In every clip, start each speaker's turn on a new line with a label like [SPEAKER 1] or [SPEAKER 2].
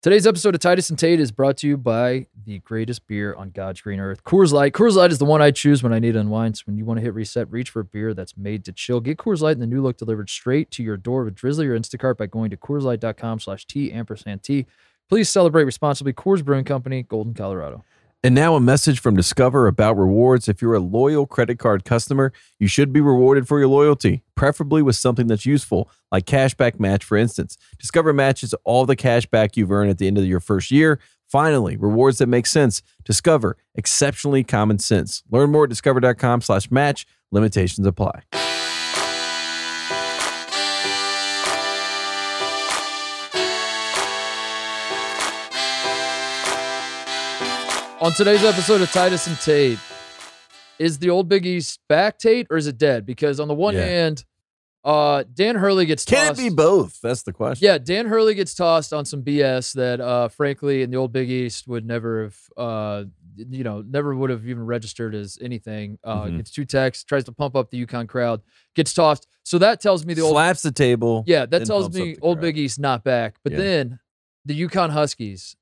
[SPEAKER 1] Today's episode of Titus and Tate is brought to you by the greatest beer on God's green earth, Coors Light. Coors Light is the one I choose when I need to unwind. So when you want to hit reset, reach for a beer that's made to chill. Get Coors Light in the new look delivered straight to your door with Drizzly or Instacart by going to CoorsLight.com slash T ampersand T. Please celebrate responsibly. Coors Brewing Company, Golden, Colorado.
[SPEAKER 2] And now a message from Discover about rewards. If you're a loyal credit card customer, you should be rewarded for your loyalty, preferably with something that's useful, like cashback match, for instance. Discover matches all the cash back you've earned at the end of your first year. Finally, rewards that make sense. Discover exceptionally common sense. Learn more at discover.com slash match. Limitations apply.
[SPEAKER 1] On today's episode of Titus and Tate, is the old Big East back Tate or is it dead? Because on the one
[SPEAKER 2] Yeah.
[SPEAKER 1] hand, uh, Dan Hurley gets
[SPEAKER 2] Can it
[SPEAKER 1] tossed.
[SPEAKER 2] be both? That's the question.
[SPEAKER 1] Yeah, Dan Hurley gets tossed on some BS that, uh, frankly, in the old Big East would never have, uh, you know, never would have even registered as anything. Uh,
[SPEAKER 2] Mhm.
[SPEAKER 1] Gets two texts, tries to pump up the Yukon crowd, gets tossed. So that tells me the old,
[SPEAKER 2] Slaps the table.
[SPEAKER 1] yeah, that
[SPEAKER 2] then
[SPEAKER 1] tells
[SPEAKER 2] pumps up
[SPEAKER 1] me
[SPEAKER 2] the
[SPEAKER 1] old
[SPEAKER 2] crowd.
[SPEAKER 1] Big East not back. But
[SPEAKER 2] Yeah.
[SPEAKER 1] then the Yukon Huskies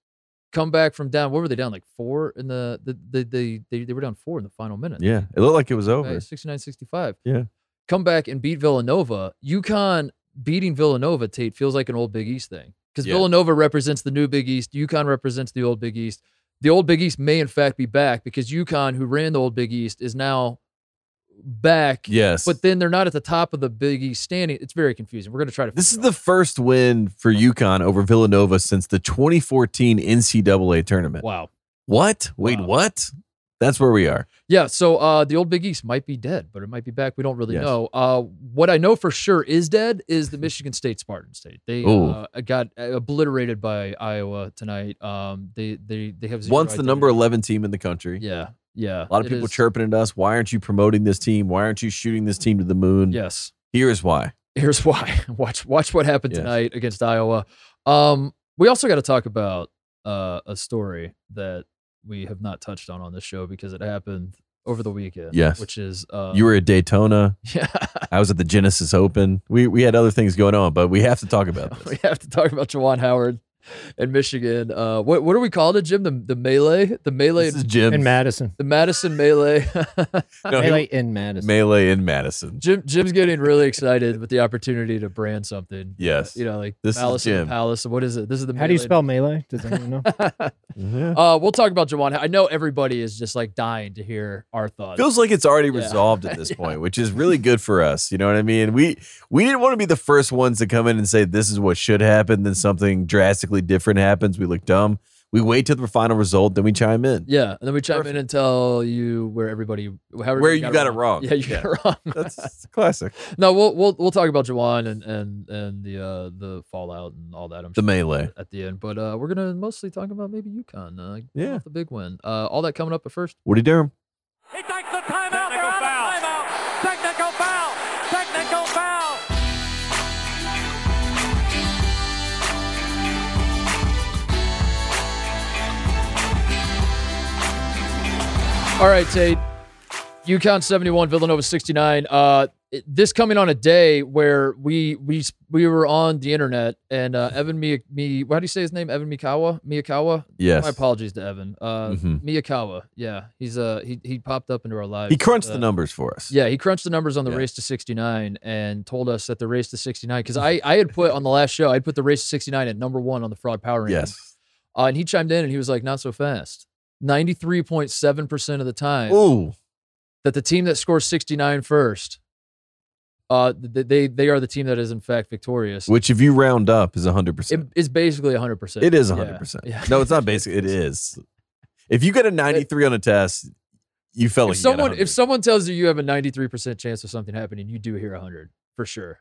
[SPEAKER 1] come back from down. What were they down? Like four in the the the, the they, they were down four in the final minute.
[SPEAKER 2] Yeah. It looked like it was over.
[SPEAKER 1] Right, 69 65.
[SPEAKER 2] Yeah.
[SPEAKER 1] Come back and beat Villanova. UConn beating Villanova, Tate, feels like an old Big East thing. Because
[SPEAKER 2] Yeah.
[SPEAKER 1] Villanova represents the new Big East. UConn represents the old Big East. The old Big East may, in fact, be back because UConn, who ran the old Big East, is now back.
[SPEAKER 2] Yes.
[SPEAKER 1] But then they're not at the top of the Big East standing. It's very confusing. We're going to try to.
[SPEAKER 2] This is
[SPEAKER 1] figure
[SPEAKER 2] the first win for UConn over Villanova since the 2014 NCAA
[SPEAKER 1] out.
[SPEAKER 2] tournament.
[SPEAKER 1] Wow.
[SPEAKER 2] What? Wait,
[SPEAKER 1] Wow.
[SPEAKER 2] what? That's where we are.
[SPEAKER 1] Yeah, so uh, the old Big East might be dead, but it might be back. We don't really
[SPEAKER 2] Yes.
[SPEAKER 1] know. Uh, what I know for sure is dead is the Michigan State Spartan State. They
[SPEAKER 2] Ooh.
[SPEAKER 1] uh, got obliterated by Iowa tonight. Um, they they they have zero
[SPEAKER 2] Once the
[SPEAKER 1] identity.
[SPEAKER 2] number 11 team in the country.
[SPEAKER 1] Yeah, yeah.
[SPEAKER 2] A lot of
[SPEAKER 1] it
[SPEAKER 2] people
[SPEAKER 1] is-
[SPEAKER 2] chirping at us. Why aren't you promoting this team? Why aren't you shooting this team to the moon?
[SPEAKER 1] Yes.
[SPEAKER 2] Here is why.
[SPEAKER 1] Here's why. watch watch what happened
[SPEAKER 2] Yes.
[SPEAKER 1] tonight against Iowa. Um, we also got to talk about uh, a story that we have not touched on on this show because it happened over the weekend.
[SPEAKER 2] Yes.
[SPEAKER 1] which is uh,
[SPEAKER 2] You were at Daytona.
[SPEAKER 1] yeah.
[SPEAKER 2] I was at the Genesis Open. We we had other things going on, but we have to talk about
[SPEAKER 1] we
[SPEAKER 2] this.
[SPEAKER 1] have to talk about Jawan Howard and Michigan. Uh, what what are we called it, Jim? The the melee, the melee,
[SPEAKER 2] this is Jim.
[SPEAKER 3] in Madison.
[SPEAKER 1] the Madison melee.
[SPEAKER 2] No, he-
[SPEAKER 3] Melee in Madison.
[SPEAKER 2] melee in Madison.
[SPEAKER 1] Jim Jim's getting really excited with the opportunity to brand something.
[SPEAKER 2] Yes.
[SPEAKER 1] you know, like
[SPEAKER 2] This is
[SPEAKER 1] Palace and
[SPEAKER 2] Jim.
[SPEAKER 1] Palace. What is it? This is the.
[SPEAKER 3] How do you
[SPEAKER 1] Melee.
[SPEAKER 3] spell melee? Does anyone know?
[SPEAKER 2] Yeah.
[SPEAKER 1] uh, we'll talk about Jawan. I know everybody is just like dying to hear our thoughts.
[SPEAKER 2] feels like it's already
[SPEAKER 1] Yeah.
[SPEAKER 2] resolved at this point which is really good for us you know what i mean we we didn't want to be the first ones to come in and say this is what should happen then something drastically different happens we look dumb we wait till the final result then we chime in
[SPEAKER 1] yeah, and then we chime in and tell you where everybody, however
[SPEAKER 2] Where you got it wrong.
[SPEAKER 1] Yeah, you got it wrong.
[SPEAKER 2] that's classic
[SPEAKER 1] No, we'll we'll we'll talk about Jawan and and and the uh the fallout and all that. I'm
[SPEAKER 2] the
[SPEAKER 1] sure
[SPEAKER 2] melee
[SPEAKER 1] at the end, but uh, we're gonna mostly talk about maybe UConn. Uh, coming
[SPEAKER 2] Yeah.
[SPEAKER 1] off the big win. Uh, all that coming up at first.
[SPEAKER 2] woody durham
[SPEAKER 4] He takes the timeout. They're out of timeout. Technical foul. Technical foul.
[SPEAKER 1] All right, Tate. UConn 71, Villanova 69. Uh, it- this coming on a day where we we s- we were on the internet and uh, Evan Mi, Mi how do you say his name? Evan Mikawa Miyakawa.
[SPEAKER 2] yes
[SPEAKER 1] My apologies to Evan. Uh,
[SPEAKER 2] Mhm.
[SPEAKER 1] Miyakawa. Yeah, he's uh he he popped up into our lives.
[SPEAKER 2] he crunched
[SPEAKER 1] uh,
[SPEAKER 2] the numbers for us
[SPEAKER 1] Yeah, he crunched the numbers on the
[SPEAKER 2] Yeah.
[SPEAKER 1] race to 69 and told us that the race to 69 because I I had put on the last show I'd put the race to 69 at number one on the fraud power ranking.
[SPEAKER 2] yes
[SPEAKER 1] uh, and he chimed in and he was like, "Not so fast." 93.7% of the time
[SPEAKER 2] Ooh,
[SPEAKER 1] that the team that scores 69 first, uh, th- they they are the team that is in fact victorious.
[SPEAKER 2] which if you round up is 100%.
[SPEAKER 1] It is basically 100%.
[SPEAKER 2] it is
[SPEAKER 1] Yeah,
[SPEAKER 2] 100%.
[SPEAKER 1] yeah.
[SPEAKER 2] No, it's not basic. It is. If you get a 93 on a test, you felt
[SPEAKER 1] If
[SPEAKER 2] like Oh, you got
[SPEAKER 1] someone
[SPEAKER 2] 100.
[SPEAKER 1] if someone tells you you have a 93% chance of something happening, you do hear 100 for sure.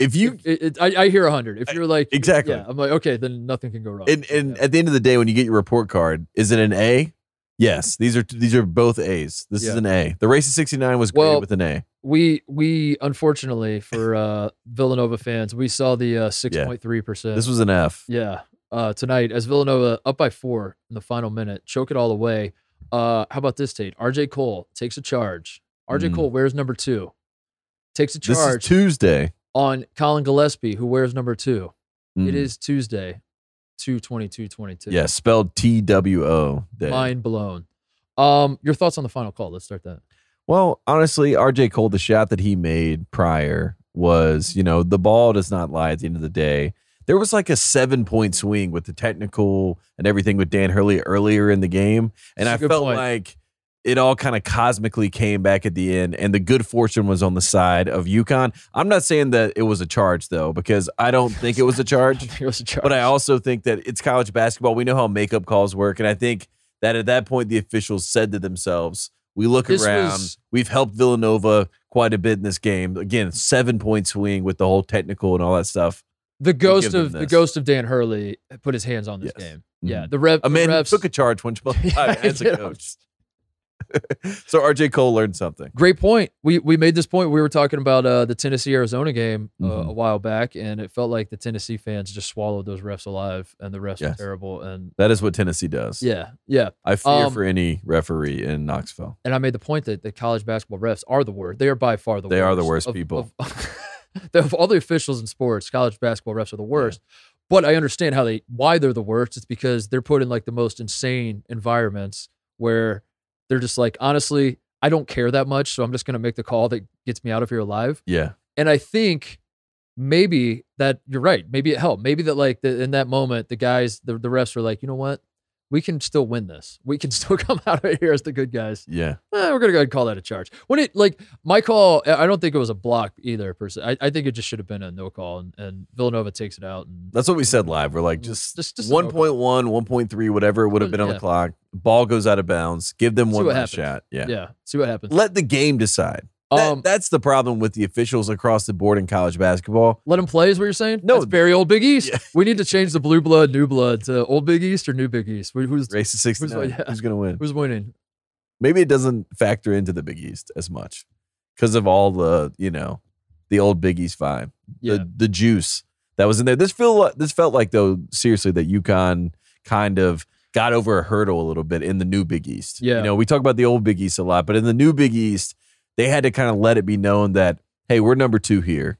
[SPEAKER 2] if you
[SPEAKER 1] It- it- I, I hear 100. If you're like
[SPEAKER 2] exactly.
[SPEAKER 1] Yeah, I'm like, okay, then nothing can go wrong.
[SPEAKER 2] And and at the end of the day, when you get your report card, is it an A? Yes, these are these are both A's. This is
[SPEAKER 1] Yeah.
[SPEAKER 2] an A. The race of '69 was graded
[SPEAKER 1] Well-
[SPEAKER 2] with an A.
[SPEAKER 1] we we unfortunately for uh, Villanova fans, we saw the uh, 6.3%.
[SPEAKER 2] This was an F.
[SPEAKER 1] Yeah. Uh, tonight, as Villanova up by four in the final minute, choke it all away. Uh, how about this, Tate? RJ Cole takes a charge. RJ
[SPEAKER 2] Mm.
[SPEAKER 1] Cole wears number two, takes a
[SPEAKER 2] This is
[SPEAKER 1] charge
[SPEAKER 2] Tuesday.
[SPEAKER 1] on Colin Gillespie, who wears number two.
[SPEAKER 2] Mm.
[SPEAKER 1] It is Tuesday. two twenty two twenty two.
[SPEAKER 2] Yeah, spelled T W O. day.
[SPEAKER 1] Mind blown. Um, your thoughts on the final call? Let's start that.
[SPEAKER 2] Well, honestly, RJ Cole, the shot that he made prior was, you know, the ball does not lie at the end of the day. There was like a seven point swing with the technical and everything with Dan Hurley earlier in the game. And
[SPEAKER 1] That's
[SPEAKER 2] I
[SPEAKER 1] a good
[SPEAKER 2] felt
[SPEAKER 1] point.
[SPEAKER 2] like it all kind of cosmically came back at the end, and the good fortune was on the side of UConn. I'm not saying that it was a charge, though, because I don't think it was a charge.
[SPEAKER 1] There was a charge.
[SPEAKER 2] But I also think that it's college basketball. We know how makeup calls work, and I think that at that point the officials said to themselves, "We look
[SPEAKER 1] This
[SPEAKER 2] around.
[SPEAKER 1] was-
[SPEAKER 2] We've helped Villanova quite a bit in this game. Again, seven point swing with the whole technical and all that stuff.
[SPEAKER 1] the
[SPEAKER 2] give
[SPEAKER 1] ghost
[SPEAKER 2] them
[SPEAKER 1] of the
[SPEAKER 2] this.
[SPEAKER 1] ghost of Dan Hurley put his hands on this
[SPEAKER 2] Yes. Mm-hmm.
[SPEAKER 1] game. Yeah, the rev.
[SPEAKER 2] a man
[SPEAKER 1] the
[SPEAKER 2] who
[SPEAKER 1] refs,
[SPEAKER 2] took a charge when
[SPEAKER 1] Yeah,
[SPEAKER 2] as
[SPEAKER 1] you
[SPEAKER 2] a
[SPEAKER 1] know.
[SPEAKER 2] coach. so RJ Cole learned something.
[SPEAKER 1] Great point. We we made this point. We were talking about uh, the Tennessee Arizona game uh,
[SPEAKER 2] Mhm.
[SPEAKER 1] a while back, and it felt like the Tennessee fans just swallowed those refs alive, and the refs
[SPEAKER 2] Yes.
[SPEAKER 1] were terrible. And
[SPEAKER 2] That is what Tennessee does.
[SPEAKER 1] yeah, yeah.
[SPEAKER 2] I fear
[SPEAKER 1] Um,
[SPEAKER 2] for any referee in Knoxville.
[SPEAKER 1] And I made the point that the college basketball refs are the worst. They are by far the
[SPEAKER 2] They
[SPEAKER 1] worst.
[SPEAKER 2] are the worst
[SPEAKER 1] of-
[SPEAKER 2] people.
[SPEAKER 1] Of, of all the officials in sports, college basketball refs are the worst. But I understand how they why they're the worst. It's because they're put in like the most insane environments where they're just like, honestly, I don't care that much, so I'm just gonna make the call that gets me out of here alive.
[SPEAKER 2] Yeah,
[SPEAKER 1] And I think maybe that you're right. Maybe it helped. Maybe that like the, in that moment, the guys, the, the refs were like, you know what? We can still win this. We can still come out of here as the good guys.
[SPEAKER 2] yeah.
[SPEAKER 1] Eh, we're gonna go ahead and call that a charge. When it like my call, I I don't think it was a block either. Per se, I, I think it just should have been a no call, and, and Villanova takes it out. And
[SPEAKER 2] That's what we said live. We're like, just,
[SPEAKER 1] Just- just a no
[SPEAKER 2] 1.1, 1.3, whatever it would have been on
[SPEAKER 1] Yeah.
[SPEAKER 2] the clock. Ball goes out of bounds. Give them
[SPEAKER 1] See
[SPEAKER 2] one
[SPEAKER 1] what
[SPEAKER 2] last
[SPEAKER 1] happens.
[SPEAKER 2] shot. Yeah.
[SPEAKER 1] yeah. see what happens.
[SPEAKER 2] Let the game decide. That-
[SPEAKER 1] Um,
[SPEAKER 2] that's the problem with the officials across the board in college basketball.
[SPEAKER 1] let them play is what you're saying.
[SPEAKER 2] No.
[SPEAKER 1] That's very old Big East.
[SPEAKER 2] Yeah.
[SPEAKER 1] We need to change the blue blood, new blood to old Big East or new Big East. Who- Who's
[SPEAKER 2] Race to 69. Who's,
[SPEAKER 1] yeah.
[SPEAKER 2] going to win?
[SPEAKER 1] who's winning?
[SPEAKER 2] Maybe it doesn't factor into the Big East as much because of all the, you know, the old Big East vibe.
[SPEAKER 1] Yeah,
[SPEAKER 2] the, the juice that was in there. This feel this felt like though seriously that UConn kind of got over a hurdle a little bit in the new Big East.
[SPEAKER 1] Yeah.
[SPEAKER 2] you know we talk about the old Big East a lot, but in the new Big East, they had to kind of let it be known that hey, we're number two here,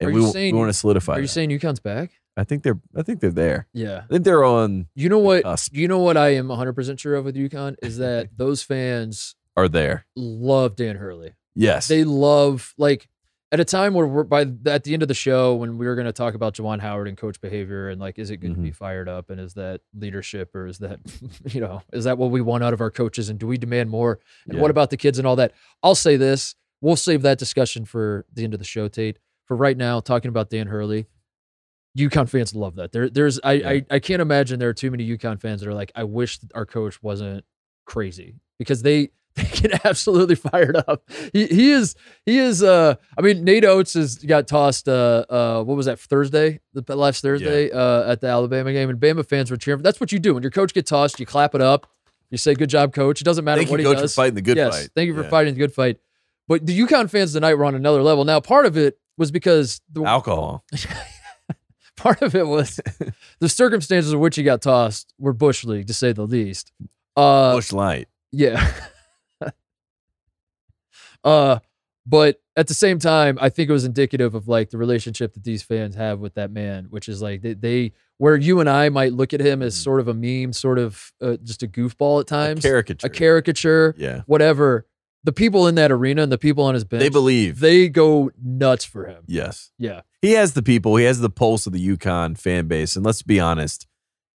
[SPEAKER 2] and
[SPEAKER 1] Are
[SPEAKER 2] we,
[SPEAKER 1] you
[SPEAKER 2] wa-
[SPEAKER 1] saying-
[SPEAKER 2] we want to solidify.
[SPEAKER 1] are you
[SPEAKER 2] that.
[SPEAKER 1] saying UConn's back?
[SPEAKER 2] I think they're I think they're there.
[SPEAKER 1] Yeah,
[SPEAKER 2] I think they're on
[SPEAKER 1] you know what?
[SPEAKER 2] us
[SPEAKER 1] You know what I am 100 percent sure of with UConn is that those fans
[SPEAKER 2] are there.
[SPEAKER 1] love Dan Hurley.
[SPEAKER 2] Yes,
[SPEAKER 1] they love like at a time where we're by the- at the end of the show when we were going to talk about Jawan Howard and coach behavior and like is it good
[SPEAKER 2] Mm-hmm.
[SPEAKER 1] to be fired up and is that leadership or is that you know is that what we want out of our coaches and do we demand more and what
[SPEAKER 2] Yeah.
[SPEAKER 1] about the kids and all that I'll say this we'll save that discussion for the end of the show Tate for right now talking about Dan Hurley UConn fans love that there there's I
[SPEAKER 2] Yeah.
[SPEAKER 1] I, I can't imagine there are too many UConn fans that are like I wish our coach wasn't crazy because they they get absolutely fired up. He he is he is uh I mean Nate Oates has got tossed uh uh what was that Thursday the last Thursday uh at the Alabama game and Bama fans were cheering. That's what you do when your coach get tossed. You clap it up. You say good job coach. It doesn't matter
[SPEAKER 2] thank
[SPEAKER 1] what
[SPEAKER 2] you,
[SPEAKER 1] he
[SPEAKER 2] coach,
[SPEAKER 1] does.
[SPEAKER 2] for fighting the good
[SPEAKER 1] yes,
[SPEAKER 2] fight.
[SPEAKER 1] thank you for
[SPEAKER 2] Yeah.
[SPEAKER 1] fighting the good fight. But the UConn fans tonight were on another level. Now part of it was because the
[SPEAKER 2] Alcohol.
[SPEAKER 1] part of it was the circumstances in which he got tossed were bush league to say the least. Uh,
[SPEAKER 2] Bush light.
[SPEAKER 1] yeah. uh but at the same time, I think it was indicative of like the relationship that these fans have with that man, which is like they, they where you and I might look at him as
[SPEAKER 2] Mhm.
[SPEAKER 1] sort of a meme, sort of uh, just a goofball at
[SPEAKER 2] A
[SPEAKER 1] times,
[SPEAKER 2] caricature.
[SPEAKER 1] a caricature,
[SPEAKER 2] yeah.
[SPEAKER 1] whatever. The people in that arena and the people on his bench,
[SPEAKER 2] They believe.
[SPEAKER 1] they go nuts for him.
[SPEAKER 2] yes.
[SPEAKER 1] Yeah.
[SPEAKER 2] he has the people, he has the pulse of the UConn fan base. And let's be honest,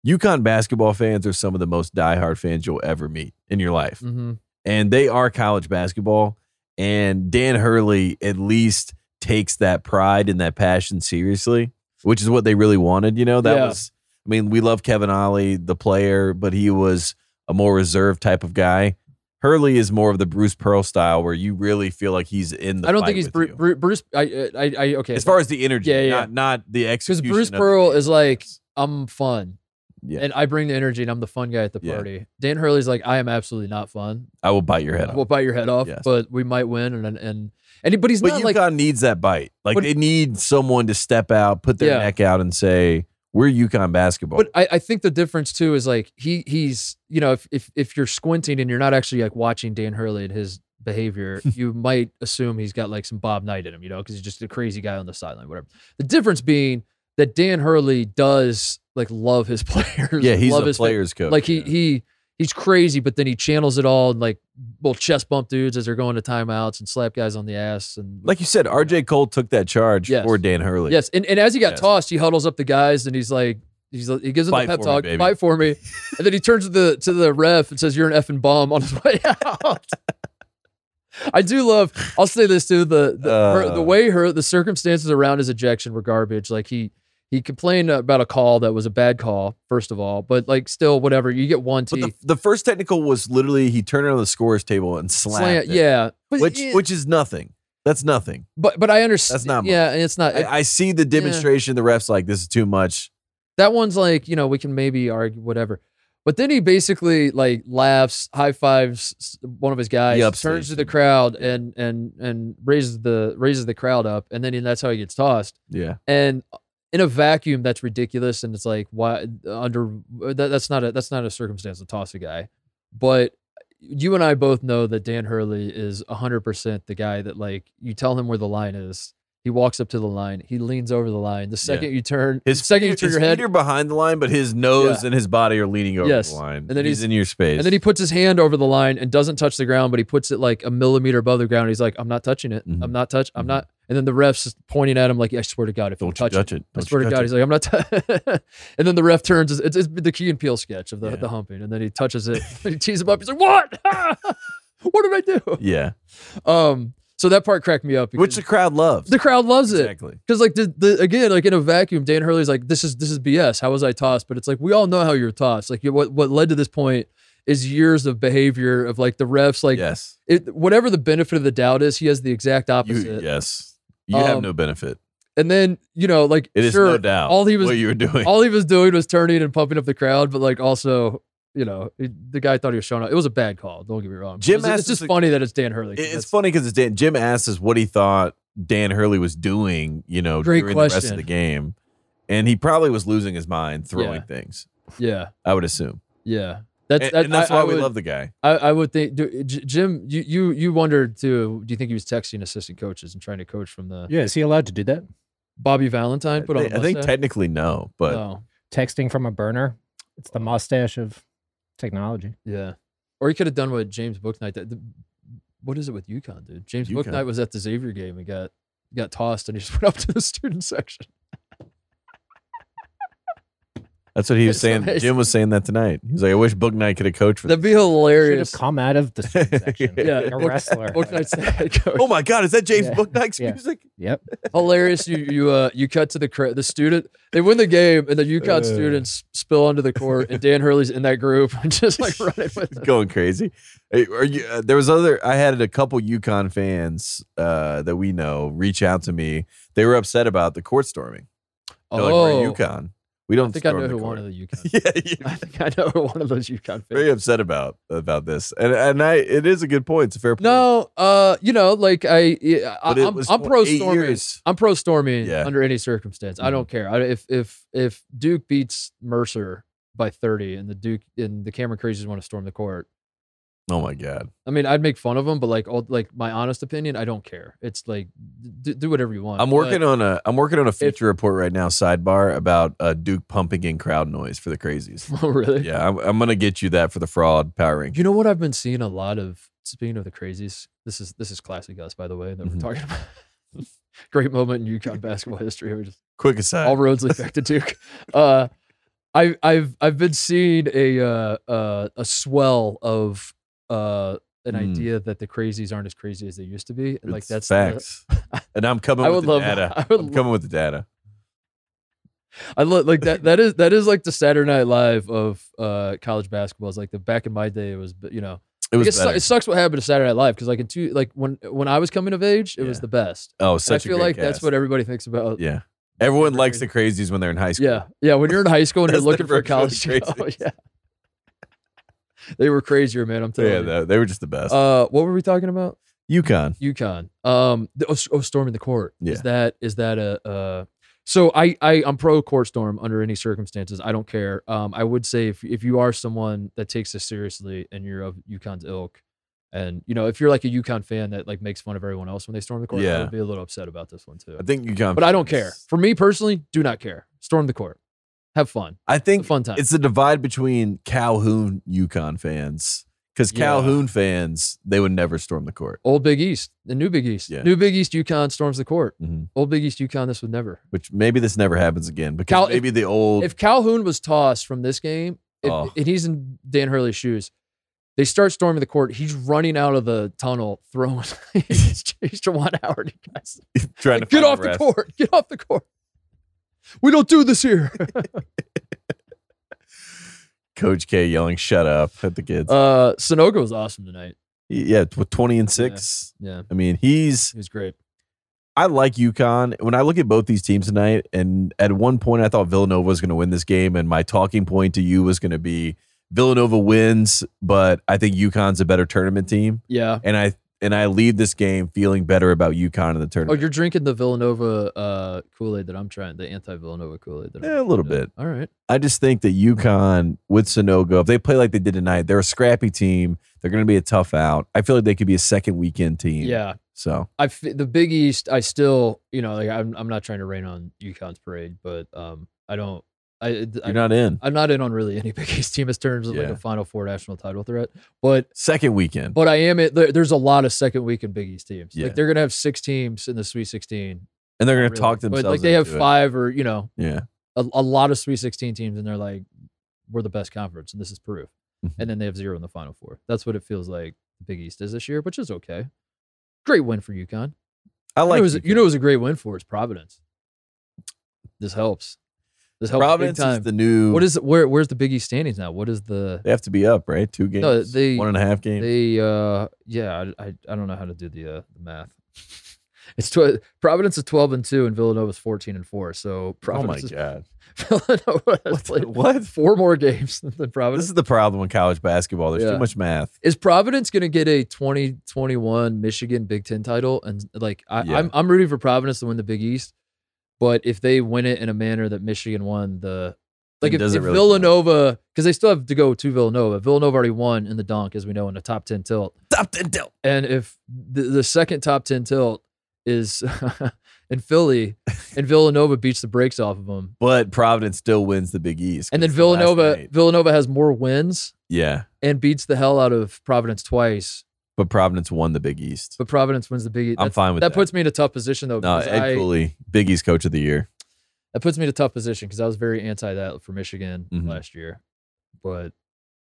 [SPEAKER 2] UConn basketball fans are some of the most diehard fans you'll ever meet in your life.
[SPEAKER 1] hmm
[SPEAKER 2] And they are college basketball. And Dan Hurley at least takes that pride and that passion seriously, which is what they really wanted. You know, that
[SPEAKER 1] Yeah.
[SPEAKER 2] was, I mean, we love Kevin Ollie, the player, but he was a more reserved type of guy. Hurley is more of the Bruce Pearl style where you really feel like he's in the
[SPEAKER 1] I don't
[SPEAKER 2] fight
[SPEAKER 1] think he's
[SPEAKER 2] with
[SPEAKER 1] Bru-
[SPEAKER 2] you.
[SPEAKER 1] Bru- Bruce. I, I, I, okay.
[SPEAKER 2] as far as the energy,
[SPEAKER 1] Yeah, yeah,
[SPEAKER 2] Not, not the
[SPEAKER 1] because
[SPEAKER 2] execution.
[SPEAKER 1] Bruce
[SPEAKER 2] of the
[SPEAKER 1] Pearl
[SPEAKER 2] game.
[SPEAKER 1] is like, I'm fun.
[SPEAKER 2] Yeah.
[SPEAKER 1] And I bring the energy and I'm the fun guy at the
[SPEAKER 2] Yeah.
[SPEAKER 1] party. Dan Hurley's like, I am absolutely not fun.
[SPEAKER 2] I will bite your head
[SPEAKER 1] We'll
[SPEAKER 2] off.
[SPEAKER 1] bite your head off,
[SPEAKER 2] Yes.
[SPEAKER 1] but we might win. And and, and, he- but he's
[SPEAKER 2] But
[SPEAKER 1] not
[SPEAKER 2] UConn
[SPEAKER 1] like,
[SPEAKER 2] needs that bite. Like
[SPEAKER 1] But-
[SPEAKER 2] they need someone to step out, put their
[SPEAKER 1] Yeah.
[SPEAKER 2] neck out, and say, "We're UConn basketball."
[SPEAKER 1] but I, I think the difference too is like, he he's, you know, if, if, if you're squinting and you're not actually like watching Dan Hurley and his behavior, you might assume he's got like some Bob Knight in him, you know, because he's just a crazy guy on the sideline, whatever. The difference being that Dan Hurley does like love his players.
[SPEAKER 2] Yeah, he's
[SPEAKER 1] love
[SPEAKER 2] a
[SPEAKER 1] his fa-
[SPEAKER 2] player's coach.
[SPEAKER 1] Like he
[SPEAKER 2] yeah.
[SPEAKER 1] he he's crazy, but then he channels it all and like will chest bump dudes as they're going to timeouts and slap guys on the ass and
[SPEAKER 2] like you said, RJ Cole took that charge
[SPEAKER 1] Yes.
[SPEAKER 2] for Dan Hurley.
[SPEAKER 1] yes. And, and as he got
[SPEAKER 2] Yes.
[SPEAKER 1] tossed, he huddles up the guys and he's like. He's, like- he gives him
[SPEAKER 2] Fight
[SPEAKER 1] the pep
[SPEAKER 2] for me,
[SPEAKER 1] talk,
[SPEAKER 2] baby.
[SPEAKER 1] fight for me, and then he turns to the to the ref and says, "You're an effing bomb." On his way out, I do love. I'll say this too: the the, her, the
[SPEAKER 2] Uh.
[SPEAKER 1] way her the circumstances around his ejection were garbage. Like he he complained about a call that was a bad call, first of all, but like still, whatever. You get one
[SPEAKER 2] But
[SPEAKER 1] tee,
[SPEAKER 2] the, the first technical was literally he turned it on the scores table and slapped.
[SPEAKER 1] slant,
[SPEAKER 2] it,
[SPEAKER 1] yeah. But
[SPEAKER 2] Which
[SPEAKER 1] it-
[SPEAKER 2] which is nothing. That's nothing.
[SPEAKER 1] but but I understand.
[SPEAKER 2] That's not much.
[SPEAKER 1] Yeah, and it's not.
[SPEAKER 2] I, I see the demonstration. The refs like this is too much.
[SPEAKER 1] that one's like you know we can maybe argue whatever but then he basically like laughs high fives s- one of his guys
[SPEAKER 2] He upstages
[SPEAKER 1] turns to the
[SPEAKER 2] him.
[SPEAKER 1] crowd and and and raises the raises the crowd up and then he, that's how he gets tossed
[SPEAKER 2] Yeah,
[SPEAKER 1] and uh, in a vacuum that's ridiculous and it's like why under uh, that, that's not a that's not a circumstance to toss a guy but you and I both know that Dan Hurley is 100% the guy that like you tell him where the line is he walks up to the line he leans over the line the second you turn the second you
[SPEAKER 2] feet-
[SPEAKER 1] turn
[SPEAKER 2] his
[SPEAKER 1] your head
[SPEAKER 2] feet are behind the line, but his nose and his body are leaning over
[SPEAKER 1] Yes.
[SPEAKER 2] the line.
[SPEAKER 1] then
[SPEAKER 2] he's,
[SPEAKER 1] he's-
[SPEAKER 2] in your space.
[SPEAKER 1] And then he puts his hand over the line and doesn't touch the ground, but he puts it like a millimeter above the ground. He's like, I'm not touching it.
[SPEAKER 2] Mhm.
[SPEAKER 1] I'm not touch. I'm
[SPEAKER 2] Mhm.
[SPEAKER 1] not. And then the ref's just pointing at him like, I swear to God, if you
[SPEAKER 2] don't
[SPEAKER 1] touch,
[SPEAKER 2] you touch it.
[SPEAKER 1] I
[SPEAKER 2] Don't you
[SPEAKER 1] swear to
[SPEAKER 2] touch
[SPEAKER 1] God,
[SPEAKER 2] it.
[SPEAKER 1] he's like, I'm not. T-. and then the ref turns. It's, it's the Key and Peel sketch of the,
[SPEAKER 2] Yeah.
[SPEAKER 1] the humping. And then he touches it. and he tees him up. He's like, what? what did I do?
[SPEAKER 2] yeah,
[SPEAKER 1] Um. So that part cracked me up.
[SPEAKER 2] which
[SPEAKER 1] because
[SPEAKER 2] the crowd loves.
[SPEAKER 1] the crowd loves it
[SPEAKER 2] exactly.
[SPEAKER 1] because like the, the again like in a vacuum dan hurley's like this is this is bs how was i tossed but it's like we all know how you're tossed like you- what what led to this point is years of behavior of like the refs like
[SPEAKER 2] yes,
[SPEAKER 1] it, whatever the benefit of the doubt is he has the exact
[SPEAKER 2] you,
[SPEAKER 1] opposite
[SPEAKER 2] yes. You have
[SPEAKER 1] Um,
[SPEAKER 2] no benefit.
[SPEAKER 1] and then you know like
[SPEAKER 2] It is
[SPEAKER 1] sure
[SPEAKER 2] no doubt
[SPEAKER 1] all he was
[SPEAKER 2] what you were doing.
[SPEAKER 1] all he was doing was turning and pumping up the crowd but like also you know it- the guy thought he was showing up it was a bad call don't get me wrong
[SPEAKER 2] Jim
[SPEAKER 1] It was- it's,
[SPEAKER 2] asked us
[SPEAKER 1] just
[SPEAKER 2] a-
[SPEAKER 1] funny that it's dan hurley
[SPEAKER 2] It- it's funny because it's Dan. Jim asks us what he thought Dan Hurley was doing, you know,
[SPEAKER 1] Great
[SPEAKER 2] during the rest
[SPEAKER 1] question.
[SPEAKER 2] of the game, and he probably was losing his mind throwing
[SPEAKER 1] Yeah.
[SPEAKER 2] things.
[SPEAKER 1] yeah
[SPEAKER 2] I would assume,
[SPEAKER 1] yeah that's
[SPEAKER 2] and,
[SPEAKER 1] that-
[SPEAKER 2] and that's
[SPEAKER 1] I-
[SPEAKER 2] why
[SPEAKER 1] I
[SPEAKER 2] we
[SPEAKER 1] would-
[SPEAKER 2] love the guy.
[SPEAKER 1] I, I would think, do, J- Jim. You, you you wondered too. Do you think he was texting assistant coaches and trying to coach from the
[SPEAKER 3] Yeah, is he allowed to do that?
[SPEAKER 1] Bobby Valentine? Put
[SPEAKER 2] I
[SPEAKER 1] on.
[SPEAKER 2] think,
[SPEAKER 1] a
[SPEAKER 2] I think
[SPEAKER 1] mustache?
[SPEAKER 2] technically no, but
[SPEAKER 1] no.
[SPEAKER 3] Texting from a burner. It's the mustache of technology.
[SPEAKER 1] Yeah, or he could have done what James Booknight. That the, what is it with UConn, dude? James
[SPEAKER 2] UConn.
[SPEAKER 1] Booknight was at the Xavier game and got got tossed, and he just went up to the student section.
[SPEAKER 2] that's what he was
[SPEAKER 1] It's
[SPEAKER 2] saying.
[SPEAKER 1] nice.
[SPEAKER 2] Jim was saying that tonight. He was like, "I wish Book Knight could have coached with."
[SPEAKER 1] That'd be
[SPEAKER 3] Should have
[SPEAKER 1] hilarious.
[SPEAKER 3] come out of the student section.
[SPEAKER 1] Yeah.
[SPEAKER 3] like a wrestler.
[SPEAKER 1] Booknight's the head coach.
[SPEAKER 2] oh my God, is that James
[SPEAKER 3] Yeah.
[SPEAKER 2] Book Knight's
[SPEAKER 3] Yeah.
[SPEAKER 2] music?
[SPEAKER 3] Yep.
[SPEAKER 1] hilarious. You you uh you cut to the cra- the student. They win the game, and the UConn
[SPEAKER 2] Uh.
[SPEAKER 1] students spill onto the court, and Dan Hurley's in that group and just like running with them.
[SPEAKER 2] going crazy. Hey, are you, uh, there was other. I had a couple UConn fans uh, that we know reach out to me. They were upset about the court storming. They're like, we're UConn. We don't
[SPEAKER 1] Oh. I think I
[SPEAKER 2] storm
[SPEAKER 1] know
[SPEAKER 2] the
[SPEAKER 1] who one
[SPEAKER 2] court.
[SPEAKER 1] of the UConn.
[SPEAKER 2] yeah, yeah.
[SPEAKER 1] I think I know who one of those UConn
[SPEAKER 2] very
[SPEAKER 1] fans.
[SPEAKER 2] upset about about this, and and I it is a good point. It's a fair point.
[SPEAKER 1] No, uh, you know, like I, I
[SPEAKER 2] But it
[SPEAKER 1] I'm,
[SPEAKER 2] was
[SPEAKER 1] I'm
[SPEAKER 2] for
[SPEAKER 1] pro
[SPEAKER 2] eight
[SPEAKER 1] storming.
[SPEAKER 2] years.
[SPEAKER 1] I'm pro storming
[SPEAKER 2] Yeah. Mm-hmm.
[SPEAKER 1] under any circumstance. I don't care. I, if if if Duke beats Mercer by 30 and the Duke and the Cameron Crazies want to storm the court,
[SPEAKER 2] Oh my god,
[SPEAKER 1] I mean, I'd make fun of them, but like, all, like my honest opinion, I don't care. It's like d- do whatever you want.
[SPEAKER 2] I'm working on a I'm working on a feature report right now. Sidebar about uh, Duke pumping in crowd noise for the crazies.
[SPEAKER 1] on. really?
[SPEAKER 2] yeah, I'm, I'm gonna get you that for the fraud power ranking.
[SPEAKER 1] You know what I've been seeing a lot of. Speaking of the crazies, this is this is classic us, by the way, that
[SPEAKER 2] Mhm.
[SPEAKER 1] we're talking about. Great moment in UConn basketball history. We just
[SPEAKER 2] Quick aside.
[SPEAKER 1] all roads lead back to Duke. Uh, I, I've I've been seeing a uh, uh, a swell of uh, an
[SPEAKER 2] Mm.
[SPEAKER 1] idea that the crazies aren't as crazy as they used to be. And like that's
[SPEAKER 2] It's
[SPEAKER 1] the-
[SPEAKER 2] facts. and I'm coming
[SPEAKER 1] I would
[SPEAKER 2] with the
[SPEAKER 1] love-
[SPEAKER 2] data.
[SPEAKER 1] I would
[SPEAKER 2] I'm coming with the data.
[SPEAKER 1] I look like that. That is that is like the Saturday Night Live of uh, college basketball. Is like the back in my day. It was you know
[SPEAKER 2] It
[SPEAKER 1] I
[SPEAKER 2] was
[SPEAKER 1] guess it, su-
[SPEAKER 2] better.
[SPEAKER 1] it sucks what happened to Saturday Night Live because like in two like when when I was coming of age, it was
[SPEAKER 2] Yeah.
[SPEAKER 1] the best.
[SPEAKER 2] oh,
[SPEAKER 1] And I
[SPEAKER 2] such a
[SPEAKER 1] feel
[SPEAKER 2] great
[SPEAKER 1] like that's
[SPEAKER 2] cast.
[SPEAKER 1] what everybody thinks about.
[SPEAKER 2] Yeah. Everyone likes the crazies when they're in high school.
[SPEAKER 1] Yeah, yeah. When you're in high school and you're
[SPEAKER 2] That's the
[SPEAKER 1] looking for a
[SPEAKER 2] version of
[SPEAKER 1] college
[SPEAKER 2] the
[SPEAKER 1] show, yeah. They were crazier, man. I'm telling
[SPEAKER 2] Yeah,
[SPEAKER 1] you.
[SPEAKER 2] they, they were just the best.
[SPEAKER 1] Uh, what were we talking about?
[SPEAKER 2] UConn.
[SPEAKER 1] UConn. Um, the, oh, s- oh, storming the court.
[SPEAKER 2] Yeah.
[SPEAKER 1] Is that is that a uh? So I I I'm pro court storm under any circumstances. I don't care. Um, I would say if if you are someone that takes this seriously and you're of UConn's ilk, And you know, if you're like a UConn fan that like makes fun of everyone else when they storm the court, I
[SPEAKER 2] Yeah.
[SPEAKER 1] would be a little upset about this one too.
[SPEAKER 2] I think you got,
[SPEAKER 1] But I don't care. For me personally, do not care. Storm the court. Have fun.
[SPEAKER 2] I
[SPEAKER 1] It's a
[SPEAKER 2] think
[SPEAKER 1] fun time.
[SPEAKER 2] it's the divide between Calhoun UConn fans because
[SPEAKER 1] Yeah.
[SPEAKER 2] Calhoun fans they would never storm the court,
[SPEAKER 1] Old Big East, the new Big East.
[SPEAKER 2] Yeah.
[SPEAKER 1] New Big East UConn storms the court.
[SPEAKER 2] Mhm.
[SPEAKER 1] Old Big East UConn, this would never.
[SPEAKER 2] which maybe this never happens again because
[SPEAKER 1] Cal- if-
[SPEAKER 2] maybe the old
[SPEAKER 1] If Calhoun was tossed from this game, if,
[SPEAKER 2] Oh.
[SPEAKER 1] and he's in Dan Hurley's shoes, they start storming the court. He's running out of the tunnel, throwing. he's Jawan Howard. You guys,
[SPEAKER 2] trying to
[SPEAKER 1] get
[SPEAKER 2] find
[SPEAKER 1] off the
[SPEAKER 2] ref.
[SPEAKER 1] court. Get off the court. We don't do this here.
[SPEAKER 2] Coach K yelling "Shut up" at the kids.
[SPEAKER 1] uh, Sonoka was awesome tonight.
[SPEAKER 2] yeah, tw- twenty and six.
[SPEAKER 1] Yeah,
[SPEAKER 2] I mean, he's
[SPEAKER 1] he was great.
[SPEAKER 2] I like UConn. When I look at both these teams tonight, and at one point I thought Villanova was going to win this game, and my talking point to you was going to be Villanova wins, but I think UConn's a better tournament team,
[SPEAKER 1] Yeah.
[SPEAKER 2] and I and I leave this game feeling better about UConn in the
[SPEAKER 1] Oh,
[SPEAKER 2] tournament.
[SPEAKER 1] you're drinking the Villanova uh, Kool Aid that I'm trying, the anti Villanova Kool Aid.
[SPEAKER 2] Yeah, a little bit.
[SPEAKER 1] All right.
[SPEAKER 2] I just think that UConn with Sonogo, if they play like they did tonight, they're a scrappy team. They're going to be a tough out. I feel like they could be a second weekend team.
[SPEAKER 1] Yeah.
[SPEAKER 2] So
[SPEAKER 1] I f- the Big East. I still, you know, like I'm, I'm not trying to rain on UConn's parade, but um, I don't. I, I
[SPEAKER 2] you're not in
[SPEAKER 1] I'm not in on really any Big East team as terms of like
[SPEAKER 2] Yeah.
[SPEAKER 1] a Final Four national title threat, but
[SPEAKER 2] second weekend.
[SPEAKER 1] but I am. It there, there's a lot of second week in Big East teams.
[SPEAKER 2] Yeah.
[SPEAKER 1] Like they're gonna have six teams in the Sweet 16.
[SPEAKER 2] and they're going
[SPEAKER 1] Really.
[SPEAKER 2] to talk themselves.
[SPEAKER 1] But like they have
[SPEAKER 2] into it.
[SPEAKER 1] five or you know
[SPEAKER 2] Yeah.
[SPEAKER 1] a, a lot of Sweet 16 teams, and they're like, we're the best conference, and this is Peru, and then they have zero in the Final Four. That's what it feels like the Big East is this year, which is okay. Great win for UConn.
[SPEAKER 2] I
[SPEAKER 1] You know
[SPEAKER 2] like
[SPEAKER 1] it was-
[SPEAKER 2] UConn.
[SPEAKER 1] you know, it was a great win for us, Providence. This helps. This helps
[SPEAKER 2] Providence
[SPEAKER 1] big time.
[SPEAKER 2] is the new.
[SPEAKER 1] what is where? Where's the Big East standings now? What is the
[SPEAKER 2] They have to be up, right? Two games.
[SPEAKER 1] No, they-
[SPEAKER 2] one and a half games. Oh
[SPEAKER 1] they? Uh, yeah, I, I, I don't know how to do the uh, the math. It's tw- Providence is twelve and two, and Villanova's fourteen and four. So
[SPEAKER 2] oh my
[SPEAKER 1] Providence is,
[SPEAKER 2] god!
[SPEAKER 1] Villanova has
[SPEAKER 2] What the-
[SPEAKER 1] played
[SPEAKER 2] what?
[SPEAKER 1] four more games than
[SPEAKER 2] This
[SPEAKER 1] Providence.
[SPEAKER 2] is the problem in college basketball. There's
[SPEAKER 1] Yeah.
[SPEAKER 2] too much math.
[SPEAKER 1] Is Providence going to get a 2021 Michigan Big Ten title? And like, I,
[SPEAKER 2] Yeah.
[SPEAKER 1] I'm I'm rooting for Providence to win the Big East, but if they win it in a manner that Michigan won the, like
[SPEAKER 2] It
[SPEAKER 1] if,
[SPEAKER 2] doesn't
[SPEAKER 1] if
[SPEAKER 2] really count.
[SPEAKER 1] Villanova, because they still have to go to Villanova. Villanova already won in the donk, as we know, in the top ten tilt.
[SPEAKER 2] Top ten tilt.
[SPEAKER 1] And if the, the second top 10 tilt is in Philly and Villanova beats the brakes off of them.
[SPEAKER 2] But Providence still wins the Big East.
[SPEAKER 1] And then
[SPEAKER 2] 'cause it's the last
[SPEAKER 1] Villanova
[SPEAKER 2] night.
[SPEAKER 1] Villanova has more wins
[SPEAKER 2] yeah.
[SPEAKER 1] and beats the hell out of Providence twice,
[SPEAKER 2] But Providence won the Big East.
[SPEAKER 1] but Providence wins the Big East.
[SPEAKER 2] I'm
[SPEAKER 1] That's-
[SPEAKER 2] fine with
[SPEAKER 1] that
[SPEAKER 2] that.
[SPEAKER 1] puts me in a tough position though.
[SPEAKER 2] no
[SPEAKER 1] because
[SPEAKER 2] Ed
[SPEAKER 1] I-
[SPEAKER 2] Cooley, Big East coach of the year.
[SPEAKER 1] that puts me in a tough position because I was very anti that for Michigan
[SPEAKER 2] Mhm.
[SPEAKER 1] last year, but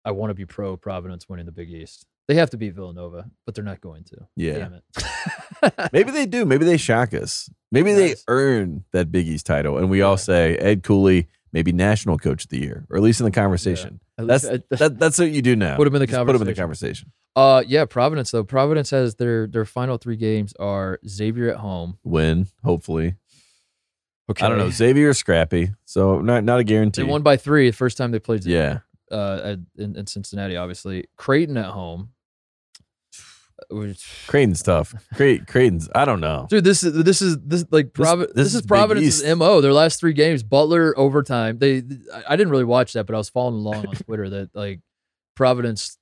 [SPEAKER 1] I want to be pro Providence winning the Big East. They have to beat Villanova, but they're not going to.
[SPEAKER 2] Yeah.
[SPEAKER 1] Damn it.
[SPEAKER 2] Maybe they do. Maybe they shock us. Maybe they
[SPEAKER 1] Nice.
[SPEAKER 2] earn that Big East title, and we all
[SPEAKER 1] Yeah.
[SPEAKER 2] say Ed Cooley, maybe national coach of the year, or at least in the conversation. That's that, that's what you do now.
[SPEAKER 1] Put 'em in the
[SPEAKER 2] Just Put 'em in the
[SPEAKER 1] conversation.
[SPEAKER 2] conversation.
[SPEAKER 1] Uh, yeah, Providence though. Providence has their their final three games are Xavier at home.
[SPEAKER 2] Win, hopefully.
[SPEAKER 1] Okay,
[SPEAKER 2] I don't know. Xavier Scrappy. So not not a guarantee.
[SPEAKER 1] They won by three the first time they played. Xavier,
[SPEAKER 2] yeah.
[SPEAKER 1] Uh, at- in, in Cincinnati, obviously. Creighton at home. Which-
[SPEAKER 2] Creighton's tough. Cre- Creighton's I don't know.
[SPEAKER 1] Dude, this is this is this like Provi- this,
[SPEAKER 2] this
[SPEAKER 1] is,
[SPEAKER 2] is Big
[SPEAKER 1] Providence's
[SPEAKER 2] East.
[SPEAKER 1] mo. Their last three games, Butler overtime. They I- I didn't really watch that, but I was following along on Twitter that like Providence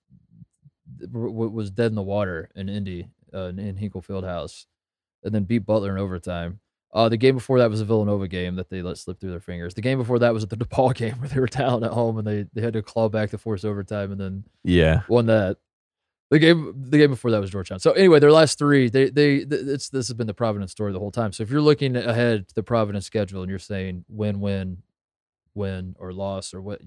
[SPEAKER 1] w- w- was dead in the water in Indy uh, in- in Hinkle Fieldhouse, and then beat Butler in overtime. Uh, the game before that was a Villanova game that they let slip through their fingers. The game before that was at the DePaul game where they were down at home and they, they had to claw back to force overtime and then
[SPEAKER 2] Yeah.
[SPEAKER 1] won that. The game, the game before that was Georgetown. So anyway, their last three, they, they, th- it's this has been the Providence story the whole time. So if you're looking ahead to the Providence schedule and you're saying win, win, win or loss or what,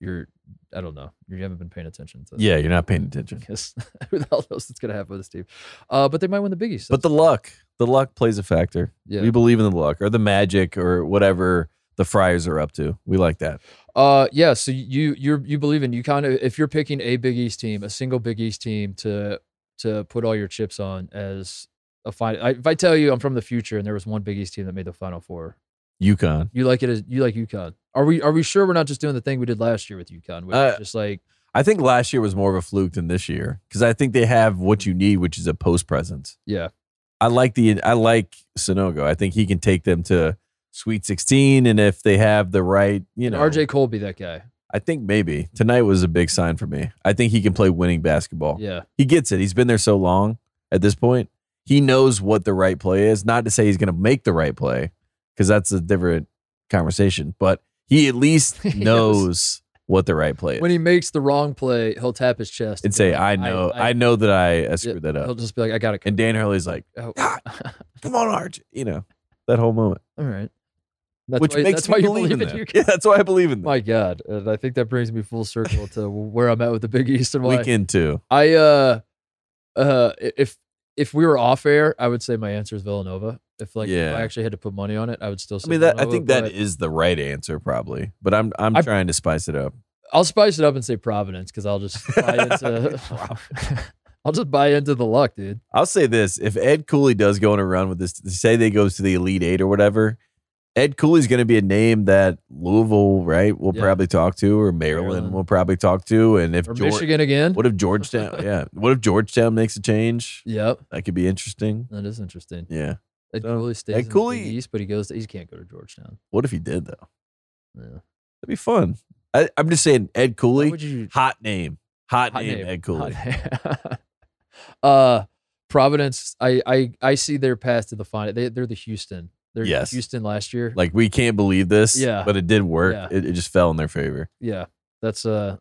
[SPEAKER 1] you're, I don't know, you haven't been paying attention to.
[SPEAKER 2] Yeah, you're not paying attention.
[SPEAKER 1] because who the hell knows what's gonna happen with this team? Uh, but they might win the Big East.
[SPEAKER 2] But the luck. The luck plays a factor.
[SPEAKER 1] yeah.
[SPEAKER 2] We believe in the luck or the magic or whatever the Friars are up to. We like that.
[SPEAKER 1] Uh, yeah. So you you you believe in you kind of if you're picking a Big East team, a single Big East team to to put all your chips on as a final. I, if I tell you I'm from the future and there was one Big East team that made the Final Four,
[SPEAKER 2] Yukon.
[SPEAKER 1] you like it as you like UConn. Are we are we sure we're not just doing the thing we did last year with UConn, which
[SPEAKER 2] Uh,
[SPEAKER 1] is just like
[SPEAKER 2] I think last year was more of a fluke than this year because I think they have what you need, which is a post presence.
[SPEAKER 1] yeah,
[SPEAKER 2] I like the I like Sonogo. I think he can take them to Sweet 16, and if they have the right, you
[SPEAKER 1] and
[SPEAKER 2] know,
[SPEAKER 1] RJ Cole be that guy.
[SPEAKER 2] I think maybe tonight was a big sign for me. I think he can play winning basketball.
[SPEAKER 1] Yeah.
[SPEAKER 2] He gets it. He's been there so long at this point. He knows what the right play is. Not to say he's going to make the right play because that's a different conversation, but he at least
[SPEAKER 1] He knows.
[SPEAKER 2] knows what the right play is.
[SPEAKER 1] When he makes the wrong play, he'll tap his chest
[SPEAKER 2] and
[SPEAKER 1] be
[SPEAKER 2] say,
[SPEAKER 1] like,
[SPEAKER 2] I know, I, know that I, I
[SPEAKER 1] Yeah,
[SPEAKER 2] screwed that
[SPEAKER 1] He'll
[SPEAKER 2] up.
[SPEAKER 1] just be like, I got
[SPEAKER 2] And Dan Hurley's like, "Ah,
[SPEAKER 1] Oh.
[SPEAKER 2] come on, Arch. You know, that whole moment,
[SPEAKER 1] All right. That's
[SPEAKER 2] which
[SPEAKER 1] why,
[SPEAKER 2] makes
[SPEAKER 1] that's
[SPEAKER 2] me
[SPEAKER 1] why you
[SPEAKER 2] believe, in
[SPEAKER 1] it.
[SPEAKER 2] them.
[SPEAKER 1] You
[SPEAKER 2] Yeah, that's why I believe in them.
[SPEAKER 1] My God, and I think that brings me full circle to where I'm at with the Big East and why
[SPEAKER 2] Weekend two.
[SPEAKER 1] I uh uh i- if if we were off air, I would say my answer is Villanova. If like
[SPEAKER 2] Yeah.
[SPEAKER 1] if I actually had to put money on it, I would still say
[SPEAKER 2] I mean, that I
[SPEAKER 1] Villanova,
[SPEAKER 2] think that
[SPEAKER 1] "Oh, but
[SPEAKER 2] is the right answer probably, but I'm I'm
[SPEAKER 1] I-
[SPEAKER 2] trying to spice it up.
[SPEAKER 1] I'll spice it up and say Providence because I'll just buy into I'll just buy into the luck, dude.
[SPEAKER 2] I'll say this: if Ed Cooley does go on a run with this, say they goes to the Elite Eight or whatever, Ed Cooley's going to be a name that Louisville, right, will
[SPEAKER 1] Yeah.
[SPEAKER 2] probably talk to, or Maryland,
[SPEAKER 1] Maryland.
[SPEAKER 2] will probably talk to, and if
[SPEAKER 1] Or
[SPEAKER 2] Geor-
[SPEAKER 1] Michigan again.
[SPEAKER 2] what if Georgetown? yeah, what if Georgetown makes a change?
[SPEAKER 1] Yep.
[SPEAKER 2] That could be interesting.
[SPEAKER 1] That is interesting.
[SPEAKER 2] Yeah.
[SPEAKER 1] Ed
[SPEAKER 2] So,
[SPEAKER 1] Cooley stays
[SPEAKER 2] Ed
[SPEAKER 1] in the
[SPEAKER 2] Cooley-
[SPEAKER 1] Big East, but he goes to, he can't go to Georgetown.
[SPEAKER 2] What if he did though?
[SPEAKER 1] Yeah.
[SPEAKER 2] That'd be fun. I, I'm just saying, Ed
[SPEAKER 1] Why
[SPEAKER 2] Cooley,
[SPEAKER 1] would you
[SPEAKER 2] hot name, hot,
[SPEAKER 1] Hot
[SPEAKER 2] name,
[SPEAKER 1] name.
[SPEAKER 2] Ed Cooley.
[SPEAKER 1] Hot- uh, Providence. I, I I see their path to the final. They they're the Houston. They're
[SPEAKER 2] Yes.
[SPEAKER 1] Houston last year.
[SPEAKER 2] Like we can't believe this.
[SPEAKER 1] Yeah.
[SPEAKER 2] but it did work.
[SPEAKER 1] Yeah.
[SPEAKER 2] It, it just fell in their favor.
[SPEAKER 1] yeah, that's uh.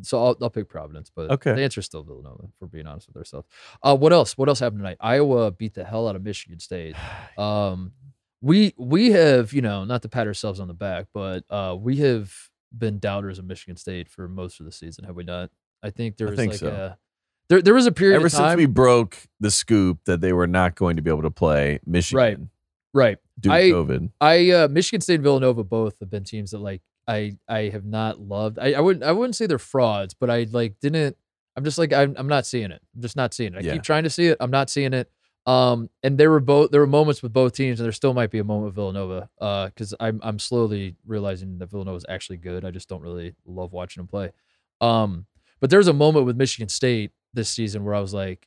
[SPEAKER 1] So I'll, I'll pick Providence, but
[SPEAKER 2] Okay.
[SPEAKER 1] the answer's still Villanova. If we're being honest with ourselves. Uh, what else? What else happened tonight? Iowa beat the hell out of Michigan State. Um, we we have you know not to pat ourselves on the back, but uh, we have been doubters of Michigan State for most of the season, have we not? I think there
[SPEAKER 2] I
[SPEAKER 1] was
[SPEAKER 2] think
[SPEAKER 1] like
[SPEAKER 2] so.
[SPEAKER 1] a there there was a period
[SPEAKER 2] Ever
[SPEAKER 1] of
[SPEAKER 2] since
[SPEAKER 1] time
[SPEAKER 2] we broke the scoop that they were not going to be able to play Michigan
[SPEAKER 1] Right. right
[SPEAKER 2] due to
[SPEAKER 1] I-
[SPEAKER 2] COVID,
[SPEAKER 1] I uh, Michigan State and Villanova both have been teams that like I I have not loved. I, I wouldn't I wouldn't say they're frauds, but I like didn't. I'm just like I'm I'm not seeing it. I'm just not seeing it. I
[SPEAKER 2] Yeah.
[SPEAKER 1] keep trying to see it. I'm not seeing it. Um, and there were both there were moments with both teams, and there still might be a moment with Villanova. Uh, because I'm I'm slowly realizing that Villanova is actually good. I just don't really love watching them play. Um, but there's a moment with Michigan State this season where I was like,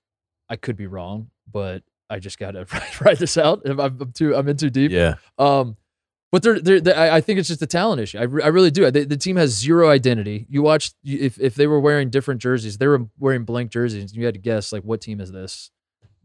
[SPEAKER 1] I could be wrong, but I just gotta ride this out. I'm, I'm too I'm in too deep.
[SPEAKER 2] yeah,
[SPEAKER 1] Um, but they're, they're, they I I think it's just a talent issue. I, re- I really do. The, the team has zero identity. You watched you- if if they were wearing different jerseys, they were wearing blank jerseys. You had to guess like what team is this?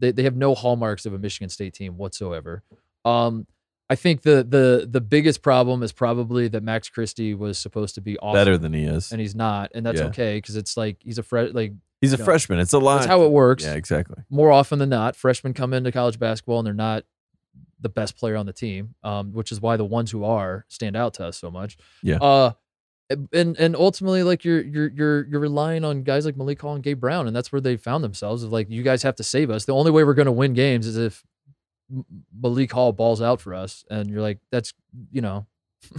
[SPEAKER 1] They they have no hallmarks of a Michigan State team whatsoever. Um, I think the the the biggest problem is probably that Max Christie was supposed to be awesome
[SPEAKER 2] better than he is.
[SPEAKER 1] and he's not, and that's
[SPEAKER 2] Yeah.
[SPEAKER 1] okay because it's like he's a fresh like
[SPEAKER 2] He's a
[SPEAKER 1] you know,
[SPEAKER 2] freshman. It's a lot.
[SPEAKER 1] that's how it works
[SPEAKER 2] Yeah, exactly.
[SPEAKER 1] more often than not, freshmen come into college basketball and they're not the best player on the team, um, which is why the ones who are stand out to us so much.
[SPEAKER 2] Yeah.
[SPEAKER 1] Uh, and and ultimately, like you're you're you're you're relying on guys like Malik Hall and Gabe Brown, and that's where they found themselves. Of like, you guys have to save us. The only way we're going to win games is if M- Malik Hall balls out for us, and you're like, that's you know.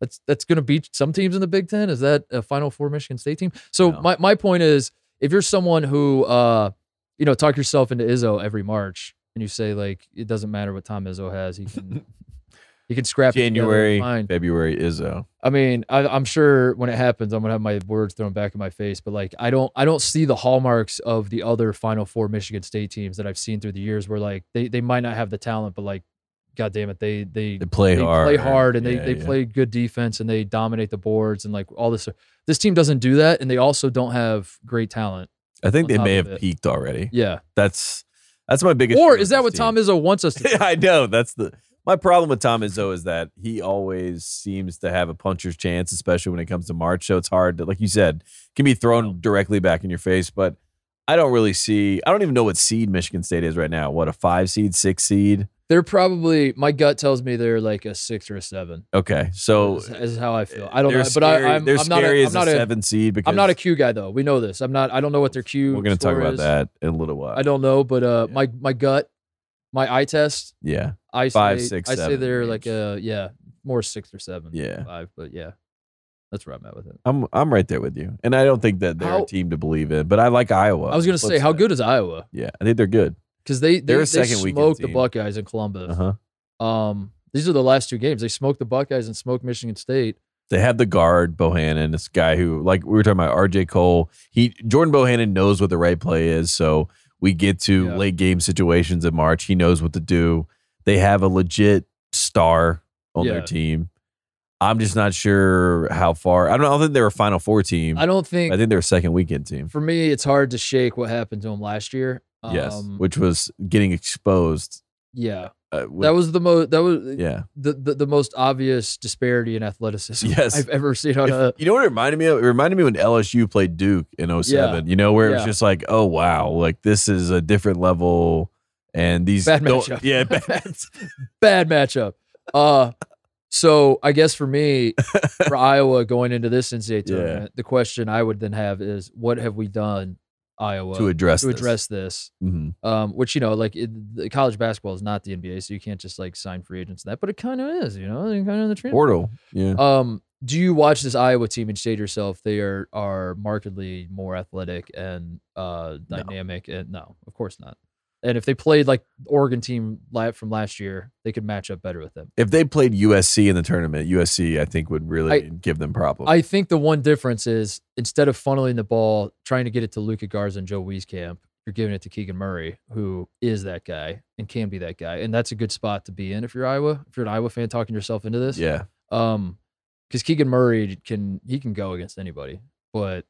[SPEAKER 1] That's that's going to beat some teams in the Big Ten. Is that a Final Four Michigan State team? So
[SPEAKER 2] No.
[SPEAKER 1] my, my point is, if you're someone who uh, you know, talk yourself into Izzo every March, and you say like it doesn't matter what Tom Izzo has, he can he can scrap it together and
[SPEAKER 2] January,
[SPEAKER 1] Fine.
[SPEAKER 2] February, Izzo.
[SPEAKER 1] I mean, I, I'm sure when it happens, I'm gonna have my words thrown back in my face. But like, I don't, I don't see the hallmarks of the other Final Four Michigan State teams that I've seen through the years, where like they they might not have the talent, but like, god damn it, they they
[SPEAKER 2] They play
[SPEAKER 1] they
[SPEAKER 2] hard.
[SPEAKER 1] play hard and they,
[SPEAKER 2] Yeah,
[SPEAKER 1] they
[SPEAKER 2] yeah.
[SPEAKER 1] play good defense and they dominate the boards and like all this. This team doesn't do that, and they also don't have great talent.
[SPEAKER 2] I think
[SPEAKER 1] on
[SPEAKER 2] they
[SPEAKER 1] top
[SPEAKER 2] may
[SPEAKER 1] of
[SPEAKER 2] have
[SPEAKER 1] it.
[SPEAKER 2] peaked already.
[SPEAKER 1] Yeah.
[SPEAKER 2] That's that's my biggest.
[SPEAKER 1] Or
[SPEAKER 2] fear
[SPEAKER 1] is
[SPEAKER 2] with
[SPEAKER 1] that
[SPEAKER 2] this
[SPEAKER 1] what
[SPEAKER 2] team.
[SPEAKER 1] Tom Izzo wants us to? think?
[SPEAKER 2] I know that's the my problem with Tom Izzo is that he always seems to have a puncher's chance, especially when it comes to March. So it's hard to, like you said, can be thrown directly back in your face. But I don't really see. I don't even know what seed Michigan State is right now. What a five seed, six seed.
[SPEAKER 1] They're probably my gut tells me they're like a six or a seven.
[SPEAKER 2] Okay, so
[SPEAKER 1] Is, is how I feel. I don't
[SPEAKER 2] they're
[SPEAKER 1] know, but I,
[SPEAKER 2] scary-
[SPEAKER 1] I'm,
[SPEAKER 2] they're
[SPEAKER 1] I'm not.
[SPEAKER 2] scary
[SPEAKER 1] A, I'm
[SPEAKER 2] as
[SPEAKER 1] not
[SPEAKER 2] a
[SPEAKER 1] a,
[SPEAKER 2] seven seed because
[SPEAKER 1] I'm not a Q guy though. We know this. I'm not. I don't know what their Q.
[SPEAKER 2] We're going to talk
[SPEAKER 1] score
[SPEAKER 2] about
[SPEAKER 1] is.
[SPEAKER 2] that in a little while.
[SPEAKER 1] I don't know, but uh,
[SPEAKER 2] Yeah.
[SPEAKER 1] my my gut, my eye test,
[SPEAKER 2] Yeah,
[SPEAKER 1] I
[SPEAKER 2] Five,
[SPEAKER 1] say,
[SPEAKER 2] six,
[SPEAKER 1] I say
[SPEAKER 2] seven
[SPEAKER 1] they're
[SPEAKER 2] range.
[SPEAKER 1] like a yeah, more six or seven.
[SPEAKER 2] Yeah.
[SPEAKER 1] five, but yeah, that's where I'm at with it.
[SPEAKER 2] I'm I'm right there with you, and I don't think that they're
[SPEAKER 1] How-
[SPEAKER 2] a team to believe in. But I like Iowa.
[SPEAKER 1] I was gonna say,
[SPEAKER 2] Flip
[SPEAKER 1] how
[SPEAKER 2] side.
[SPEAKER 1] good is Iowa?
[SPEAKER 2] Yeah, I think they're good.
[SPEAKER 1] Because they they,
[SPEAKER 2] They're a
[SPEAKER 1] they
[SPEAKER 2] second weekend
[SPEAKER 1] smoked the
[SPEAKER 2] team.
[SPEAKER 1] Buckeyes in Columbus.
[SPEAKER 2] Uh huh.
[SPEAKER 1] Um, these are the last two games. They smoked the Buckeyes and smoked Michigan State.
[SPEAKER 2] they have the guard Bohannon, this guy who, like we were talking about, RJ Cole. He Jordan Bohannon knows what the right play is, so we get to
[SPEAKER 1] Yeah.
[SPEAKER 2] late game situations in March. He knows what to do. They have a legit star on their
[SPEAKER 1] Yeah.
[SPEAKER 2] team. I'm just not sure how far. I don't, I don't think they're a Final Four team.
[SPEAKER 1] I don't think,
[SPEAKER 2] I think they're a second weekend team.
[SPEAKER 1] for me it's hard to shake what happened to him last year.
[SPEAKER 2] yes,
[SPEAKER 1] Um,
[SPEAKER 2] which was getting exposed.
[SPEAKER 1] yeah,
[SPEAKER 2] Uh, with-
[SPEAKER 1] that was the most that was
[SPEAKER 2] yeah.
[SPEAKER 1] the, the the most obvious disparity in athleticism
[SPEAKER 2] Yes.
[SPEAKER 1] I've ever seen on a.
[SPEAKER 2] If- you know what it reminded me of? It reminded me when LSU played Duke in 07, you know, where it was
[SPEAKER 1] Yeah.
[SPEAKER 2] just like, oh, wow, like this is a different level. And these
[SPEAKER 1] Bad
[SPEAKER 2] don't-
[SPEAKER 1] matchup.
[SPEAKER 2] Yeah, bad.
[SPEAKER 1] bad matchup. Uh, so I guess for me, for Iowa going into this NCAA
[SPEAKER 2] Yeah.
[SPEAKER 1] tournament, the question I would then have is, what have we done, Iowa,
[SPEAKER 2] to address
[SPEAKER 1] to address this?
[SPEAKER 2] this. Mhm.
[SPEAKER 1] Um, which you know, like it, the college basketball is not the NBA, so you can't just like sign free agents and that, but it kind of is, you know, kind of in the transfer.
[SPEAKER 2] Portal. Yeah.
[SPEAKER 1] Um, do you watch this Iowa team and say to yourself they are are markedly more athletic and uh dynamic? And no, of course not. And if they played like the Oregon team la- from last year, they could match up better with them.
[SPEAKER 2] If they played USC in the tournament, USC, I think, would really
[SPEAKER 1] I-
[SPEAKER 2] give them problems.
[SPEAKER 1] I think the one difference is instead of funneling the ball, trying to get it to Luca Garza and Joe Wieskamp, you're giving it to Keegan Murray, who is that guy and can be that guy. And that's a good spot to be in if you're Iowa. If you're an Iowa fan talking yourself into this.
[SPEAKER 2] yeah.
[SPEAKER 1] Um, because Keegan Murray can he can go against anybody, but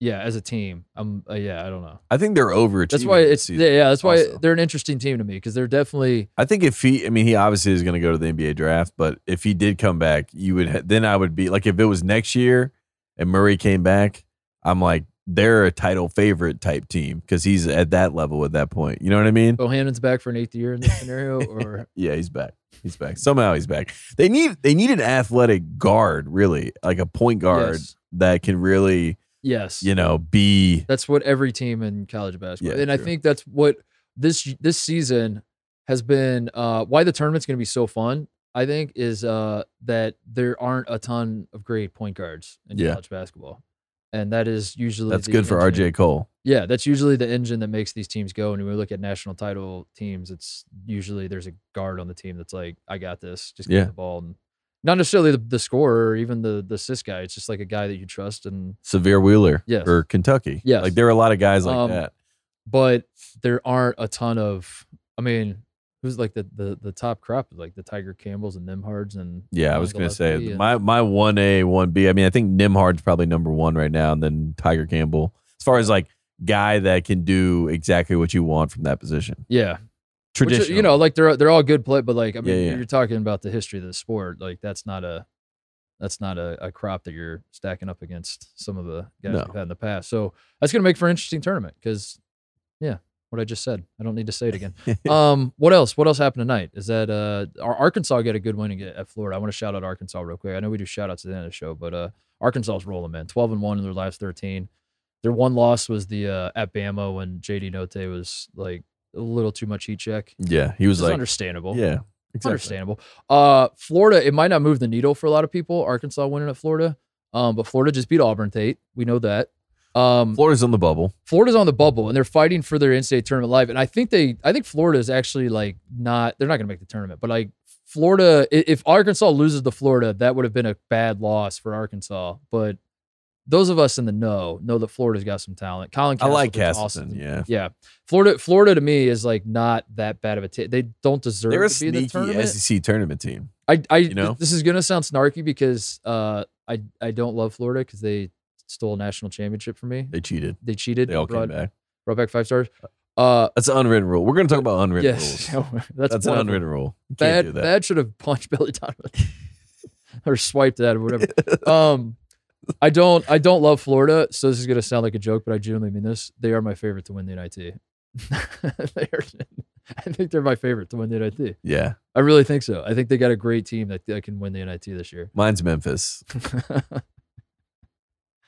[SPEAKER 1] yeah, as a team, I'm uh, yeah, I don't know.
[SPEAKER 2] I think they're overachieving.
[SPEAKER 1] That's why
[SPEAKER 2] this
[SPEAKER 1] it's
[SPEAKER 2] season.
[SPEAKER 1] yeah, yeah, that's why
[SPEAKER 2] also.
[SPEAKER 1] they're an interesting team to me because they're definitely
[SPEAKER 2] I think if he, I mean, he obviously is going to go to the NBA draft, but if he did come back, you would, ha- then I would be like, if it was next year and Murray came back, I'm like, they're a title favorite type team because he's at that level at that point. You know what I mean?
[SPEAKER 1] Bohannon's back for an eighth year in this scenario, or
[SPEAKER 2] Yeah, he's back. He's back. Somehow he's back. They need, they need an athletic guard, really, like a point guard
[SPEAKER 1] Yes.
[SPEAKER 2] that can really,
[SPEAKER 1] yes,
[SPEAKER 2] you know, be,
[SPEAKER 1] That's what every team in college basketball.
[SPEAKER 2] Yeah,
[SPEAKER 1] and I
[SPEAKER 2] true.
[SPEAKER 1] think that's what this this season has been uh, why the tournament's going to be so fun. I think is uh, that there aren't a ton of great point guards in
[SPEAKER 2] Yeah.
[SPEAKER 1] college basketball, and that is usually
[SPEAKER 2] that's
[SPEAKER 1] the
[SPEAKER 2] good for
[SPEAKER 1] engine-
[SPEAKER 2] RJ Cole.
[SPEAKER 1] Yeah, that's usually the engine that makes these teams go. And when we look at national title teams, it's usually there's a guard on the team that's like, "I got this. Just give
[SPEAKER 2] Yeah.
[SPEAKER 1] me the ball." And not necessarily the, the scorer or even the the assist guy. It's just like a guy that you trust and
[SPEAKER 2] Severe Wheeler
[SPEAKER 1] Yes.
[SPEAKER 2] for Kentucky.
[SPEAKER 1] Yes.
[SPEAKER 2] Like there are a lot of guys like
[SPEAKER 1] Um,
[SPEAKER 2] that.
[SPEAKER 1] but there aren't a ton of. I mean, who's like the the, the top crop? Like the Tiger Campbells and Nimhards and
[SPEAKER 2] Yeah, I
[SPEAKER 1] Ron
[SPEAKER 2] was gonna say
[SPEAKER 1] Gillespie and-
[SPEAKER 2] my my one A one B. I mean, I think Nimhard's probably number one right now, and then Tiger Campbell. As far as like guy that can do exactly what you want from that position,
[SPEAKER 1] yeah, Which, uh,
[SPEAKER 2] traditional.
[SPEAKER 1] you know, like they're they're all good play, but like I mean,
[SPEAKER 2] Yeah, yeah.
[SPEAKER 1] you're talking about the history of the sport. Like that's not a that's not a, a crop that you're stacking up against some of the guys
[SPEAKER 2] No.
[SPEAKER 1] we've had in the past. So that's gonna make for an interesting tournament because yeah, what I just said. I don't need to say it again. um, what else? What else happened tonight? Is that uh our Arkansas get a good win ag- at Florida? I want to shout out Arkansas real quick. I know we do shout outs at the end of the show, but uh Arkansas's rolling, man. Twelve and one in their last thirteen. Their one loss was the uh, at Bama when JD Note was like a little too much heat check.
[SPEAKER 2] yeah, he was
[SPEAKER 1] It's
[SPEAKER 2] like,
[SPEAKER 1] understandable.
[SPEAKER 2] yeah,
[SPEAKER 1] It's
[SPEAKER 2] exactly.
[SPEAKER 1] understandable. Uh, Florida, it might not move the needle for a lot of people. Arkansas winning at Florida, um, but Florida just beat Auburn State. We know that. Um,
[SPEAKER 2] Florida's on the bubble.
[SPEAKER 1] Florida's on the bubble and they're fighting for their in-state tournament life. And I think they, I think Florida is actually like not, they're not going to make the tournament. But like Florida, i- if Arkansas loses to Florida, that would have been a bad loss for Arkansas. But those of us in the know know that Florida's got some talent. Colin,
[SPEAKER 2] I
[SPEAKER 1] Castleton's
[SPEAKER 2] like
[SPEAKER 1] awesome.
[SPEAKER 2] Castleton. Yeah,
[SPEAKER 1] Yeah, Florida. Florida to me is like not that bad of a team. They don't deserve
[SPEAKER 2] they're a
[SPEAKER 1] to be in the
[SPEAKER 2] sneaky
[SPEAKER 1] tournament.
[SPEAKER 2] SEC tournament team.
[SPEAKER 1] I, I,
[SPEAKER 2] know?
[SPEAKER 1] this is gonna sound snarky because uh, I, I don't love Florida because they stole a national championship from me.
[SPEAKER 2] They cheated.
[SPEAKER 1] They cheated.
[SPEAKER 2] They all
[SPEAKER 1] brought,
[SPEAKER 2] came back.
[SPEAKER 1] brought back five stars. Uh,
[SPEAKER 2] That's an unwritten rule. We're gonna talk about unwritten
[SPEAKER 1] yes,
[SPEAKER 2] rules.
[SPEAKER 1] that's,
[SPEAKER 2] That's, an
[SPEAKER 1] wonderful.
[SPEAKER 2] unwritten rule. You
[SPEAKER 1] Thad,
[SPEAKER 2] can't do that.
[SPEAKER 1] Thad should have punched Billy Donovan or swiped that or whatever. um, I don't, I don't love Florida, so this is gonna sound like a joke, but I genuinely mean this. They are my favorite to win the NIT. they are, I think they're my favorite to win the NIT.
[SPEAKER 2] yeah,
[SPEAKER 1] I really think so. I think they got a great team that, that can win the NIT this year.
[SPEAKER 2] mine's Memphis.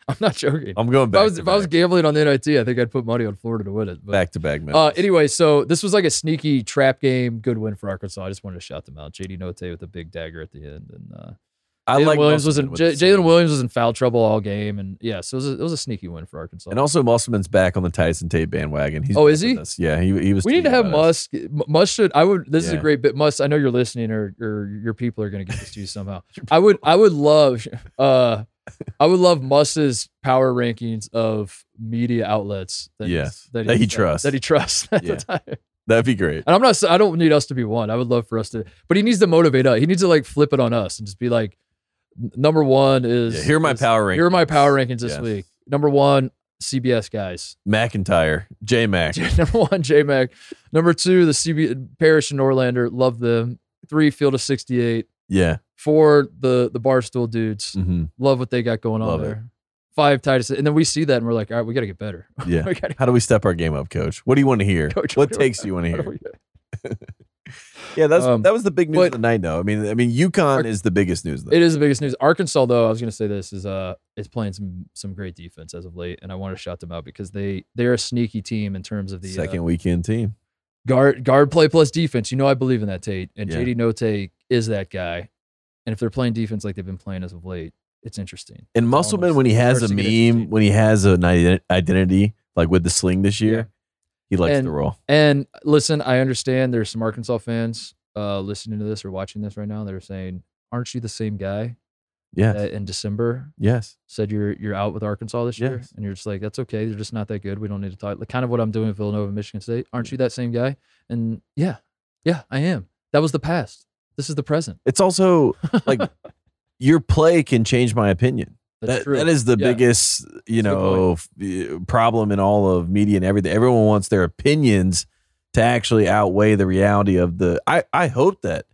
[SPEAKER 1] I'm not joking.
[SPEAKER 2] I'm going
[SPEAKER 1] if I
[SPEAKER 2] Oh, back.
[SPEAKER 1] was
[SPEAKER 2] to
[SPEAKER 1] if I was
[SPEAKER 2] back.
[SPEAKER 1] gambling on the NIT, I think I'd put money on Florida to win it. But
[SPEAKER 2] back to back Memphis.
[SPEAKER 1] uh, anyway, so this was like a sneaky trap game, good win for Arkansas. I just wanted to shout them out. JD Note with a big dagger at the end, and uh,
[SPEAKER 2] I
[SPEAKER 1] Jalen
[SPEAKER 2] like
[SPEAKER 1] Williams was in
[SPEAKER 2] Musselman with
[SPEAKER 1] J-
[SPEAKER 2] the
[SPEAKER 1] Jalen
[SPEAKER 2] same-
[SPEAKER 1] Williams was in foul trouble all game, and yeah, so it was a, it was a sneaky win for Arkansas.
[SPEAKER 2] And also, Musselman's back on the Tyson Tate bandwagon. He's
[SPEAKER 1] Oh,
[SPEAKER 2] back
[SPEAKER 1] is he?
[SPEAKER 2] with us. Yeah, he, he was.
[SPEAKER 1] we need to
[SPEAKER 2] tweeting
[SPEAKER 1] have
[SPEAKER 2] about us.
[SPEAKER 1] Musk. M- Musk should. I would. This is a
[SPEAKER 2] Yeah.
[SPEAKER 1] great bit. Musk. I know you're listening, or or your people are going to get this to you somehow. I would. I would love. Uh, I would love Musk's power rankings of media outlets. That he's-
[SPEAKER 2] Yes, that he trusts.
[SPEAKER 1] That he trusts. at the
[SPEAKER 2] Yeah.
[SPEAKER 1] time. And
[SPEAKER 2] That'd be great.
[SPEAKER 1] I'm not. s- I don't need us to be one. I would love for us to. But he needs to motivate us. He needs to like flip it on us and just be like, N- Number one is
[SPEAKER 2] Yeah, here are my
[SPEAKER 1] is-
[SPEAKER 2] power rankings.
[SPEAKER 1] Here are my power rankings this
[SPEAKER 2] Yes.
[SPEAKER 1] week. Number one, CBS guys.
[SPEAKER 2] McIntyre, J Mac.
[SPEAKER 1] Number one, J Mac. Number two, the CB Parish and Norlander. Love them. Three, Field of 68.
[SPEAKER 2] Yeah.
[SPEAKER 1] Four, the the Barstool dudes.
[SPEAKER 2] hmm
[SPEAKER 1] Love what they got going on
[SPEAKER 2] Love it.
[SPEAKER 1] there. Five, Titus. And then we see that and we're like, all right, we got to get better.
[SPEAKER 2] Yeah.
[SPEAKER 1] we gotta,
[SPEAKER 2] How do we step our game up, coach? What do you want to hear?
[SPEAKER 1] Coach, what
[SPEAKER 2] what
[SPEAKER 1] do you-
[SPEAKER 2] takes do you want to hear?
[SPEAKER 1] we-
[SPEAKER 2] Yeah, that's
[SPEAKER 1] Um,
[SPEAKER 2] that was the big news
[SPEAKER 1] but-
[SPEAKER 2] of the night, though. I mean, I mean, UConn
[SPEAKER 1] Ar-
[SPEAKER 2] is the biggest news. Though.
[SPEAKER 1] It is the biggest news. Arkansas, though, I was going to say this is uh is playing some some great defense as of late, and I want to shout them out because they they're a sneaky team in terms of the uh,
[SPEAKER 2] Second weekend team.
[SPEAKER 1] guard guard play plus defense. You know, I believe in that Tate, and
[SPEAKER 2] Yeah.
[SPEAKER 1] JD Note is that guy. And if they're playing defense like they've been playing as of late, it's interesting.
[SPEAKER 2] And Musselman,
[SPEAKER 1] almost-
[SPEAKER 2] when he has
[SPEAKER 1] starts
[SPEAKER 2] a
[SPEAKER 1] to get interesting.
[SPEAKER 2] meme, when he has an ide- identity, like with the sling this year, he likes
[SPEAKER 1] And-
[SPEAKER 2] to roll.
[SPEAKER 1] And listen, I understand there's some Arkansas fans uh listening to this or watching this right now that are saying, "Aren't you the same guy
[SPEAKER 2] Yes.
[SPEAKER 1] that in December
[SPEAKER 2] yes.
[SPEAKER 1] said you're you're out with Arkansas this year,
[SPEAKER 2] Yes.
[SPEAKER 1] and you're just like, that's okay. They're just not that good. We don't need to talk. Like kind of what I'm doing with Villanova, and Michigan State. Aren't you that same guy? And yeah, yeah, I am. That was the past. This is the present.
[SPEAKER 2] It's also like your play can change my opinion.
[SPEAKER 1] That's
[SPEAKER 2] that,
[SPEAKER 1] true.
[SPEAKER 2] that is the
[SPEAKER 1] Yeah.
[SPEAKER 2] biggest, you
[SPEAKER 1] That's a good
[SPEAKER 2] know, f- problem in all of media and everything. Everyone wants their opinions to actually outweigh the reality of the. I, I hope that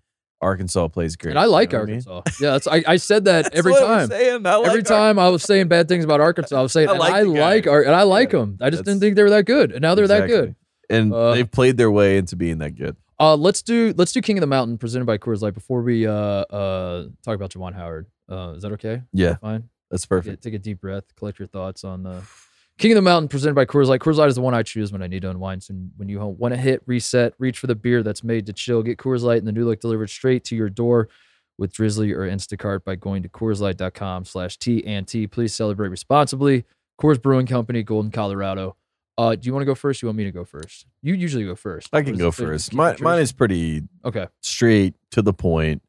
[SPEAKER 2] Arkansas plays great.
[SPEAKER 1] and I like
[SPEAKER 2] you know what mean?
[SPEAKER 1] Arkansas. Yeah, that's I, I said that
[SPEAKER 2] That's
[SPEAKER 1] every
[SPEAKER 2] what I'm
[SPEAKER 1] time.
[SPEAKER 2] saying. I like
[SPEAKER 1] every
[SPEAKER 2] Ar-
[SPEAKER 1] time I was saying bad things about Arkansas, I was saying
[SPEAKER 2] I
[SPEAKER 1] and
[SPEAKER 2] like
[SPEAKER 1] I
[SPEAKER 2] the guy.
[SPEAKER 1] like Ar- and I like
[SPEAKER 2] Yeah,
[SPEAKER 1] them. I just
[SPEAKER 2] that's-
[SPEAKER 1] didn't think they were that good, and now they're that good.
[SPEAKER 2] Exactly. And
[SPEAKER 1] Uh,
[SPEAKER 2] they've played their way into being that good.
[SPEAKER 1] Uh, let's do let's do King of the Mountain presented by Coors Light before we uh uh talk about Jawan Howard. Uh, is that okay?
[SPEAKER 2] Yeah,
[SPEAKER 1] Fine.
[SPEAKER 2] that's
[SPEAKER 1] Take a-
[SPEAKER 2] perfect.
[SPEAKER 1] Take a deep breath. Collect your thoughts on the King of the Mountain presented by Coors Light. Coors Light is the one I choose when I need to unwind. So when you want to hit reset, reach for the beer that's made to chill. Get Coors Light and the new look delivered straight to your door with Drizzly or Instacart by going to CoorsLight.com slash TNT. Please celebrate responsibly. Coors Brewing Company, Golden, Colorado. Uh, do you want to go first? You want me to go first? You usually go first.
[SPEAKER 2] I
[SPEAKER 1] What
[SPEAKER 2] can
[SPEAKER 1] is
[SPEAKER 2] go
[SPEAKER 1] it?
[SPEAKER 2] first.
[SPEAKER 1] Keep
[SPEAKER 2] Mine,
[SPEAKER 1] it
[SPEAKER 2] mine
[SPEAKER 1] yours?
[SPEAKER 2] is pretty
[SPEAKER 1] okay.
[SPEAKER 2] straight to the point.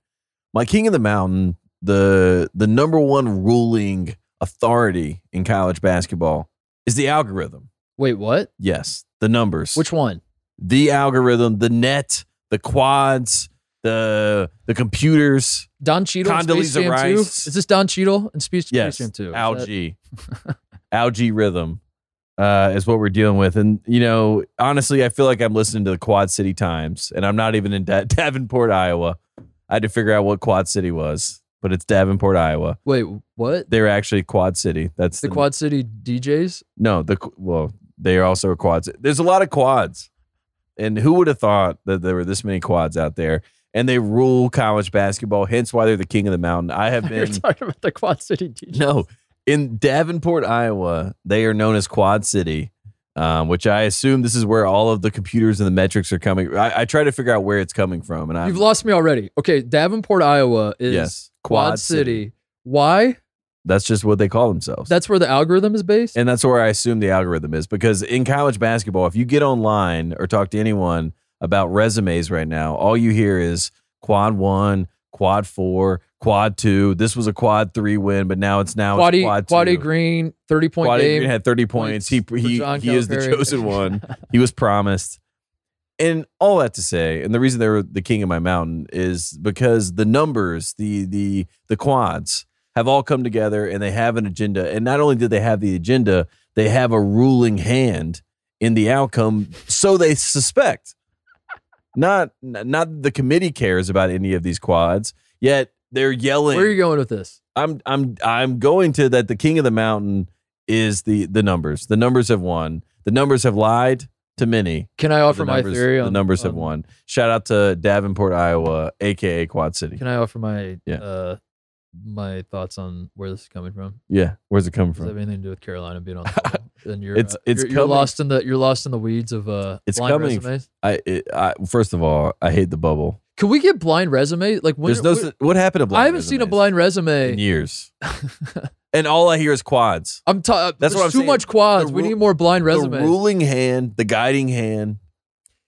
[SPEAKER 2] My King of the Mountain, the the number one ruling authority in college basketball is the algorithm.
[SPEAKER 1] Wait, what?
[SPEAKER 2] Yes, the numbers.
[SPEAKER 1] Which one?
[SPEAKER 2] the algorithm, the net, the quads, the the computers.
[SPEAKER 1] Don Cheadle in Space
[SPEAKER 2] Condoleezza
[SPEAKER 1] Jam 2?
[SPEAKER 2] Rice.
[SPEAKER 1] Is this Don Cheadle in Space,
[SPEAKER 2] Yes,
[SPEAKER 1] Space Jam 2? Is that-
[SPEAKER 2] algae, algae rhythm uh, is what we're dealing with. And you know, honestly, I feel like I'm listening to the Quad City Times, and I'm not even in da- Davenport, Iowa. I had to figure out what Quad City was, but it's Davenport, Iowa.
[SPEAKER 1] Wait, what?
[SPEAKER 2] They're actually Quad City. That's
[SPEAKER 1] the Quad City DJs.
[SPEAKER 2] No, the qu- well, they are also a quads. There's a lot of quads, and who would have thought that there were this many quads out there? And they rule college basketball, hence why they're the king of the mountain. I have
[SPEAKER 3] You're
[SPEAKER 2] been
[SPEAKER 3] talking about the Quad City DJ.
[SPEAKER 2] no in Davenport, Iowa. They are known as Quad City, um, which I assume this is where all of the computers and the metrics are coming. I, I try to figure out where it's coming from, and I
[SPEAKER 1] You've lost me already. Okay, Davenport, Iowa is
[SPEAKER 2] yes,
[SPEAKER 1] Quad, City. Why?
[SPEAKER 2] That's just what they call themselves.
[SPEAKER 1] That's where the algorithm is based.
[SPEAKER 2] And that's where I assume the algorithm is because in college basketball, if you get online or talk to anyone about resumes right now, all you hear is quad one, quad four, quad two. This was a quad three win, but now it's now it's
[SPEAKER 1] Quaddy,
[SPEAKER 2] quad two.
[SPEAKER 1] Quaddy Green, thirty point
[SPEAKER 2] Quad
[SPEAKER 1] game.
[SPEAKER 2] Green had 30 points.
[SPEAKER 1] points for
[SPEAKER 2] he he,
[SPEAKER 1] John
[SPEAKER 2] he is the
[SPEAKER 1] Calipari.
[SPEAKER 2] chosen one. he was promised. And all that to say, and the reason they were the king of my mountain is because the numbers, the the the quads have all come together and they have an agenda. And not only did they have the agenda, they have a ruling hand in the outcome, so they suspect. Not not that the committee cares about any of these quads, yet they're yelling
[SPEAKER 1] where are you going with this?
[SPEAKER 2] I'm I'm I'm going to that the king of the mountain is the the numbers. The numbers have won. The numbers have lied to many.
[SPEAKER 1] Can I
[SPEAKER 2] The
[SPEAKER 1] offer Oh, my
[SPEAKER 2] numbers-
[SPEAKER 1] theory? On,
[SPEAKER 2] the numbers have
[SPEAKER 1] on-
[SPEAKER 2] won. Shout out to Davenport, Iowa, aka Quad City.
[SPEAKER 1] Can I offer my
[SPEAKER 2] Yeah.
[SPEAKER 1] uh, my thoughts on where this is coming from?
[SPEAKER 2] Yeah, where's it coming
[SPEAKER 1] Does that have
[SPEAKER 2] from?
[SPEAKER 1] anything to do with Carolina being on? The bubble? and you're
[SPEAKER 2] It's-
[SPEAKER 1] uh,
[SPEAKER 2] it's
[SPEAKER 1] you're, you're
[SPEAKER 2] coming-
[SPEAKER 1] lost in the you're lost in the weeds of uh
[SPEAKER 2] It's
[SPEAKER 1] blind
[SPEAKER 2] coming-
[SPEAKER 1] resumes.
[SPEAKER 2] I, it, I first of all, I hate the bubble.
[SPEAKER 1] Can we get blind resumes? Like when
[SPEAKER 2] There's no s- what happened to blind.
[SPEAKER 1] I haven't seen a
[SPEAKER 2] resumes
[SPEAKER 1] blind
[SPEAKER 2] in
[SPEAKER 1] resume.
[SPEAKER 2] years, and all I hear is quads.
[SPEAKER 1] I'm ta-
[SPEAKER 2] That's
[SPEAKER 1] That's
[SPEAKER 2] what I'm
[SPEAKER 1] too
[SPEAKER 2] saying.
[SPEAKER 1] much quads.
[SPEAKER 2] The
[SPEAKER 1] we
[SPEAKER 2] ru-
[SPEAKER 1] need more blind resumes.
[SPEAKER 2] The ruling hand, the guiding hand,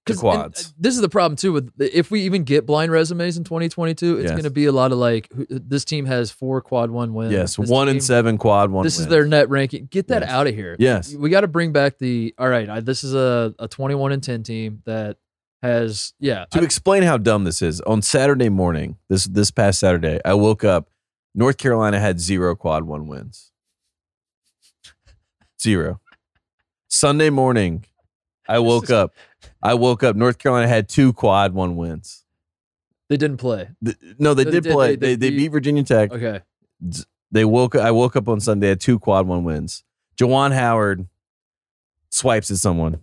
[SPEAKER 2] the
[SPEAKER 1] 'Cause- and,
[SPEAKER 2] quads.
[SPEAKER 1] uh, this is the problem too. With if we even get blind resumes in 2022, it's
[SPEAKER 2] Yes.
[SPEAKER 1] going to be a lot of like who- this team has four quad one wins.
[SPEAKER 2] yes,
[SPEAKER 1] This
[SPEAKER 2] one and
[SPEAKER 1] team-
[SPEAKER 2] seven quad one.
[SPEAKER 1] This is
[SPEAKER 2] wins.
[SPEAKER 1] their net ranking. Get that
[SPEAKER 2] Yes.
[SPEAKER 1] out of here.
[SPEAKER 2] Yes.
[SPEAKER 1] we got to bring back the. All right, I, this is a, a 21 and 10 team that has yeah.
[SPEAKER 2] to
[SPEAKER 1] I-
[SPEAKER 2] explain how dumb this is on saturday morning this this past saturday i woke up North Carolina had zero quad one wins. Zero. Sunday morning, I woke up. I woke up. North Carolina had two quad one wins.
[SPEAKER 1] They didn't play.
[SPEAKER 2] Th- no, they
[SPEAKER 1] No, they
[SPEAKER 2] did
[SPEAKER 1] did. They-
[SPEAKER 2] play. They,
[SPEAKER 1] they
[SPEAKER 2] they,
[SPEAKER 1] beat-
[SPEAKER 2] beat Virginia Tech.
[SPEAKER 1] Okay.
[SPEAKER 2] They woke. I woke up on Sunday had two quad one wins. Jawan Howard swipes at someone.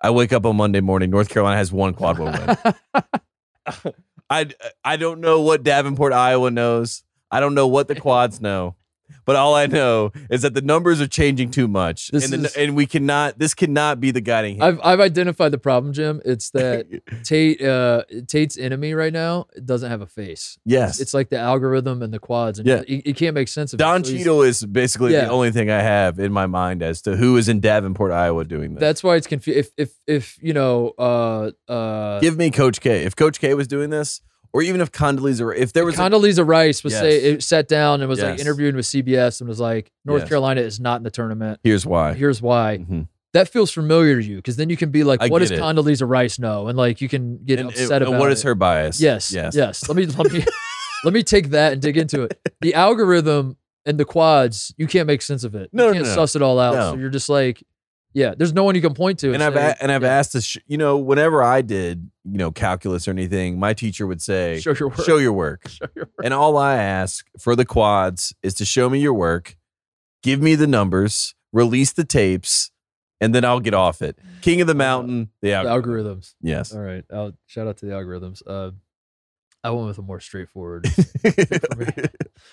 [SPEAKER 2] I wake up on Monday morning. North Carolina has one quad one win. I I don't know what Davenport, Iowa knows. I don't know what the quads know. But all I know is that the numbers are changing too much,
[SPEAKER 1] This
[SPEAKER 2] and, the,
[SPEAKER 1] is-
[SPEAKER 2] and we cannot. This cannot be the guiding. hand.
[SPEAKER 1] I've I've identified the problem, Jim. It's that Tate uh, Tate's enemy right now doesn't have a face.
[SPEAKER 2] yes,
[SPEAKER 1] It's like the algorithm and the quads, and
[SPEAKER 2] Yeah.
[SPEAKER 1] you, you can't make sense of
[SPEAKER 2] Don
[SPEAKER 1] it. So he's-
[SPEAKER 2] Cheadle is basically
[SPEAKER 1] Yeah.
[SPEAKER 2] the only thing I have in my mind as to who is in Davenport, Iowa, doing this.
[SPEAKER 1] That's why it's confused. If if if you know, uh, uh,
[SPEAKER 2] Give me Coach K. If Coach K was doing this, or even if Condoleezza, Ri- if there was, a-
[SPEAKER 1] Condoleezza Rice was say
[SPEAKER 2] Yes.
[SPEAKER 1] it sat down and was like
[SPEAKER 2] Yes.
[SPEAKER 1] interviewing with CBS and was like, North
[SPEAKER 2] Yes.
[SPEAKER 1] Carolina is not in the tournament.
[SPEAKER 2] here's why.
[SPEAKER 1] Here's why.
[SPEAKER 2] Mhm.
[SPEAKER 1] That feels familiar to you because then you can be like,
[SPEAKER 2] I
[SPEAKER 1] what does
[SPEAKER 2] get it.
[SPEAKER 1] Condoleezza Rice know? And like you can get
[SPEAKER 2] And,
[SPEAKER 1] upset
[SPEAKER 2] and
[SPEAKER 1] about
[SPEAKER 2] what
[SPEAKER 1] it.
[SPEAKER 2] is her bias?
[SPEAKER 1] Yes. Yes. Yes. Let me let me let me take that and dig into it. The algorithm and the quads, you can't make sense of it.
[SPEAKER 2] No, no,
[SPEAKER 1] you can't
[SPEAKER 2] no.
[SPEAKER 1] suss it all out.
[SPEAKER 2] No.
[SPEAKER 1] So you're just like, yeah, there's no one you can point to.
[SPEAKER 2] and I've
[SPEAKER 1] say,
[SPEAKER 2] a, and I've
[SPEAKER 1] yeah,
[SPEAKER 2] asked this. You know, whenever I did, you know, calculus or anything, my teacher would say,
[SPEAKER 1] show your work.
[SPEAKER 2] "Show your work."
[SPEAKER 1] Show your work.
[SPEAKER 2] And all I ask for the quads is to show me your work, give me the numbers, release the tapes, and then I'll get off it. King of the Mountain, the
[SPEAKER 1] The
[SPEAKER 2] algorithm.
[SPEAKER 1] algorithms.
[SPEAKER 2] Yes.
[SPEAKER 1] All right. I'll shout out to the algorithms. Uh, I went with a more straightforward.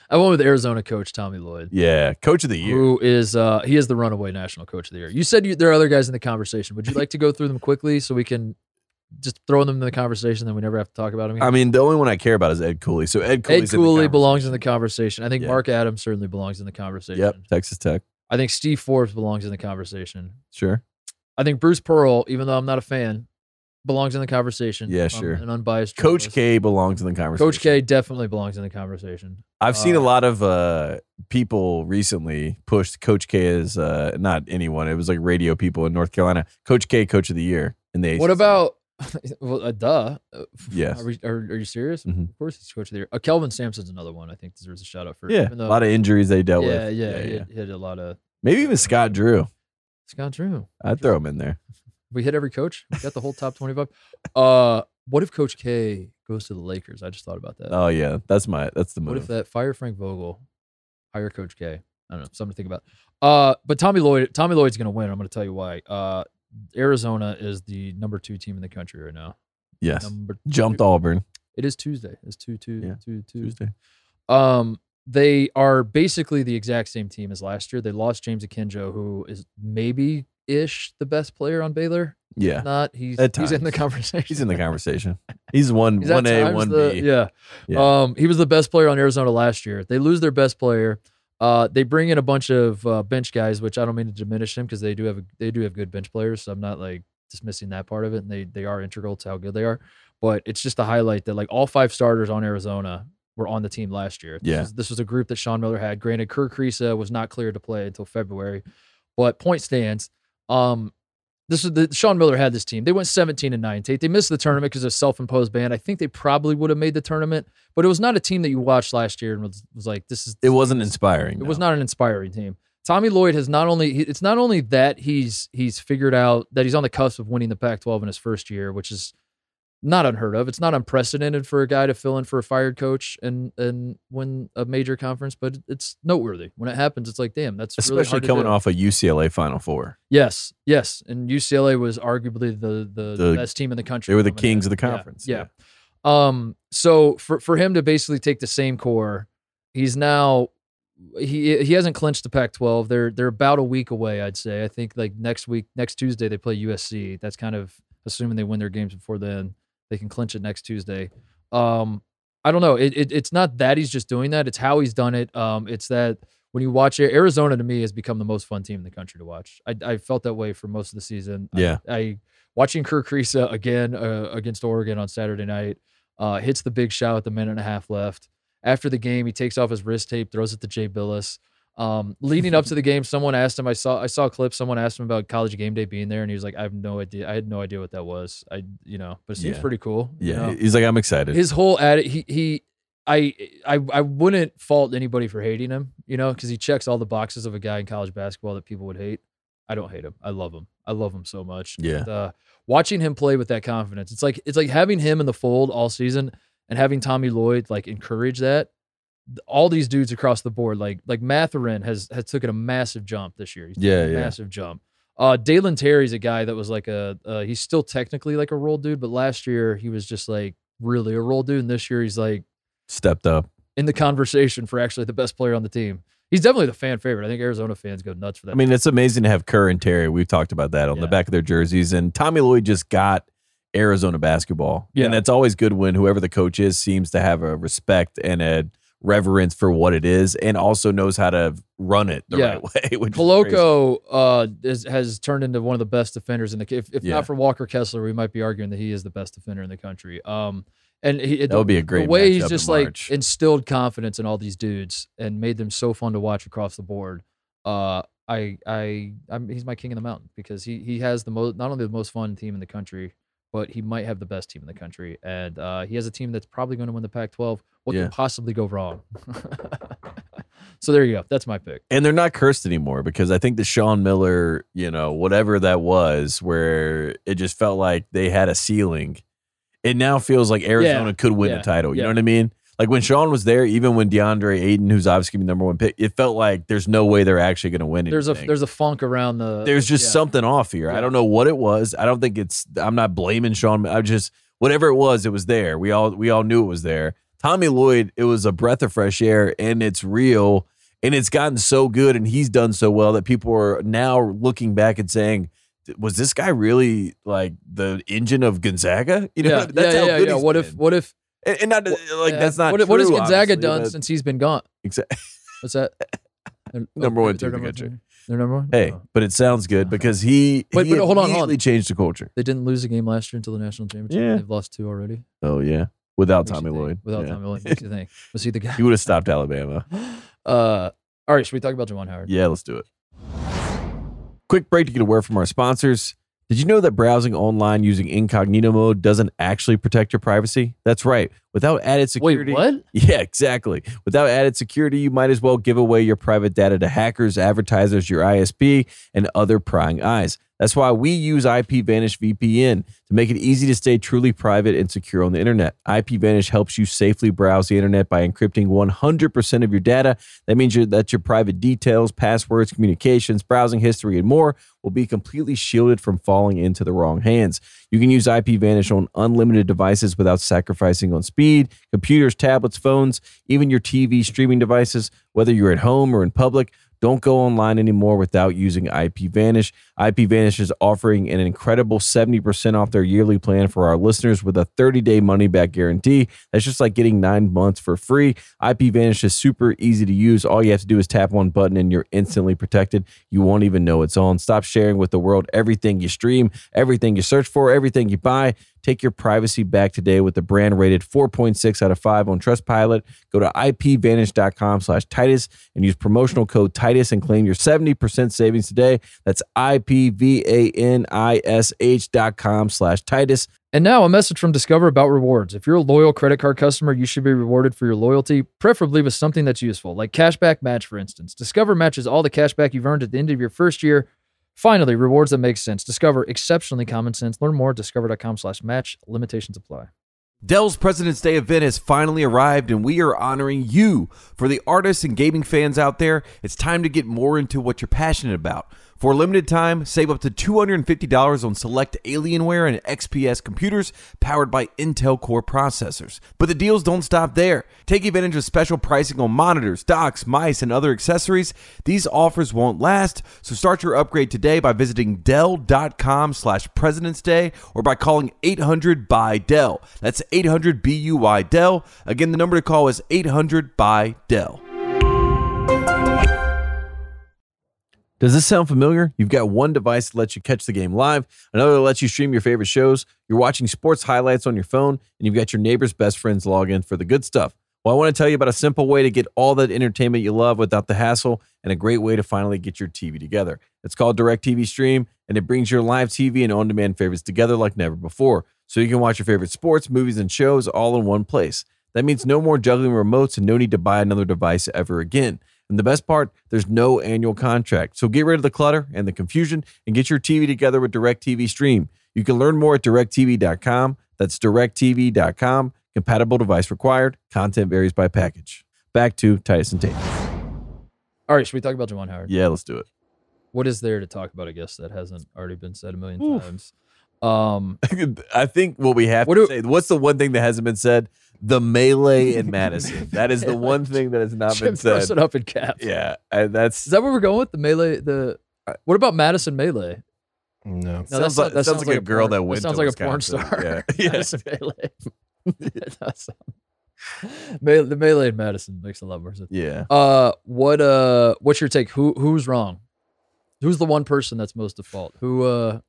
[SPEAKER 1] I went with Arizona coach Tommy Lloyd,
[SPEAKER 2] yeah. Coach of the year.
[SPEAKER 1] who is uh, he is the runaway national coach of the year. You said you, there are other guys in the conversation. Would you like to go through them quickly so we can just throw them in the conversation, then we never have to talk about them? again?
[SPEAKER 2] I mean, the only one I care about is Ed Cooley. So Ed Cooley's
[SPEAKER 1] Ed Cooley
[SPEAKER 2] in the
[SPEAKER 1] belongs in the conversation. I think
[SPEAKER 2] Yeah.
[SPEAKER 1] Mark Adams certainly belongs in the
[SPEAKER 2] conversation.
[SPEAKER 1] conversation.
[SPEAKER 2] Yep. Texas Tech.
[SPEAKER 1] I think Steve Forbes belongs in the conversation.
[SPEAKER 2] Sure.
[SPEAKER 1] I think Bruce Pearl, even though I'm not a fan, belongs in the conversation.
[SPEAKER 2] Yeah,
[SPEAKER 1] I'm
[SPEAKER 2] sure.
[SPEAKER 1] An unbiased
[SPEAKER 2] Coach
[SPEAKER 1] journalist.
[SPEAKER 2] K belongs in the conversation.
[SPEAKER 1] Coach K definitely belongs in the conversation.
[SPEAKER 2] I've seen a
[SPEAKER 1] uh,
[SPEAKER 2] lot of uh, people recently push Coach K as uh, not anyone. It was like radio people in North Carolina. Coach K, Coach of the year in the.
[SPEAKER 1] What
[SPEAKER 2] ACC.
[SPEAKER 1] about? Well, uh, duh. Uh,
[SPEAKER 2] Yes.
[SPEAKER 1] Are, we, are, are you serious?
[SPEAKER 2] Mhm.
[SPEAKER 1] Of course, he's coach of the year. Uh, Kelvin Sampson's another one I think deserves a shout out for.
[SPEAKER 2] Yeah,
[SPEAKER 1] even
[SPEAKER 2] a
[SPEAKER 1] though-
[SPEAKER 2] lot of injuries they dealt
[SPEAKER 1] yeah,
[SPEAKER 2] with.
[SPEAKER 1] yeah, he had- he had a lot of
[SPEAKER 2] Maybe even Scott Drew.
[SPEAKER 1] Scott Drew.
[SPEAKER 2] I'd throw him in there.
[SPEAKER 1] We hit every coach. We got the whole top twenty-five. Uh, what if Coach K goes to the Lakers? I just thought about that.
[SPEAKER 2] Oh yeah, that's my that's the
[SPEAKER 1] What if
[SPEAKER 2] move.
[SPEAKER 1] that fire Frank Vogel, hire Coach K? I don't know, something to think about. Uh, but Tommy Lloyd, Tommy Lloyd's going to win. I'm going to tell you why. Uh, Arizona is the number two team in the country right now.
[SPEAKER 2] Yes,
[SPEAKER 1] Number
[SPEAKER 2] jumped
[SPEAKER 1] two-
[SPEAKER 2] Auburn
[SPEAKER 1] It is Tuesday. It's two two
[SPEAKER 2] Yeah,
[SPEAKER 1] two two.
[SPEAKER 2] Tuesday.
[SPEAKER 1] Um, they are basically the exact same team as last year. They lost James Akinjo, who is maybe ish the best player on Baylor.
[SPEAKER 2] Yeah,
[SPEAKER 1] Not he's
[SPEAKER 2] At
[SPEAKER 1] he's in the
[SPEAKER 2] times.
[SPEAKER 1] conversation.
[SPEAKER 2] he's in the conversation. He's one
[SPEAKER 1] He's at
[SPEAKER 2] one A
[SPEAKER 1] times
[SPEAKER 2] one
[SPEAKER 1] the-
[SPEAKER 2] B.
[SPEAKER 1] Yeah.
[SPEAKER 2] Yeah.
[SPEAKER 1] Um, he was the best player on Arizona last year. They lose their best player. Uh, they bring in a bunch of uh, bench guys, which I don't mean to diminish them because they do have a, they do have good bench players. So I'm not like dismissing that part of it, and they they are integral to how good they are. But it's just a highlight that like all five starters on Arizona were on the team last year. This
[SPEAKER 2] Yeah.
[SPEAKER 1] was, this was a group that Sean Miller had. Granted, Kirk Creesa was not cleared to play until February, but point stands. Um, this is the Sean Miller had this team. They went 17 and 9. Tate. They missed the tournament because of self-imposed ban. I think they probably would have made the tournament, but it was not a team that you watched last year and was, was like, this is
[SPEAKER 2] It wasn't inspiring.
[SPEAKER 1] it
[SPEAKER 2] no.
[SPEAKER 1] was not an inspiring team. Tommy Lloyd has not only he- it's not only that he's he's figured out that he's on the cusp of winning the Pac-12 in his first year, which is not unheard of. It's not unprecedented for a guy to fill in for a fired coach and and win a major conference, but it's noteworthy. When it happens, it's like, damn, that's really
[SPEAKER 2] especially
[SPEAKER 1] hard to
[SPEAKER 2] coming
[SPEAKER 1] do.
[SPEAKER 2] off a UCLA Final Four.
[SPEAKER 1] Yes, yes, and UCLA was arguably the the,
[SPEAKER 2] The-
[SPEAKER 1] best team in the country.
[SPEAKER 2] They were the
[SPEAKER 1] coming
[SPEAKER 2] kings
[SPEAKER 1] in.
[SPEAKER 2] of the
[SPEAKER 1] Yeah,
[SPEAKER 2] conference.
[SPEAKER 1] Yeah. Um. So for for him to basically take the same core, he's now he he hasn't clinched the Pac-12. They're they're about a week away, I'd say. I think like next week, next Tuesday they play USC. That's kind of assuming they win their games before then. They can clinch it next Tuesday. Um. I don't know. It, it it's not that he's just doing that. It's how he's done it. Um. It's that when you watch it, Arizona to me has become the most fun team in the country to watch. I, I felt that way for most of the season. I-
[SPEAKER 2] Yeah.
[SPEAKER 1] I, watching Kirk Creesa again uh, against Oregon on Saturday night. Uh, hits the big shot with a minute and a half left. After the game, he takes off his wrist tape, throws it to Jay Billis. Um, leading up to the game, someone asked him. I saw I saw a clip. Someone asked him about College Game Day being there, and he was like, "I have no idea. I had no idea what that was. I, you know, but it seems
[SPEAKER 2] Yeah.
[SPEAKER 1] pretty cool. you
[SPEAKER 2] Yeah.
[SPEAKER 1] know?
[SPEAKER 2] He's like, I'm excited.
[SPEAKER 1] His whole atti- he he I I I wouldn't fault anybody for hating him, you know, because he checks all the boxes of a guy in college basketball that people would hate. I don't hate him. I love him. I love him so much.
[SPEAKER 2] Yeah.
[SPEAKER 1] And, uh, watching him play with that confidence, it's like it's like having him in the fold all season and having Tommy Lloyd like encourage that. All these dudes across the board, like like Matherin has has taken a massive jump this year. He's taken
[SPEAKER 2] Yeah,
[SPEAKER 1] a
[SPEAKER 2] yeah.
[SPEAKER 1] massive jump. Uh, Dalen Terry's a guy that was like a uh, he's still technically like a roll dude, but last year he was just like really a roll dude, and this year he's like
[SPEAKER 2] Stepped up.
[SPEAKER 1] in the conversation for actually the best player on the team. He's definitely the fan favorite. I think Arizona fans go nuts for that.
[SPEAKER 2] I mean, it's amazing to have Kerr and Terry. We've talked about that on
[SPEAKER 1] Yeah.
[SPEAKER 2] the back of their jerseys. And Tommy Lloyd just got Arizona basketball.
[SPEAKER 1] Yeah.
[SPEAKER 2] And that's always good when whoever the coach is seems to have a respect and a reverence for what it is and also knows how to run it the
[SPEAKER 1] Yeah.
[SPEAKER 2] right way. Which is crazy.
[SPEAKER 1] Koloko uh, is, has turned into one of the best defenders in the. If, if
[SPEAKER 2] Yeah.
[SPEAKER 1] not for Walker Kessler, we might be arguing that he is the best defender in the country. Um, and he,
[SPEAKER 2] That would be a great
[SPEAKER 1] the way
[SPEAKER 2] matchup
[SPEAKER 1] he's
[SPEAKER 2] in
[SPEAKER 1] just like
[SPEAKER 2] March.
[SPEAKER 1] instilled confidence in all these dudes and made them so fun to watch across the board. Uh, I I I'm, he's my king of the mountain because he he has the most not only the most fun team in the country, but he might have the best team in the country, and uh, he has a team that's probably going to win the Pac-12. What
[SPEAKER 2] Yeah.
[SPEAKER 1] can possibly go wrong? so there you go. That's my pick.
[SPEAKER 2] and they're not cursed anymore because I think the Sean Miller, you know, whatever that was, where it just felt like they had a ceiling. It now feels like Arizona could win
[SPEAKER 1] yeah,
[SPEAKER 2] the title. You
[SPEAKER 1] yeah.
[SPEAKER 2] know what I mean? Like when Sean was there, even when DeAndre Aiden, who's obviously gonna be number one pick, it felt like there's no way they're actually going to win.
[SPEAKER 1] There's a
[SPEAKER 2] anything.
[SPEAKER 1] there's a funk around the
[SPEAKER 2] there's just
[SPEAKER 1] Uh, yeah.
[SPEAKER 2] something off here.
[SPEAKER 1] Yeah.
[SPEAKER 2] I don't know what it was. I don't think it's. I'm not blaming Sean. I just whatever it was, it was there. We all we all knew it was there. Tommy Lloyd, it was a breath of fresh air, and it's real, and it's gotten so good, and he's done so well that people are now looking back and saying, "Was this guy really like the engine of Gonzaga?" You know,
[SPEAKER 1] yeah, yeah, yeah, yeah. What if what if
[SPEAKER 2] and, and not like
[SPEAKER 1] yeah,
[SPEAKER 2] that's not
[SPEAKER 1] what, if- what has
[SPEAKER 2] true,
[SPEAKER 1] Gonzaga
[SPEAKER 2] obviously,
[SPEAKER 1] done
[SPEAKER 2] but-
[SPEAKER 1] since he's been gone?
[SPEAKER 2] Exa-
[SPEAKER 1] What's that? They're-
[SPEAKER 2] Number
[SPEAKER 1] oh,
[SPEAKER 2] one
[SPEAKER 1] they're
[SPEAKER 2] team in
[SPEAKER 1] number
[SPEAKER 2] the
[SPEAKER 1] one
[SPEAKER 2] country.
[SPEAKER 1] team? They're number one.
[SPEAKER 2] Hey,
[SPEAKER 1] Oh.
[SPEAKER 2] but it sounds good because he
[SPEAKER 1] But-
[SPEAKER 2] he
[SPEAKER 1] but hold on, hold on.
[SPEAKER 2] immediately changed the culture.
[SPEAKER 1] they didn't lose a game last year until the national championship.
[SPEAKER 2] Yeah.
[SPEAKER 1] They've lost two already.
[SPEAKER 2] Oh yeah, without
[SPEAKER 1] Makes you
[SPEAKER 2] Tommy
[SPEAKER 1] think.
[SPEAKER 2] Lloyd.
[SPEAKER 1] Without
[SPEAKER 2] Yeah.
[SPEAKER 1] Tommy Lloyd, makes you think? Was he the guy?
[SPEAKER 2] He would have stopped Alabama.
[SPEAKER 1] Uh, all right, should we talk about Jawan Howard?
[SPEAKER 2] Yeah, let's do it. Quick break to get a word from our sponsors. Did you know that browsing online using incognito mode doesn't actually protect your privacy? That's right. Without added security.
[SPEAKER 1] Wait, what?
[SPEAKER 2] Yeah, exactly. Without added security, you might as well give away your private data to hackers, advertisers, your ISP, and other prying eyes. That's why we use IPVanish VPN to make it easy to stay truly private and secure on the internet. IPVanish helps you safely browse the internet by encrypting 100% of your data. That means your, that your private details, passwords, communications, browsing history, and more will be completely shielded from falling into the wrong hands. You can use IPVanish on unlimited devices without sacrificing on speed, computers, tablets, phones, even your TV streaming devices, whether you're at home or in public. Don't go online anymore without using IPVanish. IPVanish is offering an incredible 70% off their yearly plan for our listeners with a 30-day money-back guarantee. That's just like getting 9 months for free. IPVanish is super easy to use. All you have to do is tap one button and you're instantly protected. You won't even know it's on. Stop sharing with the world everything you stream, everything you search for, everything you buy. Take your privacy back today with the brand rated 4.6 out of 5 on Trustpilot. Go to ipvanish.com slash Titus and use promotional code Titus and claim your 70% savings today. That's ipvanish dot com slash Titus.
[SPEAKER 1] And now a message from Discover about rewards. If you're a loyal credit card customer, you should be rewarded for your loyalty, preferably with something that's useful, like Cashback Match, for instance. Discover matches all the cashback you've earned at the end of your first year. Finally, rewards that make sense. Discover exceptionally common sense. Learn more at discover.com slash match. Limitations apply.
[SPEAKER 2] Dell's President's Day event has finally arrived, and we are honoring you. For the artists and gaming fans out there, it's time to get more into what you're passionate about. For a limited time, save up to $250 on select Alienware and XPS computers powered by Intel Core processors. But the deals don't stop there. Take advantage of special pricing on monitors, docks, mice, and other accessories. These offers won't last, so start your upgrade today by visiting Dell.com slash President's Day or by calling 800 by Dell. That's 800 BUY Dell. Again, the number to call is 800 by Dell. Does this sound familiar? You've got one device that lets you catch the game live, another that lets you stream your favorite shows, you're watching sports highlights on your phone, and you've got your neighbor's best friends log in for the good stuff. Well, I want to tell you about a simple way to get all that entertainment you love without the hassle and a great way to finally get your TV together. It's called DirecTV Stream, and it brings your live TV and on demand favorites together like never before, so you can watch your favorite sports, movies, and shows all in one place. That means no more juggling remotes and no need to buy another device ever again. And the best part, there's no annual contract. So get rid of the clutter and the confusion and get your TV together with DirecTV Stream. You can learn more at directtv.com. That's directtv.com. Compatible device required. Content varies by package. Back to Titus and Tate.
[SPEAKER 1] All right, should we talk about Jawan Howard?
[SPEAKER 2] Yeah, let's do it.
[SPEAKER 1] What is there to talk about? I guess that hasn't already been said a million
[SPEAKER 3] Oof.
[SPEAKER 1] times. Um,
[SPEAKER 2] I think what we have
[SPEAKER 1] What
[SPEAKER 2] to
[SPEAKER 1] do-
[SPEAKER 2] say, what's the one thing that hasn't been said? The melee in Madison. That is the one thing that has not been
[SPEAKER 1] Jim throws
[SPEAKER 2] said.
[SPEAKER 1] it up in caps.
[SPEAKER 2] Yeah, I, that's
[SPEAKER 1] Is that where we're going with the melee? The what about Madison melee?
[SPEAKER 3] No.
[SPEAKER 1] No,
[SPEAKER 2] sounds
[SPEAKER 1] that's not-
[SPEAKER 2] like,
[SPEAKER 1] that
[SPEAKER 2] sounds
[SPEAKER 1] sounds
[SPEAKER 2] like
[SPEAKER 1] like
[SPEAKER 2] a
[SPEAKER 1] a
[SPEAKER 2] girl
[SPEAKER 1] porn-
[SPEAKER 2] that
[SPEAKER 1] that
[SPEAKER 2] went.
[SPEAKER 1] sounds
[SPEAKER 2] to
[SPEAKER 1] like a porn
[SPEAKER 2] Wisconsin.
[SPEAKER 1] star.
[SPEAKER 2] Yeah, yeah.
[SPEAKER 1] Madison melee. That does sound- Mele- the melee in Madison makes a lot more sense.
[SPEAKER 2] yeah.
[SPEAKER 1] Uh, what uh, what's your take? Who who's wrong? Who's the one person that's most at fault? Who uh,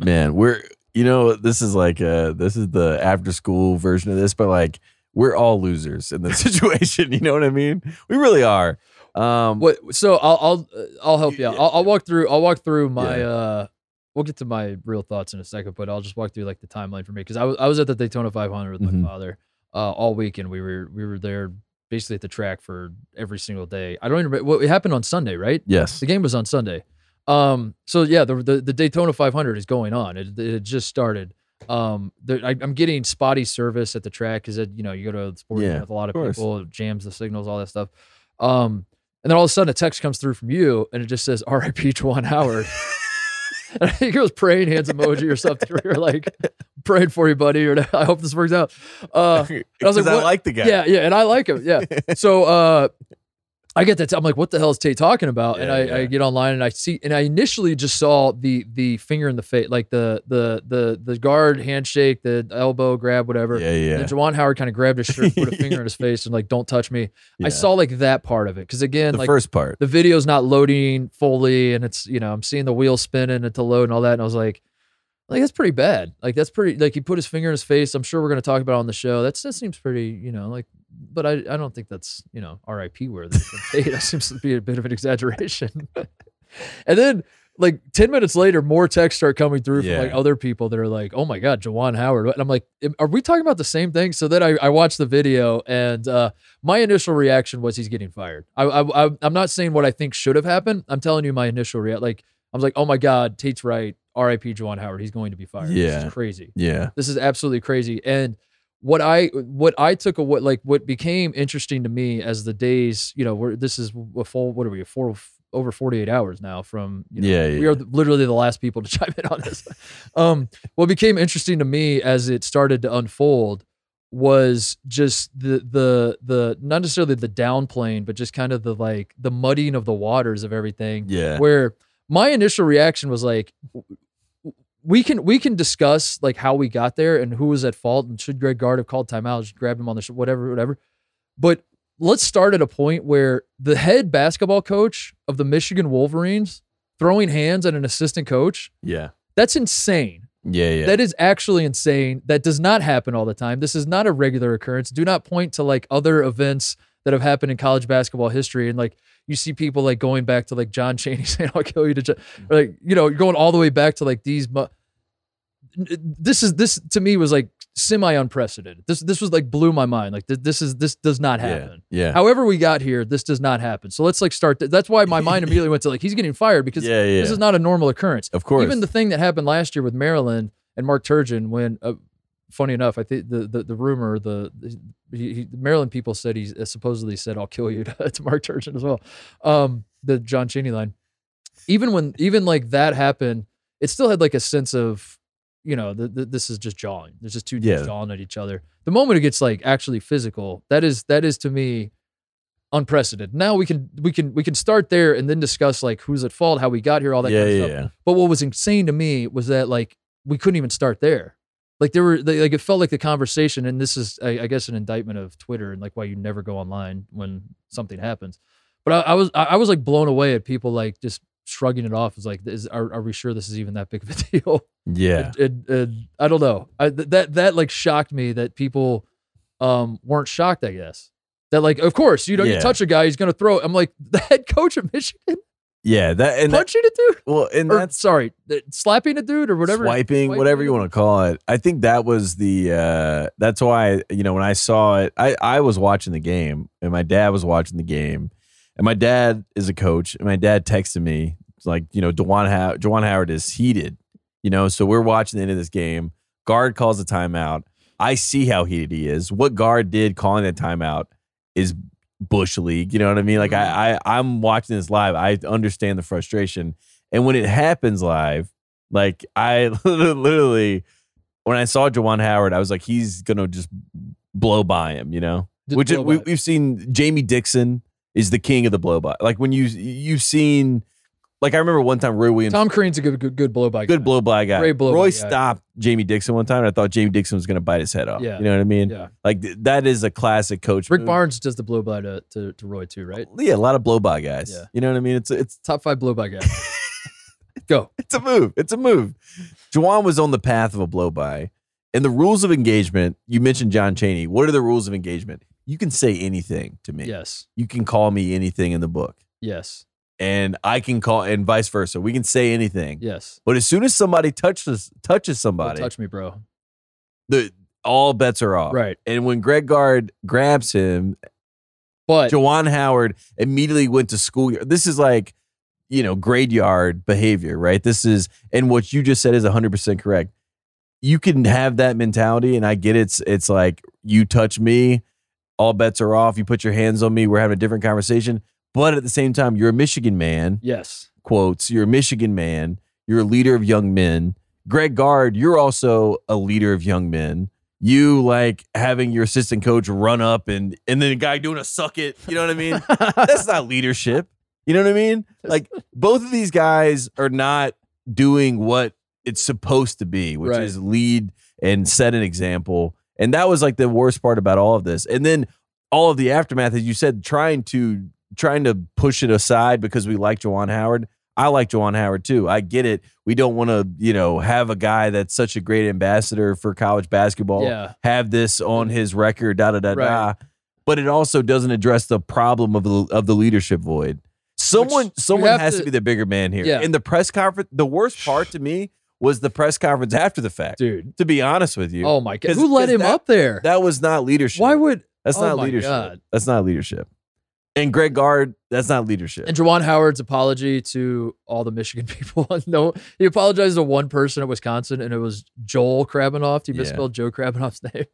[SPEAKER 2] Man, we're you know this is like uh this is the after school version of this, but like we're all losers in this situation. You know what I mean? We really are. Um,
[SPEAKER 1] what? So I'll I'll uh, I'll help you out. I'll, I'll walk through. I'll walk through my
[SPEAKER 2] Yeah.
[SPEAKER 1] uh. We'll get to my real thoughts in a second, but I'll just walk through like the timeline for me because I was I was at the Daytona 500 with
[SPEAKER 2] Mhm.
[SPEAKER 1] my father uh, all weekend. We were we were there basically at the track for every single day. I don't even remember what it happened on Sunday, right?
[SPEAKER 2] yes.
[SPEAKER 1] The game was on Sunday. Um, so yeah, the, the the Daytona 500 is going on. It, it had just started. Um, there, I, I'm getting spotty service at the track because you know you go to a sporting
[SPEAKER 2] Yeah,
[SPEAKER 1] event with a lot of,
[SPEAKER 2] of course.
[SPEAKER 1] people, it jams the signals, all that stuff. Um, and then all of a sudden a text comes through from you and it just says "R.I.P. Juan Howard." and I think it was praying hands emoji or something. where you're like praying for you, buddy, or I hope this works out. Uh,
[SPEAKER 2] Because
[SPEAKER 1] I was like,
[SPEAKER 2] I
[SPEAKER 1] what-
[SPEAKER 2] like the guy.
[SPEAKER 1] yeah, yeah, and I like him. Yeah. so uh I get that i I'm like, what the hell is Tate talking about? and
[SPEAKER 2] Yeah,
[SPEAKER 1] I, I
[SPEAKER 2] yeah.
[SPEAKER 1] get online and I see and I initially just saw the the finger in the face, like the the the the guard handshake, the elbow grab, whatever.
[SPEAKER 2] Yeah,
[SPEAKER 1] And
[SPEAKER 2] yeah.
[SPEAKER 1] then Jawan Howard kind of grabbed his shirt, put a finger in his face, and like, "Don't touch me."
[SPEAKER 2] yeah.
[SPEAKER 1] I saw like that part of it because again,
[SPEAKER 2] the
[SPEAKER 1] like
[SPEAKER 2] first part.
[SPEAKER 1] the video's not loading fully and it's you know i'm seeing the wheel spinning and to load and all that and i was like like that's pretty bad like that's pretty like he put his finger in his face i'm sure we're going to talk about it on the show that's that seems pretty you know like but i i don't think that's you know rip worthy Hey, that seems to be a bit of an exaggeration and then like 10 minutes later more texts start coming through
[SPEAKER 2] Yeah.
[SPEAKER 1] from like other people that are like oh my god Jawan howard and i'm like "Am- are we talking about the same thing so then i, I watched the video and uh my initial reaction was he's getting fired. I, I, I I'm not saying what I think should have happened. I'm telling you my initial reaction. Like I was like, oh my god, Tate's right. R.I.P. Juwan Howard. He's going to be fired. this
[SPEAKER 2] Yeah.
[SPEAKER 1] is crazy.
[SPEAKER 2] yeah.
[SPEAKER 1] This is absolutely crazy. And what I what I took away, like what became interesting to me as the days, you know, where this is a full what are we a four over 48 hours now from you know,
[SPEAKER 2] Yeah,
[SPEAKER 1] we
[SPEAKER 2] yeah.
[SPEAKER 1] are literally the last people to chime in on this. um, what became interesting to me as it started to unfold was just the the the not necessarily the downplaying, but just kind of the like the muddying of the waters of everything
[SPEAKER 2] Yeah.
[SPEAKER 1] where my initial reaction was like w- we can we can discuss like how we got there and who was at fault and should Greg Gard have called timeout, just grabbed him on the sh- whatever, whatever. But let's start at a point where the head basketball coach of the Michigan Wolverines throwing hands at an assistant coach,
[SPEAKER 2] Yeah.
[SPEAKER 1] that's insane.
[SPEAKER 2] Yeah. Yeah.
[SPEAKER 1] That is actually insane. That does not happen all the time. This is not a regular occurrence. Do not point to like other events that have happened in college basketball history and like you see people like going back to like John Cheney saying I'll kill you to John. or, like you know you're going all the way back to like these mu- this is this to me was like semi unprecedented. This this was like blew my mind. Like th- this is this does not happen.
[SPEAKER 2] yeah. Yeah.
[SPEAKER 1] However we got here, this does not happen. So let's like start th- that's why my mind immediately went to like he's getting fired because
[SPEAKER 2] Yeah.
[SPEAKER 1] this
[SPEAKER 2] Yeah.
[SPEAKER 1] is not a normal occurrence.
[SPEAKER 2] Of course.
[SPEAKER 1] Even the thing that happened last year with Maryland and Mark Turgeon, when uh, funny enough, I think the, the the rumor the, the he, he, the Maryland people said he uh, supposedly said I'll kill you to, to Mark Turgeon as well. Um, the John Cheney line. Even when even like that happened, it still had like a sense of you know the, the, this is just jawing. There's just two dudes
[SPEAKER 2] Yeah.
[SPEAKER 1] jawing at each other. The moment it gets like actually physical, that is that is to me unprecedented. Now we can we can we can start there and then discuss like who's at fault, how we got here, all that
[SPEAKER 2] yeah.
[SPEAKER 1] kind of
[SPEAKER 2] Yeah.
[SPEAKER 1] stuff.
[SPEAKER 2] Yeah.
[SPEAKER 1] But what was insane to me was that like we couldn't even start there. Like there were they, like it felt like the conversation, and this is I, I guess an indictment of Twitter and like why you never go online when something happens. But I, I was I, I was like blown away at people like just shrugging it off as like is, are, are we sure this is even that big of a deal?
[SPEAKER 2] Yeah.
[SPEAKER 1] It, it, it, I don't know. I, th- that that like shocked me that people um weren't shocked. I guess that like of course you know
[SPEAKER 2] Yeah.
[SPEAKER 1] you touch a guy he's gonna throw. I'm like the head coach of Michigan.
[SPEAKER 2] Yeah, that and that,
[SPEAKER 1] Punching a dude?
[SPEAKER 2] well, and
[SPEAKER 1] Or,
[SPEAKER 2] that's
[SPEAKER 1] sorry, th- slapping a dude or whatever.
[SPEAKER 2] swiping, whatever you want to call it. I think that was the uh that's why you know when I saw it, I I was watching the game and my dad was watching the game, and my dad is a coach, and my dad texted me like you know Dewan How- Dewan Howard is heated, you know, so we're watching the end of this game. Guard calls a timeout. I see how heated he is. What guard did calling that timeout is bush league. You know what I mean? Like I,
[SPEAKER 1] Mm-hmm.
[SPEAKER 2] I I'm watching this live. I understand the frustration. And when it happens live, like I literally, when I saw Jawan Howard, I was like, he's gonna just blow by him, you know.
[SPEAKER 1] Just
[SPEAKER 2] Which
[SPEAKER 1] blow
[SPEAKER 2] we,
[SPEAKER 1] by it.
[SPEAKER 2] we've seen, Jamie Dixon is the king of the blow by. Like when you you've seen, like I remember one time Roy Williams,
[SPEAKER 1] Tom Crean's a good good, good blow by.
[SPEAKER 2] good blow by guy.
[SPEAKER 1] Great blow by
[SPEAKER 2] Roy
[SPEAKER 1] guy.
[SPEAKER 2] stopped Jamie Dixon one time, and I thought Jamie Dixon was gonna bite his head off.
[SPEAKER 1] Yeah.
[SPEAKER 2] You know what I mean?
[SPEAKER 1] Yeah,
[SPEAKER 2] Like th- that is a classic coach.
[SPEAKER 1] Rick
[SPEAKER 2] move.
[SPEAKER 1] Barnes does the blow by to, to, to Roy too, right?
[SPEAKER 2] Yeah, a lot of blow by guys.
[SPEAKER 1] Yeah.
[SPEAKER 2] You know what I mean? It's it's
[SPEAKER 1] Top five blow by guy. Go.
[SPEAKER 2] it's a move. It's a move. Juwan was on the path of a blow by. And the rules of engagement, you mentioned John Cheney. What are the rules of engagement? You can say anything to me.
[SPEAKER 1] Yes.
[SPEAKER 2] You can call me anything in the book.
[SPEAKER 1] Yes.
[SPEAKER 2] And I can call and vice versa. We can say anything.
[SPEAKER 1] Yes.
[SPEAKER 2] But as soon as somebody touches touches
[SPEAKER 1] Don't
[SPEAKER 2] somebody, Oh.
[SPEAKER 1] touch me, bro.
[SPEAKER 2] the all bets are off.
[SPEAKER 1] Right.
[SPEAKER 2] And when Greg Gard grabs him,
[SPEAKER 1] But
[SPEAKER 2] Jawan Howard immediately went to school. This is like, you know, grade yard behavior, right? This is, and what you just said is 100% correct. You can have that mentality, and I get it's it's like you touch me, all bets are off. You put your hands on me, we're having a different conversation. But at the same time, you're a Michigan man
[SPEAKER 1] yes.
[SPEAKER 2] quotes. You're a Michigan man. You're a leader of young men. Greg Gard, you're also a leader of young men. You like having your assistant coach run up and and then a guy doing a suck it. You know what I mean? That's not leadership. You know what I mean? Like both of these guys are not doing what it's supposed to be, which
[SPEAKER 1] Right.
[SPEAKER 2] is lead and set an example. And that was like the worst part about all of this. And then all of the aftermath, as you said, trying to trying to push it aside because we like Jawan Howard. I like Jawan Howard too. I get it. We don't want to, you know, have a guy that's such a great ambassador for college basketball
[SPEAKER 1] Yeah.
[SPEAKER 2] have this on his record, da da da da.
[SPEAKER 1] Right.
[SPEAKER 2] But it also doesn't address the problem of the of the leadership void. Someone
[SPEAKER 1] you
[SPEAKER 2] someone
[SPEAKER 1] have
[SPEAKER 2] has to,
[SPEAKER 1] to-
[SPEAKER 2] be the bigger man here.
[SPEAKER 1] Yeah.
[SPEAKER 2] In the press conference, the worst part to me was the press conference after the fact.
[SPEAKER 1] Dude.
[SPEAKER 2] To be honest with you,
[SPEAKER 1] Oh my god.
[SPEAKER 2] 'Cause-
[SPEAKER 1] Who let
[SPEAKER 2] 'cause
[SPEAKER 1] him
[SPEAKER 2] that-
[SPEAKER 1] up there?
[SPEAKER 2] that was not leadership.
[SPEAKER 1] Why would
[SPEAKER 2] that's
[SPEAKER 1] oh
[SPEAKER 2] not
[SPEAKER 1] my
[SPEAKER 2] leadership.
[SPEAKER 1] God.
[SPEAKER 2] That's not leadership. And Greg Gard, that's not leadership.
[SPEAKER 1] and Jawan Howard's apology to all the Michigan people? no, he apologized to one person at Wisconsin, and it was Joel Krabanoff. He
[SPEAKER 2] Yeah.
[SPEAKER 1] misspelled Joe Krabanoff's name.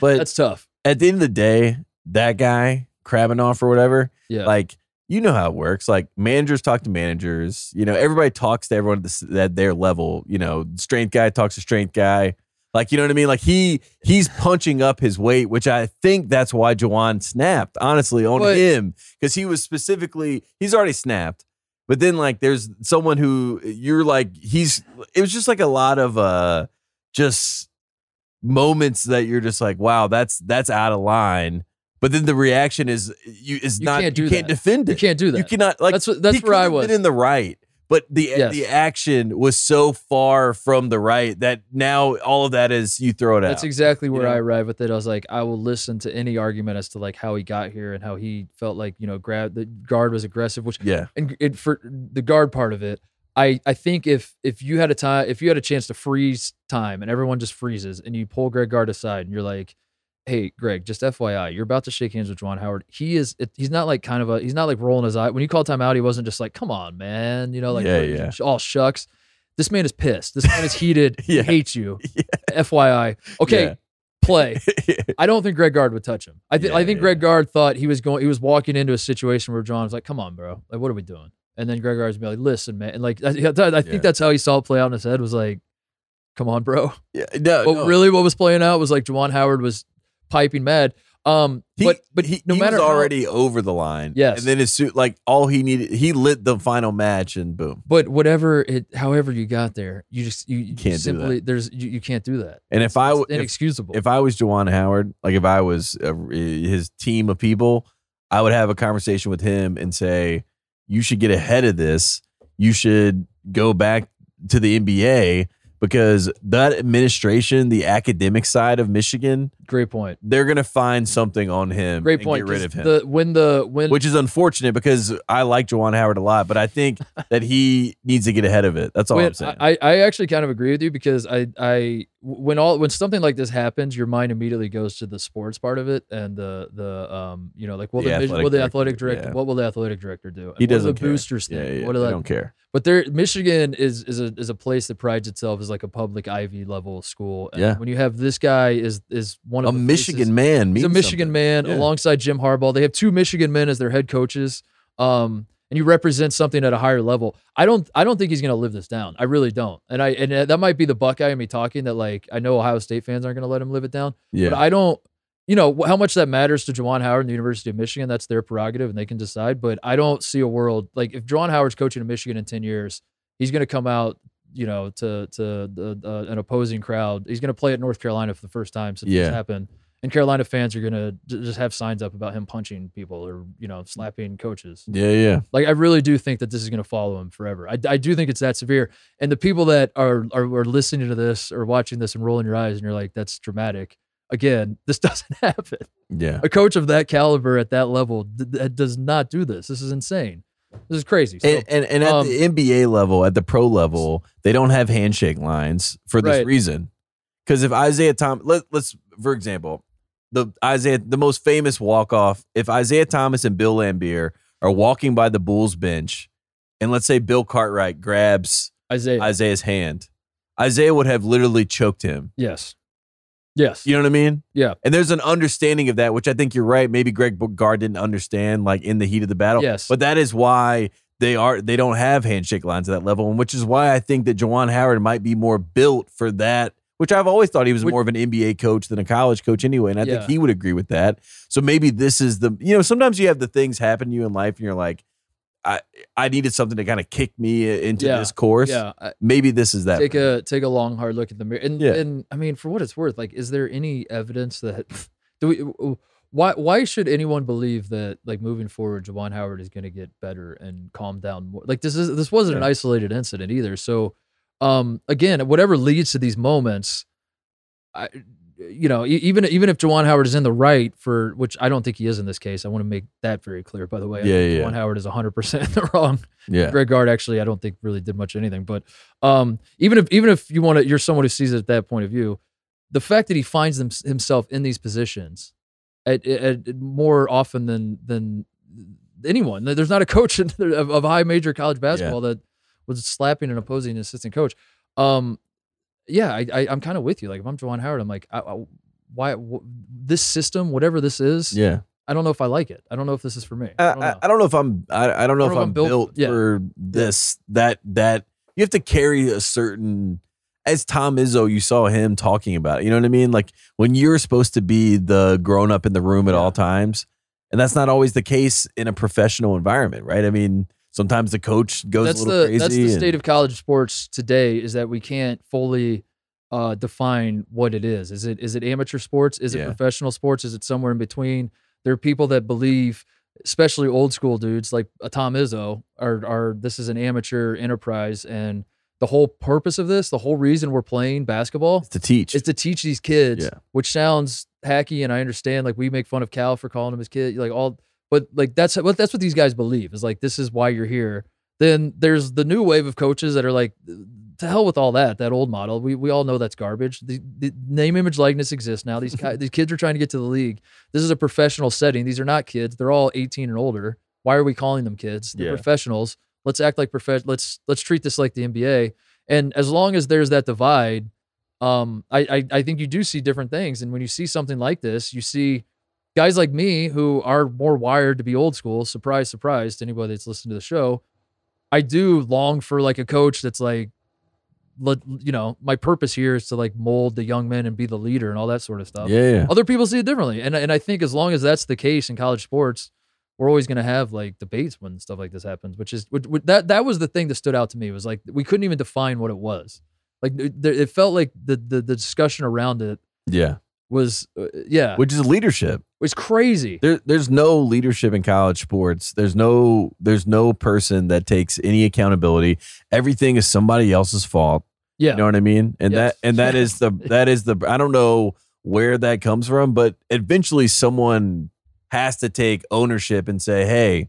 [SPEAKER 2] but
[SPEAKER 1] That's tough.
[SPEAKER 2] at the end of the day, that guy Krabanoff or whatever,
[SPEAKER 1] Yeah.
[SPEAKER 2] like you know how it works like managers talk to managers you know everybody talks to everyone at, this, at their level you know strength guy talks to strength guy like you know what i mean like he he's punching up his weight which i think that's why Jawan snapped honestly on
[SPEAKER 1] But-
[SPEAKER 2] him because he was specifically he's already snapped but then like there's someone who you're like he's it was just like a lot of uh just moments that you're just like wow that's that's out of line but then the reaction is you is
[SPEAKER 1] You
[SPEAKER 2] not
[SPEAKER 1] can't
[SPEAKER 2] you
[SPEAKER 1] do
[SPEAKER 2] can't
[SPEAKER 1] that.
[SPEAKER 2] defend it
[SPEAKER 1] you can't do that.
[SPEAKER 2] you cannot like
[SPEAKER 1] that's what, that's
[SPEAKER 2] he
[SPEAKER 1] where I
[SPEAKER 2] could've
[SPEAKER 1] was.
[SPEAKER 2] been in the right, but the
[SPEAKER 1] Yes.
[SPEAKER 2] the action was so far from the right that now all of that is you throw it
[SPEAKER 1] That's
[SPEAKER 2] out.
[SPEAKER 1] exactly where
[SPEAKER 2] know?
[SPEAKER 1] I arrived with it. I was like, I will listen to any argument as to like how he got here and how he felt like you know grab the guard was aggressive, which
[SPEAKER 2] yeah,
[SPEAKER 1] and, and for the guard part of it, I I think if if you had a time if you had a chance to freeze time and everyone just freezes and you pull Greg Gard aside and you're like, hey Greg, just FYI, you're about to shake hands with Juwan Howard. He is it, he's not like kind of a he's not like rolling his eye when you call time out. He wasn't just like, come on man, you know like
[SPEAKER 2] Yeah, yeah.
[SPEAKER 1] all shucks. This man is pissed. This man is heated. He
[SPEAKER 2] Yeah.
[SPEAKER 1] hates you.
[SPEAKER 2] Yeah.
[SPEAKER 1] FYI. Okay,
[SPEAKER 2] Yeah.
[SPEAKER 1] play. I don't think Greg Gard would touch him. I, th- I
[SPEAKER 2] Yeah,
[SPEAKER 1] think
[SPEAKER 2] yeah.
[SPEAKER 1] Greg Gard thought he was going. He was walking into a situation where John was like, "Come on, bro. Like, what are we doing?" And then Greg Gard's been like, "Listen, man." And like, I, I think
[SPEAKER 2] Yeah.
[SPEAKER 1] that's how he saw it play out in his head. Was like, "Come on, bro."
[SPEAKER 2] yeah, no,
[SPEAKER 1] But
[SPEAKER 2] no.
[SPEAKER 1] really, what was playing out was like Juwan Howard was piping mad. Um,
[SPEAKER 2] He,
[SPEAKER 1] but but
[SPEAKER 2] he,
[SPEAKER 1] no
[SPEAKER 2] he
[SPEAKER 1] matter
[SPEAKER 2] was
[SPEAKER 1] how-
[SPEAKER 2] already over the line.
[SPEAKER 1] Yes.
[SPEAKER 2] and then his suit, like all he needed, he lit the final match, and boom.
[SPEAKER 1] but whatever it, however you got there, you just you, you
[SPEAKER 2] can't do that.
[SPEAKER 1] simply there's you, you can't do that.
[SPEAKER 2] And if I w-
[SPEAKER 1] It's inexcusable.
[SPEAKER 2] If I was Jawan Howard, like if I was uh, his team of people, I would have a conversation with him and say, "You should get ahead of this. You should go back to the NBA because that administration, the academic side of Michigan,
[SPEAKER 1] Great point.
[SPEAKER 2] they're going to find something on him.
[SPEAKER 1] Great
[SPEAKER 2] and
[SPEAKER 1] point.
[SPEAKER 2] Get rid
[SPEAKER 1] 'cause
[SPEAKER 2] of him.
[SPEAKER 1] The, when the when
[SPEAKER 2] which is unfortunate because I like Jawan Howard a lot, but I think that he needs to get ahead of it. That's all
[SPEAKER 1] when-
[SPEAKER 2] I'm saying.
[SPEAKER 1] I, I actually kind of agree with you because I I when all when something like this happens, your mind immediately goes to the sports part of it and the the um you know like will
[SPEAKER 2] The
[SPEAKER 1] the, mis-
[SPEAKER 2] athletic
[SPEAKER 1] will the
[SPEAKER 2] director,
[SPEAKER 1] athletic director
[SPEAKER 2] yeah.
[SPEAKER 1] what will the athletic director do? And
[SPEAKER 2] He
[SPEAKER 1] what do
[SPEAKER 2] doesn't
[SPEAKER 1] the
[SPEAKER 2] care.
[SPEAKER 1] boosters
[SPEAKER 2] yeah,
[SPEAKER 1] think.
[SPEAKER 2] yeah,
[SPEAKER 1] what do
[SPEAKER 2] I
[SPEAKER 1] that-
[SPEAKER 2] don't care.
[SPEAKER 1] But there, Michigan is is a is a place that prides itself as like a public Ivy level school. And
[SPEAKER 2] Yeah.
[SPEAKER 1] When you have this guy is is one
[SPEAKER 2] A
[SPEAKER 1] of the faces-
[SPEAKER 2] Michigan man
[SPEAKER 1] He's
[SPEAKER 2] means
[SPEAKER 1] a Michigan
[SPEAKER 2] something.
[SPEAKER 1] man
[SPEAKER 2] Yeah.
[SPEAKER 1] alongside Jim Harbaugh. They have two Michigan men as their head coaches. Um, and you represent something at a higher level. I don't. I don't think he's going to live this down. I really don't. And I and that might be the Buckeye in me talking that like I know Ohio State fans aren't going to let him live it down. But
[SPEAKER 2] Yeah,
[SPEAKER 1] I don't. You know wh- how much that matters to Jawan Howard and the University of Michigan. That's their prerogative, and they can decide. But I don't see a world like if Jawan Howard's coaching in Michigan in ten years, he's going to come out, you know, to to the, uh, an opposing crowd. He's going to play at North Carolina for the first time since
[SPEAKER 2] Yeah.
[SPEAKER 1] this happened, and Carolina fans are going to just have signs up about him punching people or you know slapping coaches.
[SPEAKER 2] yeah, yeah.
[SPEAKER 1] Like I really do think that this is going to follow him forever. I, I do think it's that severe. And the people that are, are are listening to this or watching this and rolling your eyes and you're like, that's dramatic. Again, this doesn't happen.
[SPEAKER 2] Yeah.
[SPEAKER 1] A coach of that caliber at that level d- d- does not do this. This is insane. This is crazy. So,
[SPEAKER 2] And, and, and at
[SPEAKER 1] um,
[SPEAKER 2] the NBA level, at the pro level, they don't have handshake lines for this
[SPEAKER 1] Right.
[SPEAKER 2] reason. Because if Isaiah Thomas, let, let's for example, the Isaiah, the most famous walk off. If Isaiah Thomas and Bill Lambier are walking by the Bulls bench, and let's say Bill Cartwright grabs
[SPEAKER 1] Isaiah.
[SPEAKER 2] Isaiah's hand, Isaiah would have literally choked him.
[SPEAKER 1] yes. Yes.
[SPEAKER 2] You know what I mean?
[SPEAKER 1] Yeah.
[SPEAKER 2] And there's an understanding of that, which I think you're right. Maybe Greg Gard didn't understand, like in the heat of the battle.
[SPEAKER 1] Yes.
[SPEAKER 2] But that is why they are they don't have handshake lines at that level, and which is why I think that Jawan Howard might be more built for that. Which I've always thought he was
[SPEAKER 1] Would-
[SPEAKER 2] more of an NBA coach than a college coach anyway, and I
[SPEAKER 1] Yeah.
[SPEAKER 2] think he would agree with that. So maybe this is the you know sometimes you have the things happen to you in life, and you're like, I I needed something to kind of kick me into
[SPEAKER 1] Yeah.
[SPEAKER 2] this course.
[SPEAKER 1] yeah. I-
[SPEAKER 2] Maybe this is that.
[SPEAKER 1] take a take a long hard look at the mirror and
[SPEAKER 2] Yeah.
[SPEAKER 1] and i mean for what it's worth like is there any evidence that do we why why should anyone believe that like moving forward Jawan Howard is going to get better and calm down more like this is this wasn't an
[SPEAKER 2] Yeah.
[SPEAKER 1] isolated incident either so um again whatever leads to these moments i you know e- even even if Jawan Howard is in the right for which I don't think he is in this case I want to make that very clear by the way I
[SPEAKER 2] Yeah,
[SPEAKER 1] think
[SPEAKER 2] yeah, yeah.
[SPEAKER 1] Juwan Howard is 100% in the wrong
[SPEAKER 2] yeah.
[SPEAKER 1] Greg Gard actually, I don't think really did much of anything. But um, even if even if you want to, you're someone who sees it at that point of view. The fact that he finds them, himself in these positions, at, at, at more often than than anyone, there's not a coach in, of, of high major college basketball that was slapping an opposing assistant coach. Um, yeah, I, I, I'm kind of with you. Like if I'm Jawan Howard, I'm like, I, I, why w- this system, whatever this is,
[SPEAKER 2] Yeah.
[SPEAKER 1] I don't know if I like it. I don't know if this is for me.
[SPEAKER 2] Uh, I,
[SPEAKER 1] I don't know.
[SPEAKER 2] I, I don't know if I'm. I, I don't know if I'm built,
[SPEAKER 1] yeah.
[SPEAKER 2] for this. That that you have to carry a certain. As Tom Izzo, you saw him talking about. It, you know what I mean? Like when you're supposed to be the grown up in the room at
[SPEAKER 1] Yeah.
[SPEAKER 2] all times, and that's not always the case in a professional environment, right? I mean, sometimes the coach goes
[SPEAKER 1] that's
[SPEAKER 2] a little
[SPEAKER 1] the
[SPEAKER 2] crazy.
[SPEAKER 1] that's the
[SPEAKER 2] and-
[SPEAKER 1] state of college sports today is that we can't fully uh, define what it is. Is it is it amateur sports? Is it
[SPEAKER 2] Yeah.
[SPEAKER 1] professional sports? Is it somewhere in between? There are people that believe, especially old school dudes like a Tom Izzo, are are this is an amateur enterprise, and the whole purpose of this, the whole reason we're playing basketball,
[SPEAKER 2] it's to teach.
[SPEAKER 1] is to teach these kids,
[SPEAKER 2] Yeah.
[SPEAKER 1] which sounds hacky, and I understand. Like we make fun of Cal for calling him his kid, like all, but like that's what that's what these guys believe is like this is why you're here. Then there's the new wave of coaches that are like, to hell with all that, that old model. We we all know that's garbage. The, the name, image, likeness exists now. These ki- these kids are trying to get to the league. This is a professional setting. These are not kids. They're all 18 and older. Why are we calling them kids? They're
[SPEAKER 2] Yeah.
[SPEAKER 1] professionals. Let's act like prof. Let's let's treat this like the NBA. And as long as there's that divide, um, I, I I think you do see different things. And when you see something like this, you see guys like me who are more wired to be old school. Surprise, surprise to anybody that's listened to the show. I do long for like a coach that's like, let, you know, my purpose here is to like mold the young men and be the leader and all that sort of stuff.
[SPEAKER 2] yeah, yeah.
[SPEAKER 1] Other people see it differently, and and I think as long as that's the case in college sports, we're always going to have like debates when stuff like this happens. Which is which, which- that that was the thing that stood out to me was like we couldn't even define what it was. Like it, there- it felt like the, the the discussion around it
[SPEAKER 2] yeah.
[SPEAKER 1] was uh, yeah,
[SPEAKER 2] Which is leadership.
[SPEAKER 1] was crazy.
[SPEAKER 2] There, there's no leadership in college sports. There's no, there's no person that takes any accountability. Everything is somebody else's fault.
[SPEAKER 1] Yeah.
[SPEAKER 2] You know what I mean? And
[SPEAKER 1] Yes.
[SPEAKER 2] that and that is the that is the I don't know where that comes from, but eventually someone has to take ownership and say, "Hey,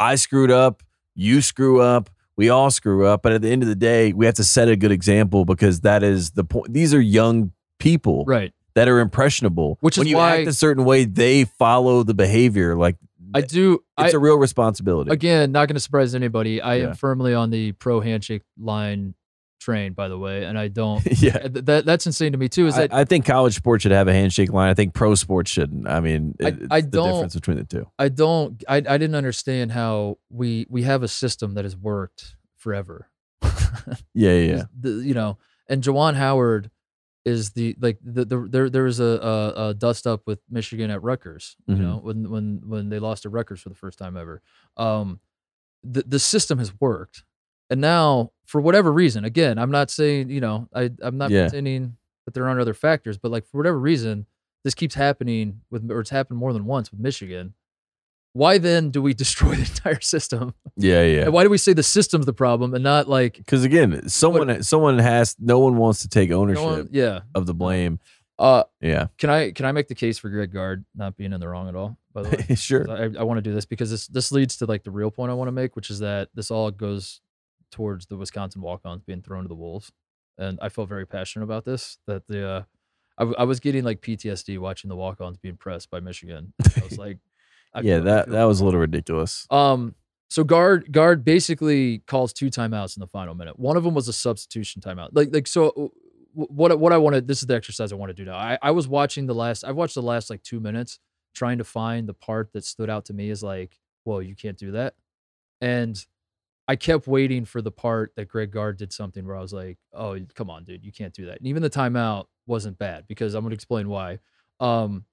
[SPEAKER 2] I screwed up, you screw up, we all screw up." But at the end of the day, we have to set a good example because that is the point. These are young people
[SPEAKER 1] right.
[SPEAKER 2] that are impressionable.
[SPEAKER 1] Which is
[SPEAKER 2] when you
[SPEAKER 1] why-
[SPEAKER 2] act a certain way, they follow the behavior. Like
[SPEAKER 1] I do. I,
[SPEAKER 2] it's a real responsibility.
[SPEAKER 1] again, not going to surprise anybody. I
[SPEAKER 2] Yeah.
[SPEAKER 1] am firmly on the pro handshake line train, by the way, and I don't.
[SPEAKER 2] yeah.
[SPEAKER 1] th- that that's insane to me too. Is
[SPEAKER 2] I-
[SPEAKER 1] that
[SPEAKER 2] I, think college sports should have a handshake line. I think pro sports shouldn't. I mean,
[SPEAKER 1] I-
[SPEAKER 2] it-
[SPEAKER 1] I
[SPEAKER 2] it's the
[SPEAKER 1] don't-
[SPEAKER 2] difference between the two.
[SPEAKER 1] I don't I, I didn't understand how we we have a system that has worked forever.
[SPEAKER 2] Yeah, yeah, yeah.
[SPEAKER 1] The- you know, and Jawan Howard is the like the, the there there was a, a, a dust up with Michigan at Rutgers,
[SPEAKER 2] Mhm.
[SPEAKER 1] you know, when when when they lost to Rutgers for the first time ever. Um the the system has worked. And now for whatever reason, again, I'm not saying, you know, I I'm not
[SPEAKER 2] Yeah.
[SPEAKER 1] pretending that there aren't other factors, but like for whatever reason, this keeps happening with or it's happened more than once with Michigan. Why then do we destroy the entire system?
[SPEAKER 2] yeah, yeah.
[SPEAKER 1] And why do we say the system's the problem and not like
[SPEAKER 2] Because again, someone someone has no one wants to take
[SPEAKER 1] no
[SPEAKER 2] ownership
[SPEAKER 1] one- yeah.
[SPEAKER 2] of the blame.
[SPEAKER 1] Uh
[SPEAKER 2] Yeah,
[SPEAKER 1] Can I can I make the case for Greg Gard not being in the wrong at all? By the way,
[SPEAKER 2] sure.
[SPEAKER 1] I, I want to do this because this this leads to like the real point I want to make, which is that this all goes towards the Wisconsin walk-ons being thrown to the wolves, and I felt very passionate about this. That the uh, I, w- I was getting like PTSD watching the walk-ons being pressed by Michigan. I was like, I
[SPEAKER 2] yeah,
[SPEAKER 1] feel- I
[SPEAKER 2] that
[SPEAKER 1] feel
[SPEAKER 2] that was a
[SPEAKER 1] bad.
[SPEAKER 2] little ridiculous.
[SPEAKER 1] Um, so guard guard basically calls two timeouts in the final minute. One of them was a substitution timeout. Like like so, w- what what I want to this is the exercise I want to do now. I I was watching the last I watched the last like two minutes trying to find the part that stood out to me is like, whoa, you can't do that, and. I kept waiting for the part that Greg Gard did something where I was like, "Oh, come on, dude, you can't do that." And even the timeout wasn't bad because I'm going to explain why. Um,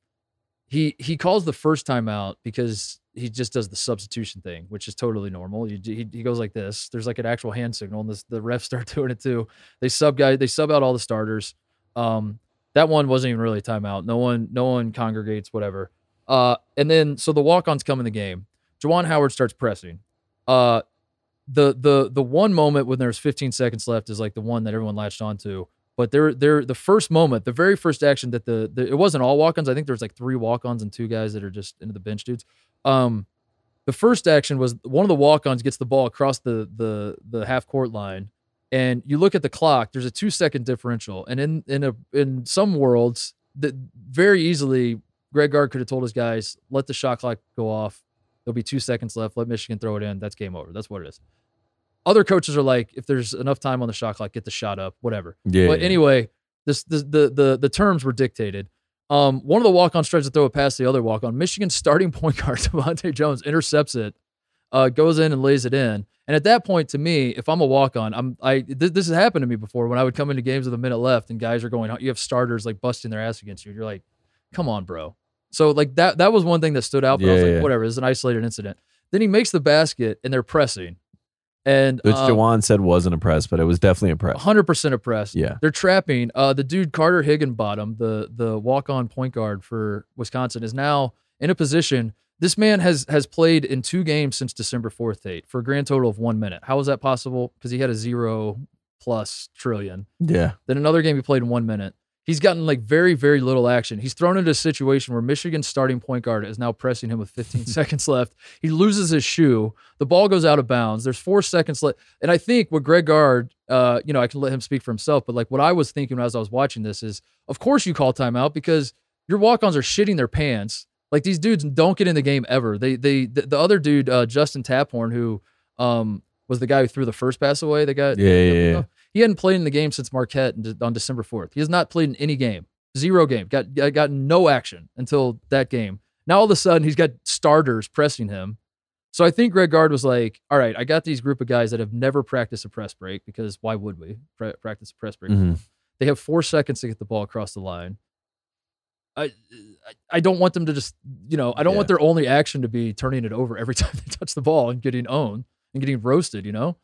[SPEAKER 1] he he calls the first time out because he just does the substitution thing, which is totally normal. You, he, he goes like this. There's like an actual hand signal, and this, the refs start doing it too. They sub guy they sub out all the starters. Um, that one wasn't even really a timeout. No one no one congregates, whatever. Uh, and then so the walk ons come in the game. Jawan Howard starts pressing. Uh, the the the one moment when there's 15 seconds left is like the one that everyone latched onto. But they're they're the first moment, the very first action that the, the it wasn't all walk-ons. I think there was like three walk-ons and two guys that are just into the bench dudes. Um, the first action was one of the walk-ons gets the ball across the the the half court line, and you look at the clock. There's a two second differential, and in in a in some worlds that very easily Greg Gard could have told his guys let the shot clock go off. There'll be two seconds left. Let Michigan throw it in. That's game over. That's what it is. Other coaches are like, if there's enough time on the shot clock, get the shot up, whatever
[SPEAKER 2] Yeah.
[SPEAKER 1] but
[SPEAKER 2] yeah.
[SPEAKER 1] anyway, this, this the the the terms were dictated. Um, one of the walk on tries to throw it past the other walk on. Michigan's starting point guard Devontae Jones intercepts it, uh, goes in and lays it in. And at that point, to me, if I'm a walk on, I'm I this, this has happened to me before when I would come into games with a minute left and guys are going, you have starters like busting their ass against you. You're like, come on, bro. So like that that was one thing that stood out. But I was
[SPEAKER 2] Yeah,
[SPEAKER 1] like,
[SPEAKER 2] yeah.
[SPEAKER 1] whatever, it's an isolated incident. Then he makes the basket and they're pressing, and
[SPEAKER 2] which
[SPEAKER 1] um,
[SPEAKER 2] Jawan said wasn't impressed, but it was definitely impressed.
[SPEAKER 1] hundred percent oppressed.
[SPEAKER 2] Yeah.
[SPEAKER 1] they're trapping. Uh, the dude Carter Higginbottom, the the walk on point guard for Wisconsin, is now in a position. This man has has played in two games since December fourth date for a grand total of one minute. How is that possible? Because he had a zero plus trillion.
[SPEAKER 2] Yeah.
[SPEAKER 1] Then another game he played in one minute. He's gotten like very, very little action. He's thrown into a situation where Michigan's starting point guard is now pressing him with 15 seconds left. He loses his shoe. The ball goes out of bounds. There's four seconds left. And I think what Greg Gard, uh, you know, I can let him speak for himself, but like what I was thinking as I was watching this is, of course you call timeout because your walk-ons are shitting their pants. Like these dudes don't get in the game ever. They, they, the, the other dude, uh, Justin Taphorn, who um, was the guy who threw the first pass away, they got
[SPEAKER 2] Yeah. Yeah. yeah.
[SPEAKER 1] he hadn't played in the game since Marquette in- on December 4th. He has not played in any game. Zero game. Got got got no action until that game. Now all of a sudden he's got starters pressing him. So I think Greg Gard was like, "All right, I got these group of guys that have never practiced a press break because why would we pra- practice a press break?
[SPEAKER 2] Mhm.
[SPEAKER 1] They have four seconds to get the ball across the line. I I- I don't want them to just you know I don't want their only action to be turning it over every time they touch the ball and getting owned and getting roasted. You know,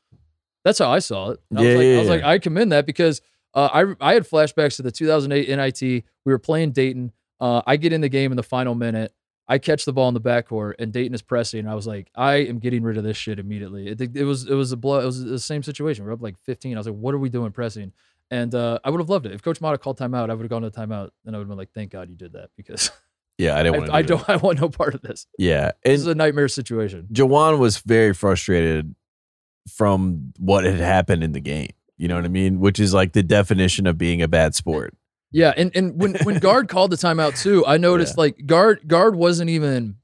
[SPEAKER 1] that's how I saw it. And I
[SPEAKER 2] Yeah,
[SPEAKER 1] was like,
[SPEAKER 2] yeah,
[SPEAKER 1] I was
[SPEAKER 2] yeah.
[SPEAKER 1] like, I commend that because uh, I I had flashbacks to the 2008 NIT. We were playing Dayton. Uh, I get in the game in the final minute. I catch the ball in the backcourt and Dayton is pressing. And I was like, I am getting rid of this shit immediately. It, it was it was a blow. It was the same situation. We're up like 15. I was like, what are we doing pressing? And uh, I would have loved it if Coach Mata called timeout. I would have gone to timeout, and I would have been like, "Thank God you did that because
[SPEAKER 2] Yeah, I
[SPEAKER 1] I,
[SPEAKER 2] didn't want to.
[SPEAKER 1] I, don't. I want no part of this.
[SPEAKER 2] Yeah,
[SPEAKER 1] This is
[SPEAKER 2] and
[SPEAKER 1] a nightmare situation."
[SPEAKER 2] Jawan was very frustrated from what had happened in the game. You know what I mean? Which is like the definition of being a bad sport.
[SPEAKER 1] Yeah, and and when when guard called the timeout too, I noticed like guard guard wasn't even.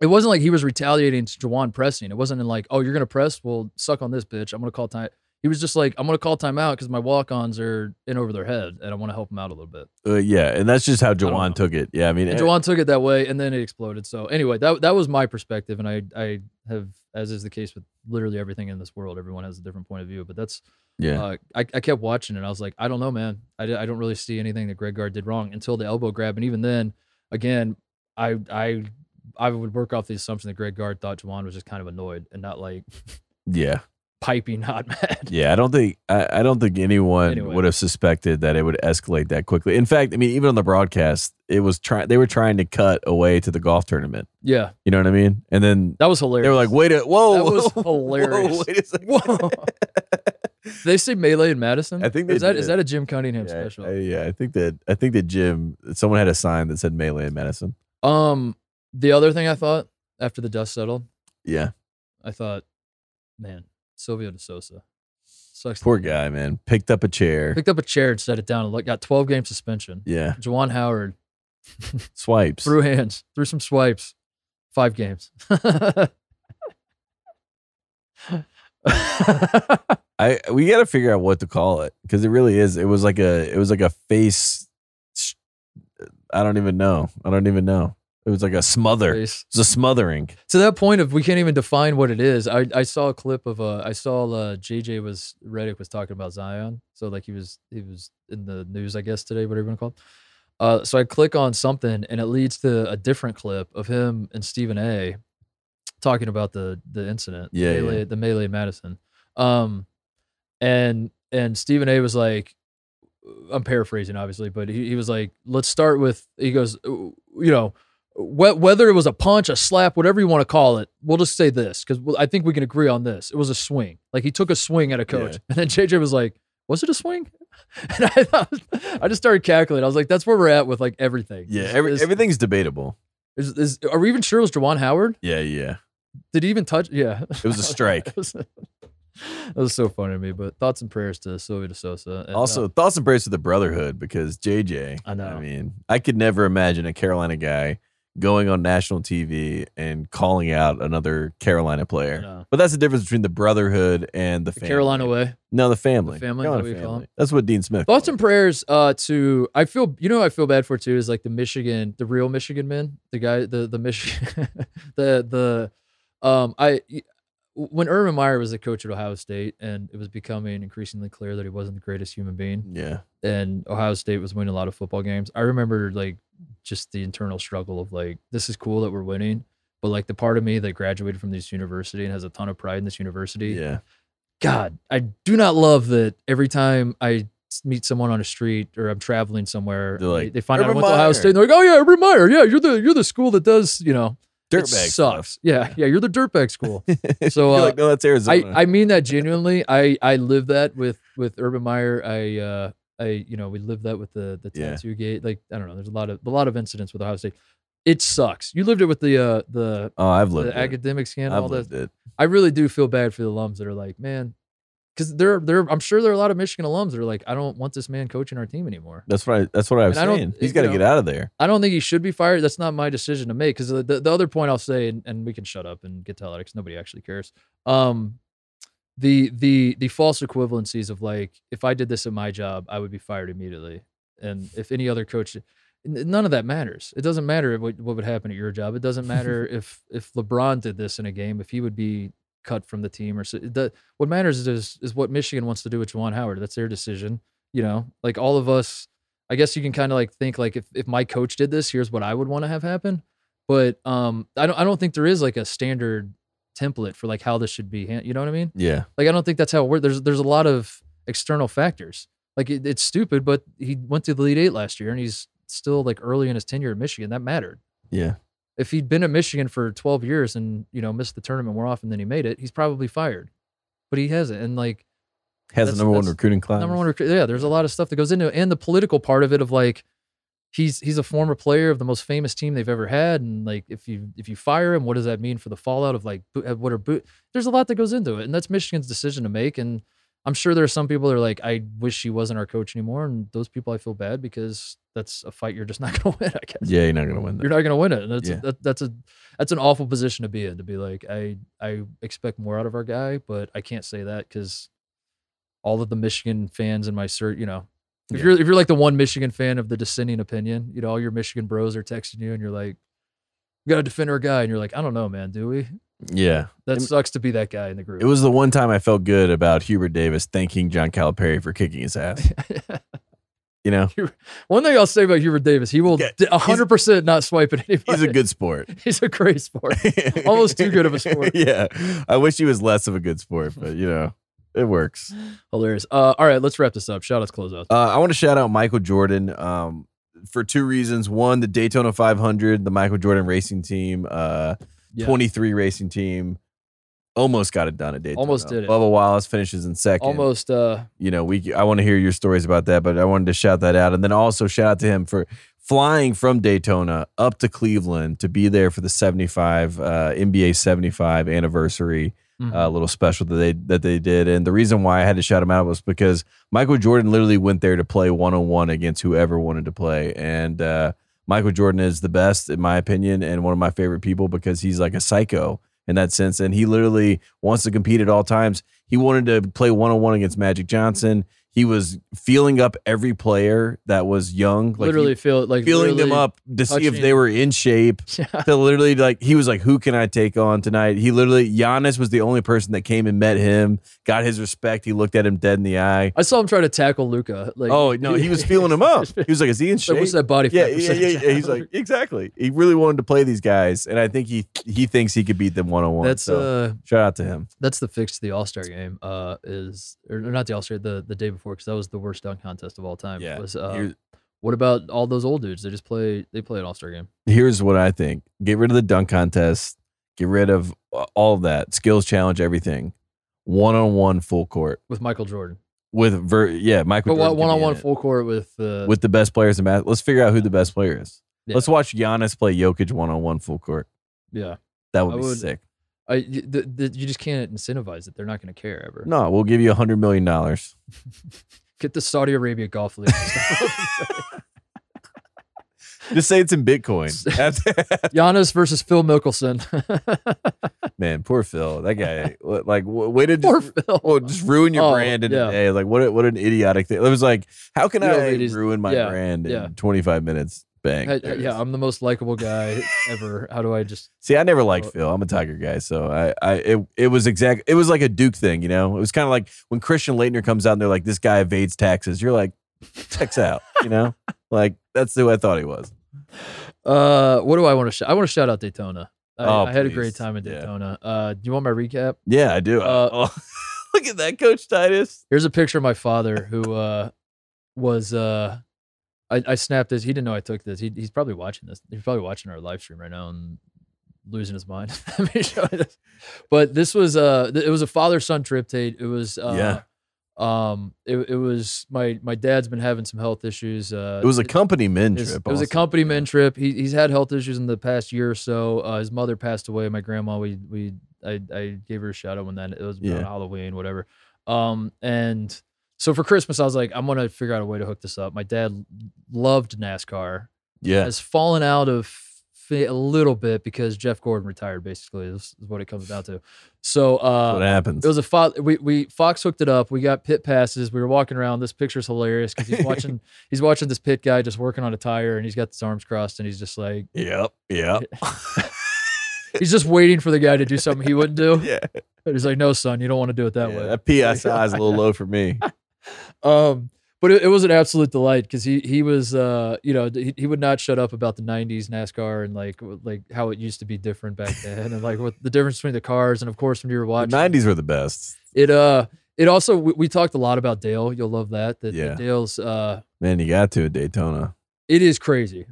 [SPEAKER 1] It wasn't like he was retaliating to Jawan pressing. It wasn't in like, "Oh, you're gonna press? Well, suck on this, bitch. I'm gonna call time." He was just like, "I'm gonna call timeout because my walk-ons are in over their head, and I want to help them out a little bit."
[SPEAKER 2] Uh, yeah, and that's just how
[SPEAKER 1] don't know.
[SPEAKER 2] Jawan took it. Yeah, I mean,
[SPEAKER 1] And
[SPEAKER 2] eh,
[SPEAKER 1] Jawan took it that way, and then it exploded. So anyway, that that was my perspective, and I I have, as is the case with literally everything in this world, everyone has a different point of view. But that's
[SPEAKER 2] yeah,
[SPEAKER 1] uh, I I kept watching, and I was like, I don't know, man. I, di- I don't really see anything that Greg Gard did wrong until the elbow grab, and even then, again, I I I would work off the assumption that Greg Gard thought Jawan was just kind of annoyed and not like
[SPEAKER 2] yeah.
[SPEAKER 1] piping, not mad.
[SPEAKER 2] Yeah, I don't think I, I don't think anyone
[SPEAKER 1] Anyway.
[SPEAKER 2] would have suspected that it would escalate that quickly. In fact, I mean, even on the broadcast, it was trying they were trying to cut away to the golf tournament.
[SPEAKER 1] yeah,
[SPEAKER 2] You know what I mean? And then
[SPEAKER 1] that was hilarious.
[SPEAKER 2] they were like, "Wait a whoa!"
[SPEAKER 1] That was
[SPEAKER 2] whoa,
[SPEAKER 1] hilarious.
[SPEAKER 2] wait a second.
[SPEAKER 1] Whoa. they say Melee and Madison.
[SPEAKER 2] I think
[SPEAKER 1] Or
[SPEAKER 2] they
[SPEAKER 1] is that is
[SPEAKER 2] did.
[SPEAKER 1] that a Jim Cunningham
[SPEAKER 2] Yeah,
[SPEAKER 1] special?
[SPEAKER 2] I, yeah, I think that I think that Jim someone had a sign that said melee in Madison.
[SPEAKER 1] Um, the other thing I thought after the dust settled,
[SPEAKER 2] Yeah,
[SPEAKER 1] I thought, man, Silvio De Sosa sucks.
[SPEAKER 2] poor guy, man, picked up a chair.
[SPEAKER 1] Picked up a chair and set it down and look, got 12 game suspension.
[SPEAKER 2] yeah,
[SPEAKER 1] Jawan Howard
[SPEAKER 2] swipes.
[SPEAKER 1] threw hands, threw some swipes, five games.
[SPEAKER 2] I we got to figure out what to call it because it really is. It was like a it was like a face. s- I don't even know. I don't even know. It was like a smother. It
[SPEAKER 1] Face.
[SPEAKER 2] was a smothering.
[SPEAKER 1] to that point of we can't even define what it is. I, I saw a clip of uh I saw uh JJ was Reddick was talking about Zion. So like he was he was in the news I guess today whatever you want to call. It. Uh so I click on something and it leads to a different clip of him and Stephen A talking about the the incident. the
[SPEAKER 2] Yeah, yeah.
[SPEAKER 1] melee, the melee in Madison. Um and and Stephen A was like I'm paraphrasing obviously, but he, he was like let's start with he goes "Uh, you know wh- whether it was a punch, a slap, whatever you want to call it, we'll just say this because I think we can agree on this. It was a swing. Like he took a swing at a coach,
[SPEAKER 2] Yeah.
[SPEAKER 1] and then JJ was like, "Was it a swing?" And I, thought, I just started calculating. I was like, "That's where we're at with like everything."
[SPEAKER 2] Yeah,
[SPEAKER 1] Is-
[SPEAKER 2] every,
[SPEAKER 1] is-
[SPEAKER 2] everything's debatable.
[SPEAKER 1] Is, is, are we even sure it was Jawan Howard?
[SPEAKER 2] Yeah, yeah.
[SPEAKER 1] Did he even touch? Yeah,
[SPEAKER 2] It was a strike.
[SPEAKER 1] It was- that was so funny to me. But thoughts and prayers to Sylvia De Sosa. And, uh,
[SPEAKER 2] also, thoughts and prayers to the brotherhood because JJ.
[SPEAKER 1] I know.
[SPEAKER 2] I mean, I could never imagine a Carolina guy going on national TV and calling out another Carolina player.
[SPEAKER 1] no.
[SPEAKER 2] But that's the difference between the brotherhood and the,
[SPEAKER 1] the
[SPEAKER 2] family.
[SPEAKER 1] uh, Carolina way.
[SPEAKER 2] No, the family.
[SPEAKER 1] The family,
[SPEAKER 2] Carolina
[SPEAKER 1] what we call
[SPEAKER 2] family.
[SPEAKER 1] them.
[SPEAKER 2] That's what Dean Smith.
[SPEAKER 1] Thoughts
[SPEAKER 2] called
[SPEAKER 1] and prayers uh, to I feel you know what I feel bad for too is like the Michigan the real Michigan men the guy the the Michigan the the um I when Urban Meyer was the coach at Ohio State and it was becoming increasingly clear that he wasn't the greatest human being
[SPEAKER 2] it. Yeah.
[SPEAKER 1] and Ohio State was winning a lot of football games. I remember like just the internal struggle of like, this is cool that we're winning, but like the part of me that graduated from this university and has a ton of pride in this university.
[SPEAKER 2] Yeah.
[SPEAKER 1] God, I do not love that every time I s- meet someone on a street or I'm traveling somewhere,
[SPEAKER 2] They're
[SPEAKER 1] they
[SPEAKER 2] like,
[SPEAKER 1] they find out I
[SPEAKER 2] "Urban
[SPEAKER 1] went to Ohio
[SPEAKER 2] Meyer."
[SPEAKER 1] State and they're like, oh yeah, Urban Meyer. Yeah, you're the you're the school that does, you know, it
[SPEAKER 2] Dirtbag stuff.
[SPEAKER 1] sucks. Yeah, yeah, you're the dirtbag school. So,
[SPEAKER 2] You're
[SPEAKER 1] uh,
[SPEAKER 2] like, no, that's
[SPEAKER 1] I,
[SPEAKER 2] Arizona.
[SPEAKER 1] I mean that genuinely. I I live that with with Urban Meyer. I uh I you know we live that with the the
[SPEAKER 2] Yeah.
[SPEAKER 1] tattoo gate. Like I don't know. There's a lot of a lot of incidents with Ohio State. It sucks. You lived it with the uh the,
[SPEAKER 2] oh, I've lived
[SPEAKER 1] the
[SPEAKER 2] it.
[SPEAKER 1] academic scandal.
[SPEAKER 2] I've
[SPEAKER 1] all that.
[SPEAKER 2] lived it.
[SPEAKER 1] I really do feel bad for the alums that are like, man, because there are- there are- I'm sure there are a lot of Michigan alums that are like, I don't want this man coaching our team anymore.
[SPEAKER 2] That's what I. That's what I was
[SPEAKER 1] And I don't-
[SPEAKER 2] saying.
[SPEAKER 1] you
[SPEAKER 2] He's got to
[SPEAKER 1] know,
[SPEAKER 2] get out of there.
[SPEAKER 1] I don't think he should be fired. That's not my decision to make. Because the, the, the other point I'll say, and, and we can shut up and get to that because nobody actually cares. Um, the the the false equivalencies of like, if I did this at my job, I would be fired immediately, and if any other coach, n- none of that matters. It doesn't matter what, what would happen at your job. It doesn't matter if if LeBron did this in a game, if he would be cut from the team or so. The, what matters is is what Michigan wants to do with Juwan Howard. That's their decision. You know, like all of us. I guess you can kind of like think like if, if my coach did this, here's what I would want to have happen. But um, I don't I don't think there is like a standard template for like how this should be. hand- You know what I mean?
[SPEAKER 2] Yeah.
[SPEAKER 1] Like I don't think that's how it works. There's there's a lot of external factors. Like it, it's stupid, but he went to the lead eight last year and he's still like early in his tenure at Michigan. That mattered.
[SPEAKER 2] Yeah.
[SPEAKER 1] If he'd been at Michigan for 12 years and, you know, missed the tournament more often than he made it, he's probably fired. But he hasn't. And like
[SPEAKER 2] Has
[SPEAKER 1] That's-
[SPEAKER 2] the number one
[SPEAKER 1] that's
[SPEAKER 2] recruiting class.
[SPEAKER 1] number one recruit, yeah, there's a lot of stuff that goes into it. And the political part of it of like he's he's a former player of the most famous team they've ever had. And like if you if you fire him, what does that mean for the fallout of like bo- what are boot there's a lot that goes into it. And that's Michigan's decision to make. And I'm sure there are some people that are like, I wish he wasn't our coach anymore. And those people I feel bad because that's a fight you're just not gonna win, I guess.
[SPEAKER 2] Yeah, you're not gonna win that.
[SPEAKER 1] You're not going to win it. And that's
[SPEAKER 2] Yeah.
[SPEAKER 1] a, that, that's a that's an awful position to be in. To be like, I I expect more out of our guy, but I can't say that because all of the Michigan fans in my cert, you know, if
[SPEAKER 2] Yeah.
[SPEAKER 1] you're if you're like the one Michigan fan of the dissenting opinion, you know, all your Michigan bros are texting you, and you're like, we got to defend our guy, and you're like, I don't know, man, do we?
[SPEAKER 2] yeah,
[SPEAKER 1] That
[SPEAKER 2] And-
[SPEAKER 1] sucks to be that guy in the group.
[SPEAKER 2] it was the one time I felt good about Hubert Davis thanking John Calipari for kicking his ass. You know,
[SPEAKER 1] one thing I'll say about Hubert Davis, he will
[SPEAKER 2] Yeah,
[SPEAKER 1] d- 100% not swipe at anybody.
[SPEAKER 2] he's a good sport.
[SPEAKER 1] he's a great sport. Almost too good of a sport.
[SPEAKER 2] yeah, I wish he was less of a good sport, but you know, it works.
[SPEAKER 1] Hilarious. Uh, all right, let's wrap this up. Shout outs, close out.
[SPEAKER 2] Uh, I want to shout out Michael Jordan um, for two reasons. One, the Daytona 500, the Michael Jordan racing team, uh,
[SPEAKER 1] Yeah.
[SPEAKER 2] 23 racing team, almost got it done at Daytona.
[SPEAKER 1] Almost did it.
[SPEAKER 2] Bubba Wallace finishes in second.
[SPEAKER 1] Almost uh,
[SPEAKER 2] You know, we I want to hear your stories about that, but I wanted to shout that out, and then also shout out to him for flying from Daytona up to Cleveland to be there for the 75 uh, NBA 75 anniversary uh, little special that they that they did. And the reason why I had to shout him out was because Michael Jordan literally went there to play one on one against whoever wanted to play. And uh, Michael Jordan is the best in my opinion and one of my favorite people because he's like a psycho in that sense. And he literally wants to compete at all times. He wanted to play one on one against Magic Johnson. He was feeling up every player that was young, like
[SPEAKER 1] literally feel like
[SPEAKER 2] he- feeling them
[SPEAKER 1] literally-
[SPEAKER 2] up to see if
[SPEAKER 1] touching-
[SPEAKER 2] they were in shape
[SPEAKER 1] Yeah.
[SPEAKER 2] to literally like he was like, who can I take on tonight? He literally Giannis was the only person that came and met him, got his respect. He looked at him dead in the eye.
[SPEAKER 1] I saw him try to tackle Luca. Like,
[SPEAKER 2] oh no, he was feeling him up. He
[SPEAKER 1] Like,
[SPEAKER 2] was like, is he in shape?
[SPEAKER 1] what's that body
[SPEAKER 2] yeah,
[SPEAKER 1] fat
[SPEAKER 2] yeah, yeah,
[SPEAKER 1] percentage?
[SPEAKER 2] yeah. He's like, exactly. He really wanted to play these guys, and I think he he thinks he could beat them one on one.
[SPEAKER 1] that's
[SPEAKER 2] So
[SPEAKER 1] uh,
[SPEAKER 2] shout out to him.
[SPEAKER 1] that's the fix to the All Star game. Uh, is or not the All Star the the day before because that was the worst dunk contest of all time.
[SPEAKER 2] Yeah,
[SPEAKER 1] Was, uh,
[SPEAKER 2] Here-
[SPEAKER 1] what about all those old dudes? They just play they play an All Star game.
[SPEAKER 2] here's what I think: get rid of the dunk contest, get rid of uh, all of that skills challenge, everything, one on one full court
[SPEAKER 1] With Michael Jordan,
[SPEAKER 2] with ver- yeah, Michael.
[SPEAKER 1] but
[SPEAKER 2] Jordan could be
[SPEAKER 1] one on
[SPEAKER 2] in
[SPEAKER 1] one
[SPEAKER 2] it.
[SPEAKER 1] full court with uh,
[SPEAKER 2] with the best players in basketball. Let's figure out who the best player is.
[SPEAKER 1] Yeah.
[SPEAKER 2] Let's watch Giannis play Jokic one on one full court.
[SPEAKER 1] yeah,
[SPEAKER 2] That would
[SPEAKER 1] I
[SPEAKER 2] be
[SPEAKER 1] would-
[SPEAKER 2] sick.
[SPEAKER 1] I y- the, the, you just can't incentivize it. They're not going to care ever.
[SPEAKER 2] No, we'll give you a hundred million dollars.
[SPEAKER 1] Get the Saudi Arabia golf league.
[SPEAKER 2] Just say it's in Bitcoin. That's-
[SPEAKER 1] Giannis versus Phil Mickelson.
[SPEAKER 2] Man, poor Phil. That guy. what- Like, wh- way to
[SPEAKER 1] Poor
[SPEAKER 2] just,
[SPEAKER 1] Phil.
[SPEAKER 2] well, just ruin your
[SPEAKER 1] Oh,
[SPEAKER 2] brand in
[SPEAKER 1] yeah.
[SPEAKER 2] a day. Like, what? a- What an idiotic thing. It was like, how can
[SPEAKER 1] You know,
[SPEAKER 2] I
[SPEAKER 1] it is-
[SPEAKER 2] ruin my
[SPEAKER 1] yeah,
[SPEAKER 2] brand in
[SPEAKER 1] yeah.
[SPEAKER 2] twenty five minutes? Bang.
[SPEAKER 1] Hey,
[SPEAKER 2] There it
[SPEAKER 1] yeah,
[SPEAKER 2] is.
[SPEAKER 1] I'm the most likable guy ever. How do I just?
[SPEAKER 2] See, I never liked
[SPEAKER 1] Well-
[SPEAKER 2] Phil. I'm a Tiger guy, so I, I, it, it was exact. It was like a Duke thing, you know. It was kind of like when Christian Leitner comes out and they're like, "This guy evades taxes." You're like, "Checks out," you know. Like that's who I thought he was.
[SPEAKER 1] Uh, what do I want to? Sh- I want to shout out Daytona. I,
[SPEAKER 2] Oh,
[SPEAKER 1] I had a
[SPEAKER 2] please.
[SPEAKER 1] great time in
[SPEAKER 2] Yeah.
[SPEAKER 1] Daytona. Uh, do you want my recap?
[SPEAKER 2] Yeah, I do.
[SPEAKER 1] Uh,
[SPEAKER 2] oh, look at that, Coach Titus.
[SPEAKER 1] Here's a picture of my father who uh was uh. I, I snapped this. He didn't know I took this. He, he's probably watching this. He's probably watching our live stream right now and losing his mind. Let me show you this. But this was uh, th- it was a father son trip. Tate. It was uh,
[SPEAKER 2] Yeah.
[SPEAKER 1] Um, it, it was my my dad's been having some health issues. Uh,
[SPEAKER 2] It was a company men
[SPEAKER 1] His-
[SPEAKER 2] trip.
[SPEAKER 1] It was a
[SPEAKER 2] also.
[SPEAKER 1] company men trip. He, he's had health issues in the past year or so. Uh, his mother passed away. My grandma, we we I, I gave her a shout out when that it was
[SPEAKER 2] Yeah.
[SPEAKER 1] around Halloween, whatever. Um, and so for Christmas, I was like, I'm gonna figure out a way to hook this up. My dad loved NASCAR.
[SPEAKER 2] Yeah,
[SPEAKER 1] Has fallen out of fi- a little bit because Jeff Gordon retired. Basically, is, is what it comes down to. So
[SPEAKER 2] that's
[SPEAKER 1] uh,
[SPEAKER 2] what happens.
[SPEAKER 1] it was a fo- we we Fox hooked it up. We got pit passes. We were walking around. This picture's hilarious because he's watching he's watching this pit guy just working on a tire, and he's got his arms crossed, and he's just like
[SPEAKER 2] yep, yep.
[SPEAKER 1] he's just waiting for the guy to do something he wouldn't do.
[SPEAKER 2] yeah,
[SPEAKER 1] And he's like, "No, son, you don't want to do it that
[SPEAKER 2] yeah,
[SPEAKER 1] way."
[SPEAKER 2] that PSI is a little low for me.
[SPEAKER 1] Um, but it, it was an absolute delight because he he was uh you know he, he would not shut up about the '90s NASCAR and like w- like how it used to be different back then and like what the difference between the cars and of course when you were
[SPEAKER 2] The
[SPEAKER 1] watching
[SPEAKER 2] '90s were the best.
[SPEAKER 1] it uh it also we, we talked a lot about Dale. You'll love that that, that
[SPEAKER 2] Yeah.
[SPEAKER 1] Dale's uh
[SPEAKER 2] Man, you got to at Daytona.
[SPEAKER 1] it is crazy.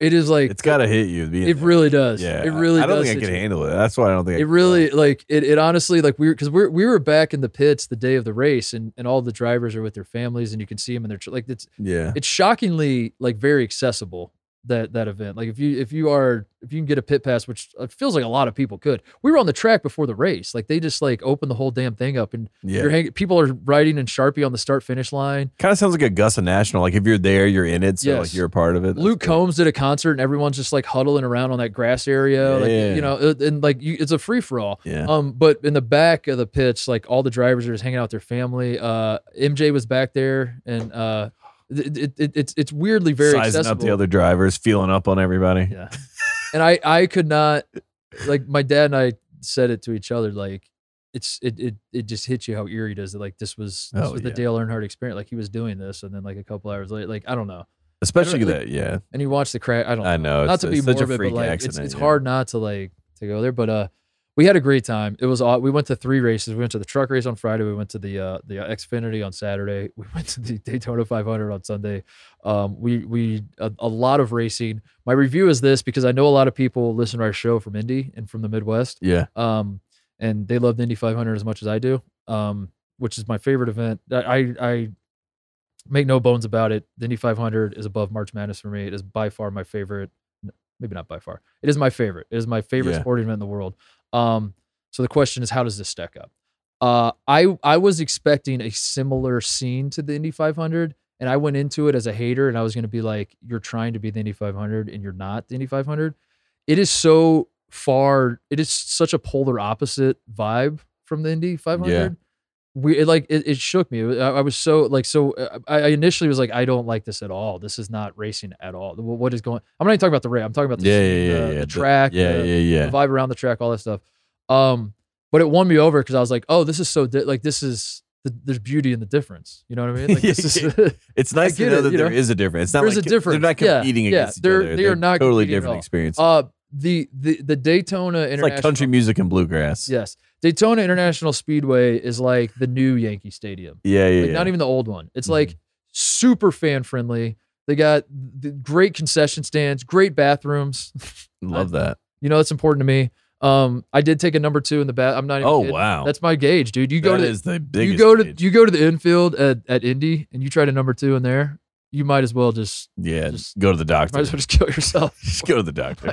[SPEAKER 1] It is like
[SPEAKER 2] it's got to hit you. Being
[SPEAKER 1] it really does.
[SPEAKER 2] Yeah,
[SPEAKER 1] it really
[SPEAKER 2] I, I don't
[SPEAKER 1] does.
[SPEAKER 2] think I
[SPEAKER 1] hit
[SPEAKER 2] could
[SPEAKER 1] you.
[SPEAKER 2] handle it. That's why I don't think I
[SPEAKER 1] It
[SPEAKER 2] could-
[SPEAKER 1] really like it. It honestly like we because we we were back in the pits the day of the race and and all the drivers are with their families and you can see them and they're like it's
[SPEAKER 2] Yeah,
[SPEAKER 1] it's shockingly like very accessible that that event. Like if you if you are if you can get a pit pass, which it feels like a lot of people could. We were on the track before the race. Like they just like opened the whole damn thing up and
[SPEAKER 2] yeah.
[SPEAKER 1] you're hanging. People are riding in Sharpie on the start finish line.
[SPEAKER 2] Kind of sounds like a Gus and National. Like if you're there, you're in it. So like
[SPEAKER 1] Yes.
[SPEAKER 2] you're a part of it. That's
[SPEAKER 1] Luke
[SPEAKER 2] cool.
[SPEAKER 1] Combs did a concert and everyone's just like huddling around on that grass area. Like
[SPEAKER 2] Yeah.
[SPEAKER 1] you know, it- and like you, it's a free for all.
[SPEAKER 2] Yeah.
[SPEAKER 1] Um, but in the back of the pits, like all the drivers are just hanging out with their family. Uh, MJ was back there, and uh, it, it, it, it's it's weirdly very
[SPEAKER 2] Sizing
[SPEAKER 1] accessible.
[SPEAKER 2] up the other drivers, feeling up on everybody.
[SPEAKER 1] Yeah. and I I could not like my dad and I said it to each other like it's it it, it just hits you how eerie does it like this was this
[SPEAKER 2] Oh,
[SPEAKER 1] was
[SPEAKER 2] yeah.
[SPEAKER 1] the Dale Earnhardt experience like he was doing this and then like a couple hours later like I don't know
[SPEAKER 2] Especially
[SPEAKER 1] I don't-
[SPEAKER 2] that. Yeah,
[SPEAKER 1] and you watch the crash I don't
[SPEAKER 2] I know.
[SPEAKER 1] not
[SPEAKER 2] it's,
[SPEAKER 1] to be
[SPEAKER 2] it's such
[SPEAKER 1] morbid
[SPEAKER 2] a freak
[SPEAKER 1] but like
[SPEAKER 2] accident.
[SPEAKER 1] it's it's
[SPEAKER 2] yeah.
[SPEAKER 1] hard not to like to go there but uh we had a great time it was aw- we went to three races we went to the truck race on Friday we went to the uh the Xfinity on Saturday we went to the Daytona 500 on Sunday um we we a, a lot of racing my review is this because I know a lot of people listen to our show from Indy and from the Midwest.
[SPEAKER 2] Yeah.
[SPEAKER 1] Um, and they love the Indy 500 as much as I do, um, which is my favorite event. I, I, I make no bones about it. The Indy 500 is above March Madness for me. It is by far my favorite. n- Maybe not by far. It is my favorite. It is my favorite
[SPEAKER 2] Yeah.
[SPEAKER 1] sporting event in the world. Um, so the question is, how does this stack up? Uh, I I was expecting a similar scene to the Indy 500, and I went into it as a hater, and I was going to be like, "You're trying to be the Indy 500, and you're not the Indy 500." It is so far. It is such a polar opposite vibe from the Indy 500. We it, like it, it shook me. I, I was so like so. uh, I, I initially was like, "I don't like this at all. This is not racing at all. What what is going?" I'm not even talking about the race. I'm talking about the,
[SPEAKER 2] Yeah,
[SPEAKER 1] scene,
[SPEAKER 2] yeah, yeah,
[SPEAKER 1] the,
[SPEAKER 2] yeah.
[SPEAKER 1] the track.
[SPEAKER 2] Yeah,
[SPEAKER 1] the-
[SPEAKER 2] yeah, yeah.
[SPEAKER 1] the vibe around the track, all that stuff. Um, but it won me over because I was like, oh, this is so di- like this is the, there's beauty in the difference. You know what I mean? Like this
[SPEAKER 2] Yeah,
[SPEAKER 1] is
[SPEAKER 2] It's nice to
[SPEAKER 1] get
[SPEAKER 2] know
[SPEAKER 1] it,
[SPEAKER 2] that
[SPEAKER 1] you
[SPEAKER 2] there is
[SPEAKER 1] know?
[SPEAKER 2] a difference. It's not
[SPEAKER 1] There's
[SPEAKER 2] like
[SPEAKER 1] a
[SPEAKER 2] They're not
[SPEAKER 1] difference. Yeah,
[SPEAKER 2] competing
[SPEAKER 1] yeah,
[SPEAKER 2] against
[SPEAKER 1] they're-
[SPEAKER 2] each other.
[SPEAKER 1] they are not
[SPEAKER 2] totally
[SPEAKER 1] competing at
[SPEAKER 2] different
[SPEAKER 1] all.
[SPEAKER 2] experience.
[SPEAKER 1] uh the the the Daytona
[SPEAKER 2] it's
[SPEAKER 1] International
[SPEAKER 2] like country music and bluegrass.
[SPEAKER 1] Yes, Daytona International Speedway is like the new Yankee Stadium.
[SPEAKER 2] yeah, yeah.
[SPEAKER 1] Like
[SPEAKER 2] yeah. Mm-hmm.
[SPEAKER 1] not even the old one. It's like super fan friendly. They got the great concession stands, great bathrooms.
[SPEAKER 2] Love that.
[SPEAKER 1] You know that's important to me. Um, I did take a number two in the bat. I'm not. Even
[SPEAKER 2] Oh
[SPEAKER 1] kidding.
[SPEAKER 2] wow,
[SPEAKER 1] that's my gauge, dude. You go
[SPEAKER 2] That
[SPEAKER 1] to
[SPEAKER 2] is the biggest.
[SPEAKER 1] you go to
[SPEAKER 2] stage.
[SPEAKER 1] you go to the infield at, at Indy and you try to number two in there, you might as well just
[SPEAKER 2] yeah,
[SPEAKER 1] just-
[SPEAKER 2] go to the
[SPEAKER 1] might
[SPEAKER 2] doctor.
[SPEAKER 1] as well just kill yourself.
[SPEAKER 2] Just go to the doctor.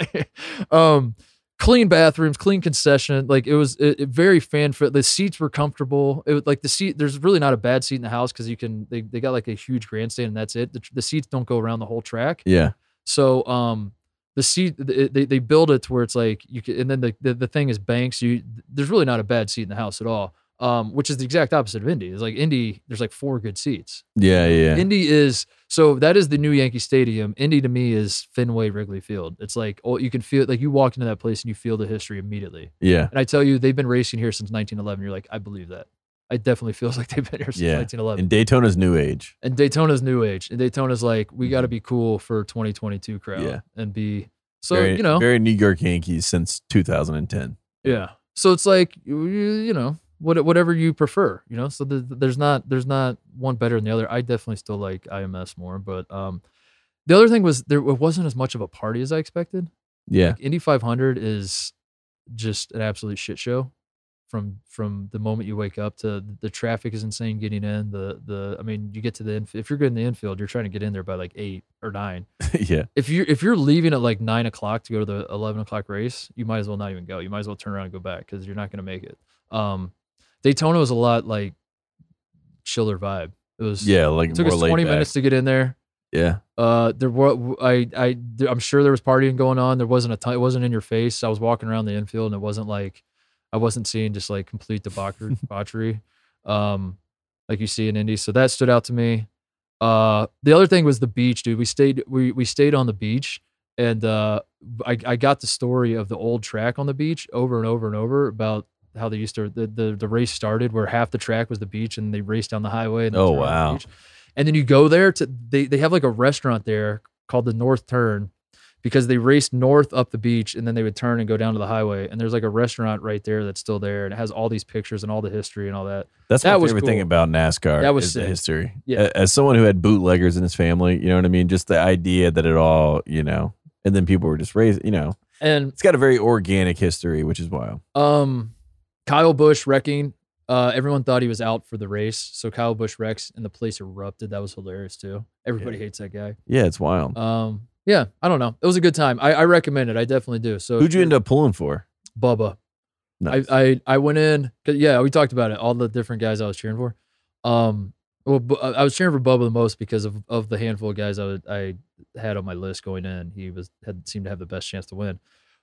[SPEAKER 1] um, clean bathrooms, clean concession. Like it was it, it very fan fit. The seats were comfortable. It was like the seat. There's really not a bad seat in the house because you can they they got like a huge grandstand and that's it. The, tr- the seats don't go around the whole track.
[SPEAKER 2] Yeah,
[SPEAKER 1] So um the seat th- they they build it to where it's like you can, and then the, the the thing is banks. You there's really not a bad seat in the house at all. Um, which is the exact opposite of Indy. It's like Indy, there's like four good seats.
[SPEAKER 2] yeah, yeah.
[SPEAKER 1] Indy is so that is the new Yankee Stadium. Indy to me is Fenway Wrigley Field. It's like oh, you can feel like you walk into that place and you feel the history immediately.
[SPEAKER 2] yeah,
[SPEAKER 1] And I tell you, they've been racing here since 1911. You're like, I believe that. It definitely feels like they've been here since
[SPEAKER 2] Yeah.
[SPEAKER 1] 1911.
[SPEAKER 2] and Daytona's new age.
[SPEAKER 1] And Daytona's new age. And Daytona's like, we got to be cool for 2022 crowd
[SPEAKER 2] Mm-hmm. Yeah.
[SPEAKER 1] and be so
[SPEAKER 2] very,
[SPEAKER 1] you know
[SPEAKER 2] very New York Yankees since 2010.
[SPEAKER 1] yeah. So it's like you, you know what whatever you prefer, you know. So the, there's not there's not one better than the other. I definitely still like IMS more, but um, the other thing was there it wasn't as much of a party as I expected.
[SPEAKER 2] Yeah,
[SPEAKER 1] Indy 500 is just an absolute shit show from from the moment you wake up to the traffic is insane getting in the the I mean you get to the inf- if you're good in the infield you're trying to get in there by like eight or nine
[SPEAKER 2] yeah,
[SPEAKER 1] if you if you're leaving at like nine o'clock to go to the eleven o'clock race you might as well not even go you might as well turn around and go back because you're not going to make it um Daytona was a lot like chiller vibe it was
[SPEAKER 2] yeah. Like
[SPEAKER 1] it took
[SPEAKER 2] more
[SPEAKER 1] us
[SPEAKER 2] laid
[SPEAKER 1] 20
[SPEAKER 2] back.
[SPEAKER 1] minutes to get in there
[SPEAKER 2] Yeah,
[SPEAKER 1] uh, there were I I there, I'm sure there was partying going on. There wasn't a ton. It wasn't in your face. I was walking around the infield, and it wasn't like I wasn't seeing just like complete debauchery, debauchery um, like you see in Indy. So that stood out to me. Uh, the other thing was the beach, dude. We stayed we we stayed on the beach, and uh, I I got the story of the old track on the beach over and over and over about how they used to the the, the race started where half the track was the beach and they raced down the highway. And then
[SPEAKER 2] Oh,
[SPEAKER 1] turned on the
[SPEAKER 2] wow.
[SPEAKER 1] beach. And then you go there to they they have like a restaurant there called the North Turn because they raced north up the beach and then they would turn and go down to the highway. And there's like a restaurant right there that's still there and it has all these pictures and all the history and all that.
[SPEAKER 2] that's
[SPEAKER 1] That
[SPEAKER 2] my
[SPEAKER 1] was
[SPEAKER 2] favorite thing
[SPEAKER 1] cool.
[SPEAKER 2] about NASCAR.
[SPEAKER 1] That was
[SPEAKER 2] is the
[SPEAKER 1] sick.
[SPEAKER 2] history.
[SPEAKER 1] Yeah.
[SPEAKER 2] A- As someone who had bootleggers in his family, you know what I mean. Just the idea that it all, you know, and then people were just raised. You know,
[SPEAKER 1] And
[SPEAKER 2] it's got a very organic history, which is wild.
[SPEAKER 1] um, Kyle Bush wrecking. Uh, everyone thought he was out for the race, so Kyle Bush wrecks, and the place erupted. That was hilarious too. Everybody hates that guy.
[SPEAKER 2] Yeah, it's wild.
[SPEAKER 1] Um, yeah, I don't know. It was a good time. I, I recommend it. I definitely do. So
[SPEAKER 2] Who'd you end up pulling for?
[SPEAKER 1] Bubba.
[SPEAKER 2] Nice.
[SPEAKER 1] Oh, I, I I went in. 'cause, Yeah, we talked about it. All the different guys I was cheering for. Um, well, Bu- I was cheering for Bubba the most because of, of the handful of guys I would, I had on my list going in. He was had seemed to have the best chance to win.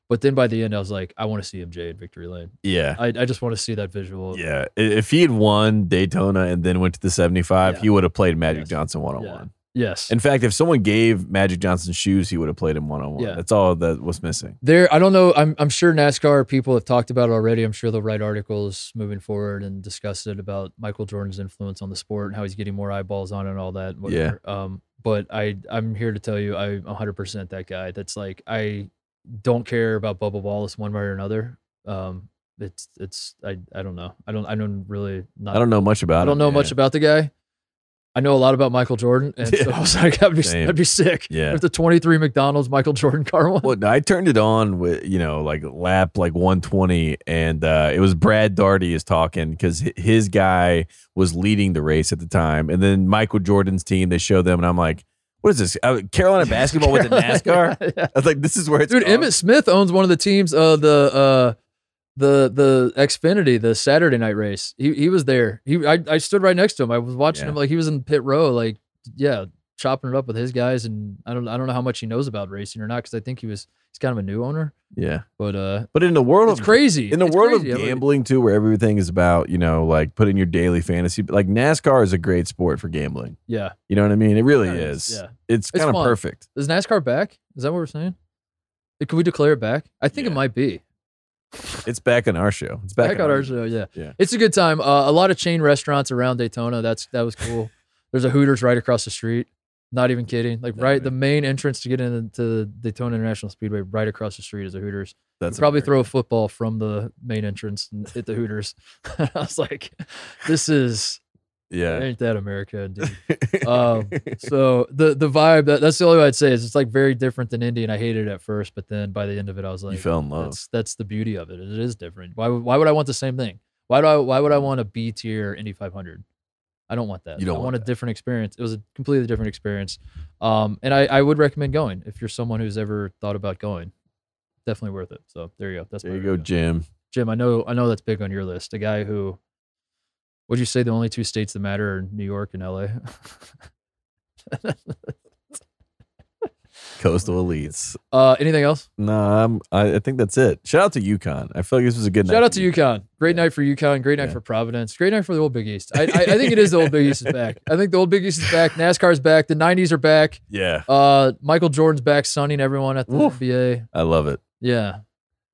[SPEAKER 1] But then by the end, I was like, I want to see MJ in victory lane.
[SPEAKER 2] yeah.
[SPEAKER 1] I, I just want to see that visual.
[SPEAKER 2] Yeah, i- if he had won Daytona and then went to the 75,
[SPEAKER 1] Yeah.
[SPEAKER 2] he would have played Magic
[SPEAKER 1] Yes.
[SPEAKER 2] Johnson one on one.
[SPEAKER 1] Yes.
[SPEAKER 2] In fact, if someone gave Magic Johnson shoes, he would have played him one on one.
[SPEAKER 1] Yeah.
[SPEAKER 2] That's all that was missing.
[SPEAKER 1] there, I don't know. I'm I'm sure NASCAR people have talked about it already. I'm sure they'll write articles moving forward and discuss it about Michael Jordan's influence on the sport and how he's getting more eyeballs on it and all that. Whatever. Um, but I I'm here to tell you I'm 100 percent that guy. That's like I don't care about Bubba Wallace one way or another. Um, it's it's I I don't know. I don't I don't really not.
[SPEAKER 2] I don't know much about
[SPEAKER 1] Uh, I don't
[SPEAKER 2] him,
[SPEAKER 1] know
[SPEAKER 2] yeah.
[SPEAKER 1] much about the guy. I know a lot about Michael Jordan, and so I was like, that'd be,
[SPEAKER 2] Same.
[SPEAKER 1] that'd be sick.
[SPEAKER 2] Yeah.
[SPEAKER 1] If the 23 McDonald's Michael Jordan car one.
[SPEAKER 2] Well, no, I turned it on with you know like lap like 120, and uh, it was Brad Darty is talking because his guy was leading the race at the time, and then Michael Jordan's team they show them, and I'm like, what is this Uh, Carolina basketball with the NASCAR?
[SPEAKER 1] Yeah.
[SPEAKER 2] I was like, this is where it's
[SPEAKER 1] Dude,
[SPEAKER 2] going.
[SPEAKER 1] Emmett Smith owns one of the teams. Uh, the uh, the the Xfinity, the Saturday night race. He he was there. He I, I stood right next to him. I was watching
[SPEAKER 2] Yeah.
[SPEAKER 1] him like he was in pit row. Like yeah, chopping it up with his guys. And I don't I don't know how much he knows about racing or not because I think he was he's kind of a new owner.
[SPEAKER 2] yeah,
[SPEAKER 1] But uh,
[SPEAKER 2] but in the world
[SPEAKER 1] it's
[SPEAKER 2] of
[SPEAKER 1] crazy
[SPEAKER 2] in the
[SPEAKER 1] It's
[SPEAKER 2] world
[SPEAKER 1] crazy. I
[SPEAKER 2] of
[SPEAKER 1] would-
[SPEAKER 2] gambling too where everything is about you know like putting your daily fantasy like nascar is a great sport for gambling
[SPEAKER 1] Yeah,
[SPEAKER 2] you know what i mean it really
[SPEAKER 1] Kinda
[SPEAKER 2] is
[SPEAKER 1] is, yeah.
[SPEAKER 2] it's,
[SPEAKER 1] It's
[SPEAKER 2] kind of
[SPEAKER 1] fun.
[SPEAKER 2] perfect
[SPEAKER 1] is NASCAR back? Is that what we're saying? Like, Can we declare it back? I think
[SPEAKER 2] Yeah.
[SPEAKER 1] it might be.
[SPEAKER 2] it's back on our show it's back,
[SPEAKER 1] Back, out our show, yeah.
[SPEAKER 2] Yeah.
[SPEAKER 1] It's a good time. Uh, a lot of chain restaurants around Daytona. That's that was cool. There's a Hooters right across the street. Not even kidding. Like
[SPEAKER 2] Yeah,
[SPEAKER 1] right,
[SPEAKER 2] man.
[SPEAKER 1] the main entrance to get into Daytona International Speedway, right across the street is a Hooters. You
[SPEAKER 2] that's
[SPEAKER 1] probably
[SPEAKER 2] hilarious.
[SPEAKER 1] throw a football from the main entrance and hit the Hooters. I was like, this is
[SPEAKER 2] yeah
[SPEAKER 1] ain't that America, dude. Um, so the the vibe that, that's the only way I'd say is it's like very different than Indy, and I hated it at first, but then by the end of it, I was like,
[SPEAKER 2] you fell in love
[SPEAKER 1] that's that's the beauty of it. It is different. Why would- why would I want the same thing? Why do I why would I want a B tier Indy 500? I don't want that.
[SPEAKER 2] You don't
[SPEAKER 1] I
[SPEAKER 2] want
[SPEAKER 1] want, a
[SPEAKER 2] that.
[SPEAKER 1] different experience. It was a completely different experience. Um, and I, I would recommend going if you're someone who's ever thought about going. Definitely worth it. So there you go. That's my
[SPEAKER 2] there you go
[SPEAKER 1] recommend.
[SPEAKER 2] jim
[SPEAKER 1] Jim. I know I know that's big on your list. A guy who would you say the only two states that matter are New York and LA?
[SPEAKER 2] coastal elites
[SPEAKER 1] uh, anything else?
[SPEAKER 2] no i'm I, I think that's it shout out to yukon i feel like this was a good
[SPEAKER 1] Shout
[SPEAKER 2] night
[SPEAKER 1] out to UConn. Great
[SPEAKER 2] Yeah.
[SPEAKER 1] night for UConn. Great night
[SPEAKER 2] Yeah.
[SPEAKER 1] for Providence. Great night for the old Big East. I, I, I think it is the old Big East is back. I think the old Big East is back. NASCAR's back. The '90s are back.
[SPEAKER 2] yeah
[SPEAKER 1] Uh, Michael Jordan's back, sunning everyone at the
[SPEAKER 2] Woof.
[SPEAKER 1] NBA.
[SPEAKER 2] i love it
[SPEAKER 1] Yeah,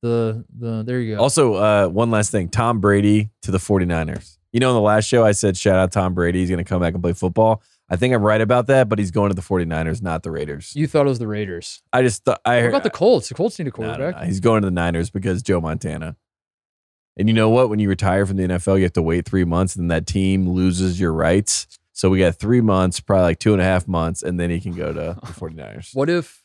[SPEAKER 1] the the there you go.
[SPEAKER 2] Also, uh, one last thing Tom Brady to the 49ers. You know, in the last show, I said, shout out Tom Brady. He's going to come back and play football. I think I'm right about that, but he's going to the 49ers, not the Raiders.
[SPEAKER 1] you thought it was the Raiders.
[SPEAKER 2] I just thought, I
[SPEAKER 1] What
[SPEAKER 2] heard.
[SPEAKER 1] about the Colts? The Colts need a
[SPEAKER 2] No, no,
[SPEAKER 1] quarterback.
[SPEAKER 2] no. He's going to the Niners because Joe Montana. And you know what? When you retire from the NFL, you have to wait three months, and then that team loses your rights. So we got three months, probably like two and a half months, and then he can go to the 49ers.
[SPEAKER 1] What if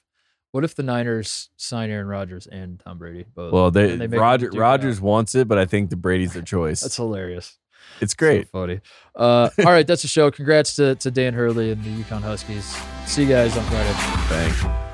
[SPEAKER 1] what if the Niners sign Aaron Rodgers and Tom Brady both?
[SPEAKER 2] Well, they,
[SPEAKER 1] And they make him
[SPEAKER 2] Roger,
[SPEAKER 1] duke it
[SPEAKER 2] Rogers wants it, but I think the Brady's their
[SPEAKER 1] that's
[SPEAKER 2] choice.
[SPEAKER 1] hilarious.
[SPEAKER 2] It's
[SPEAKER 1] So
[SPEAKER 2] great.
[SPEAKER 1] funny. Uh, all right, that's the show. Congrats to, to Dan Hurley and the Yukon Huskies. See you guys on Friday.
[SPEAKER 2] Thanks.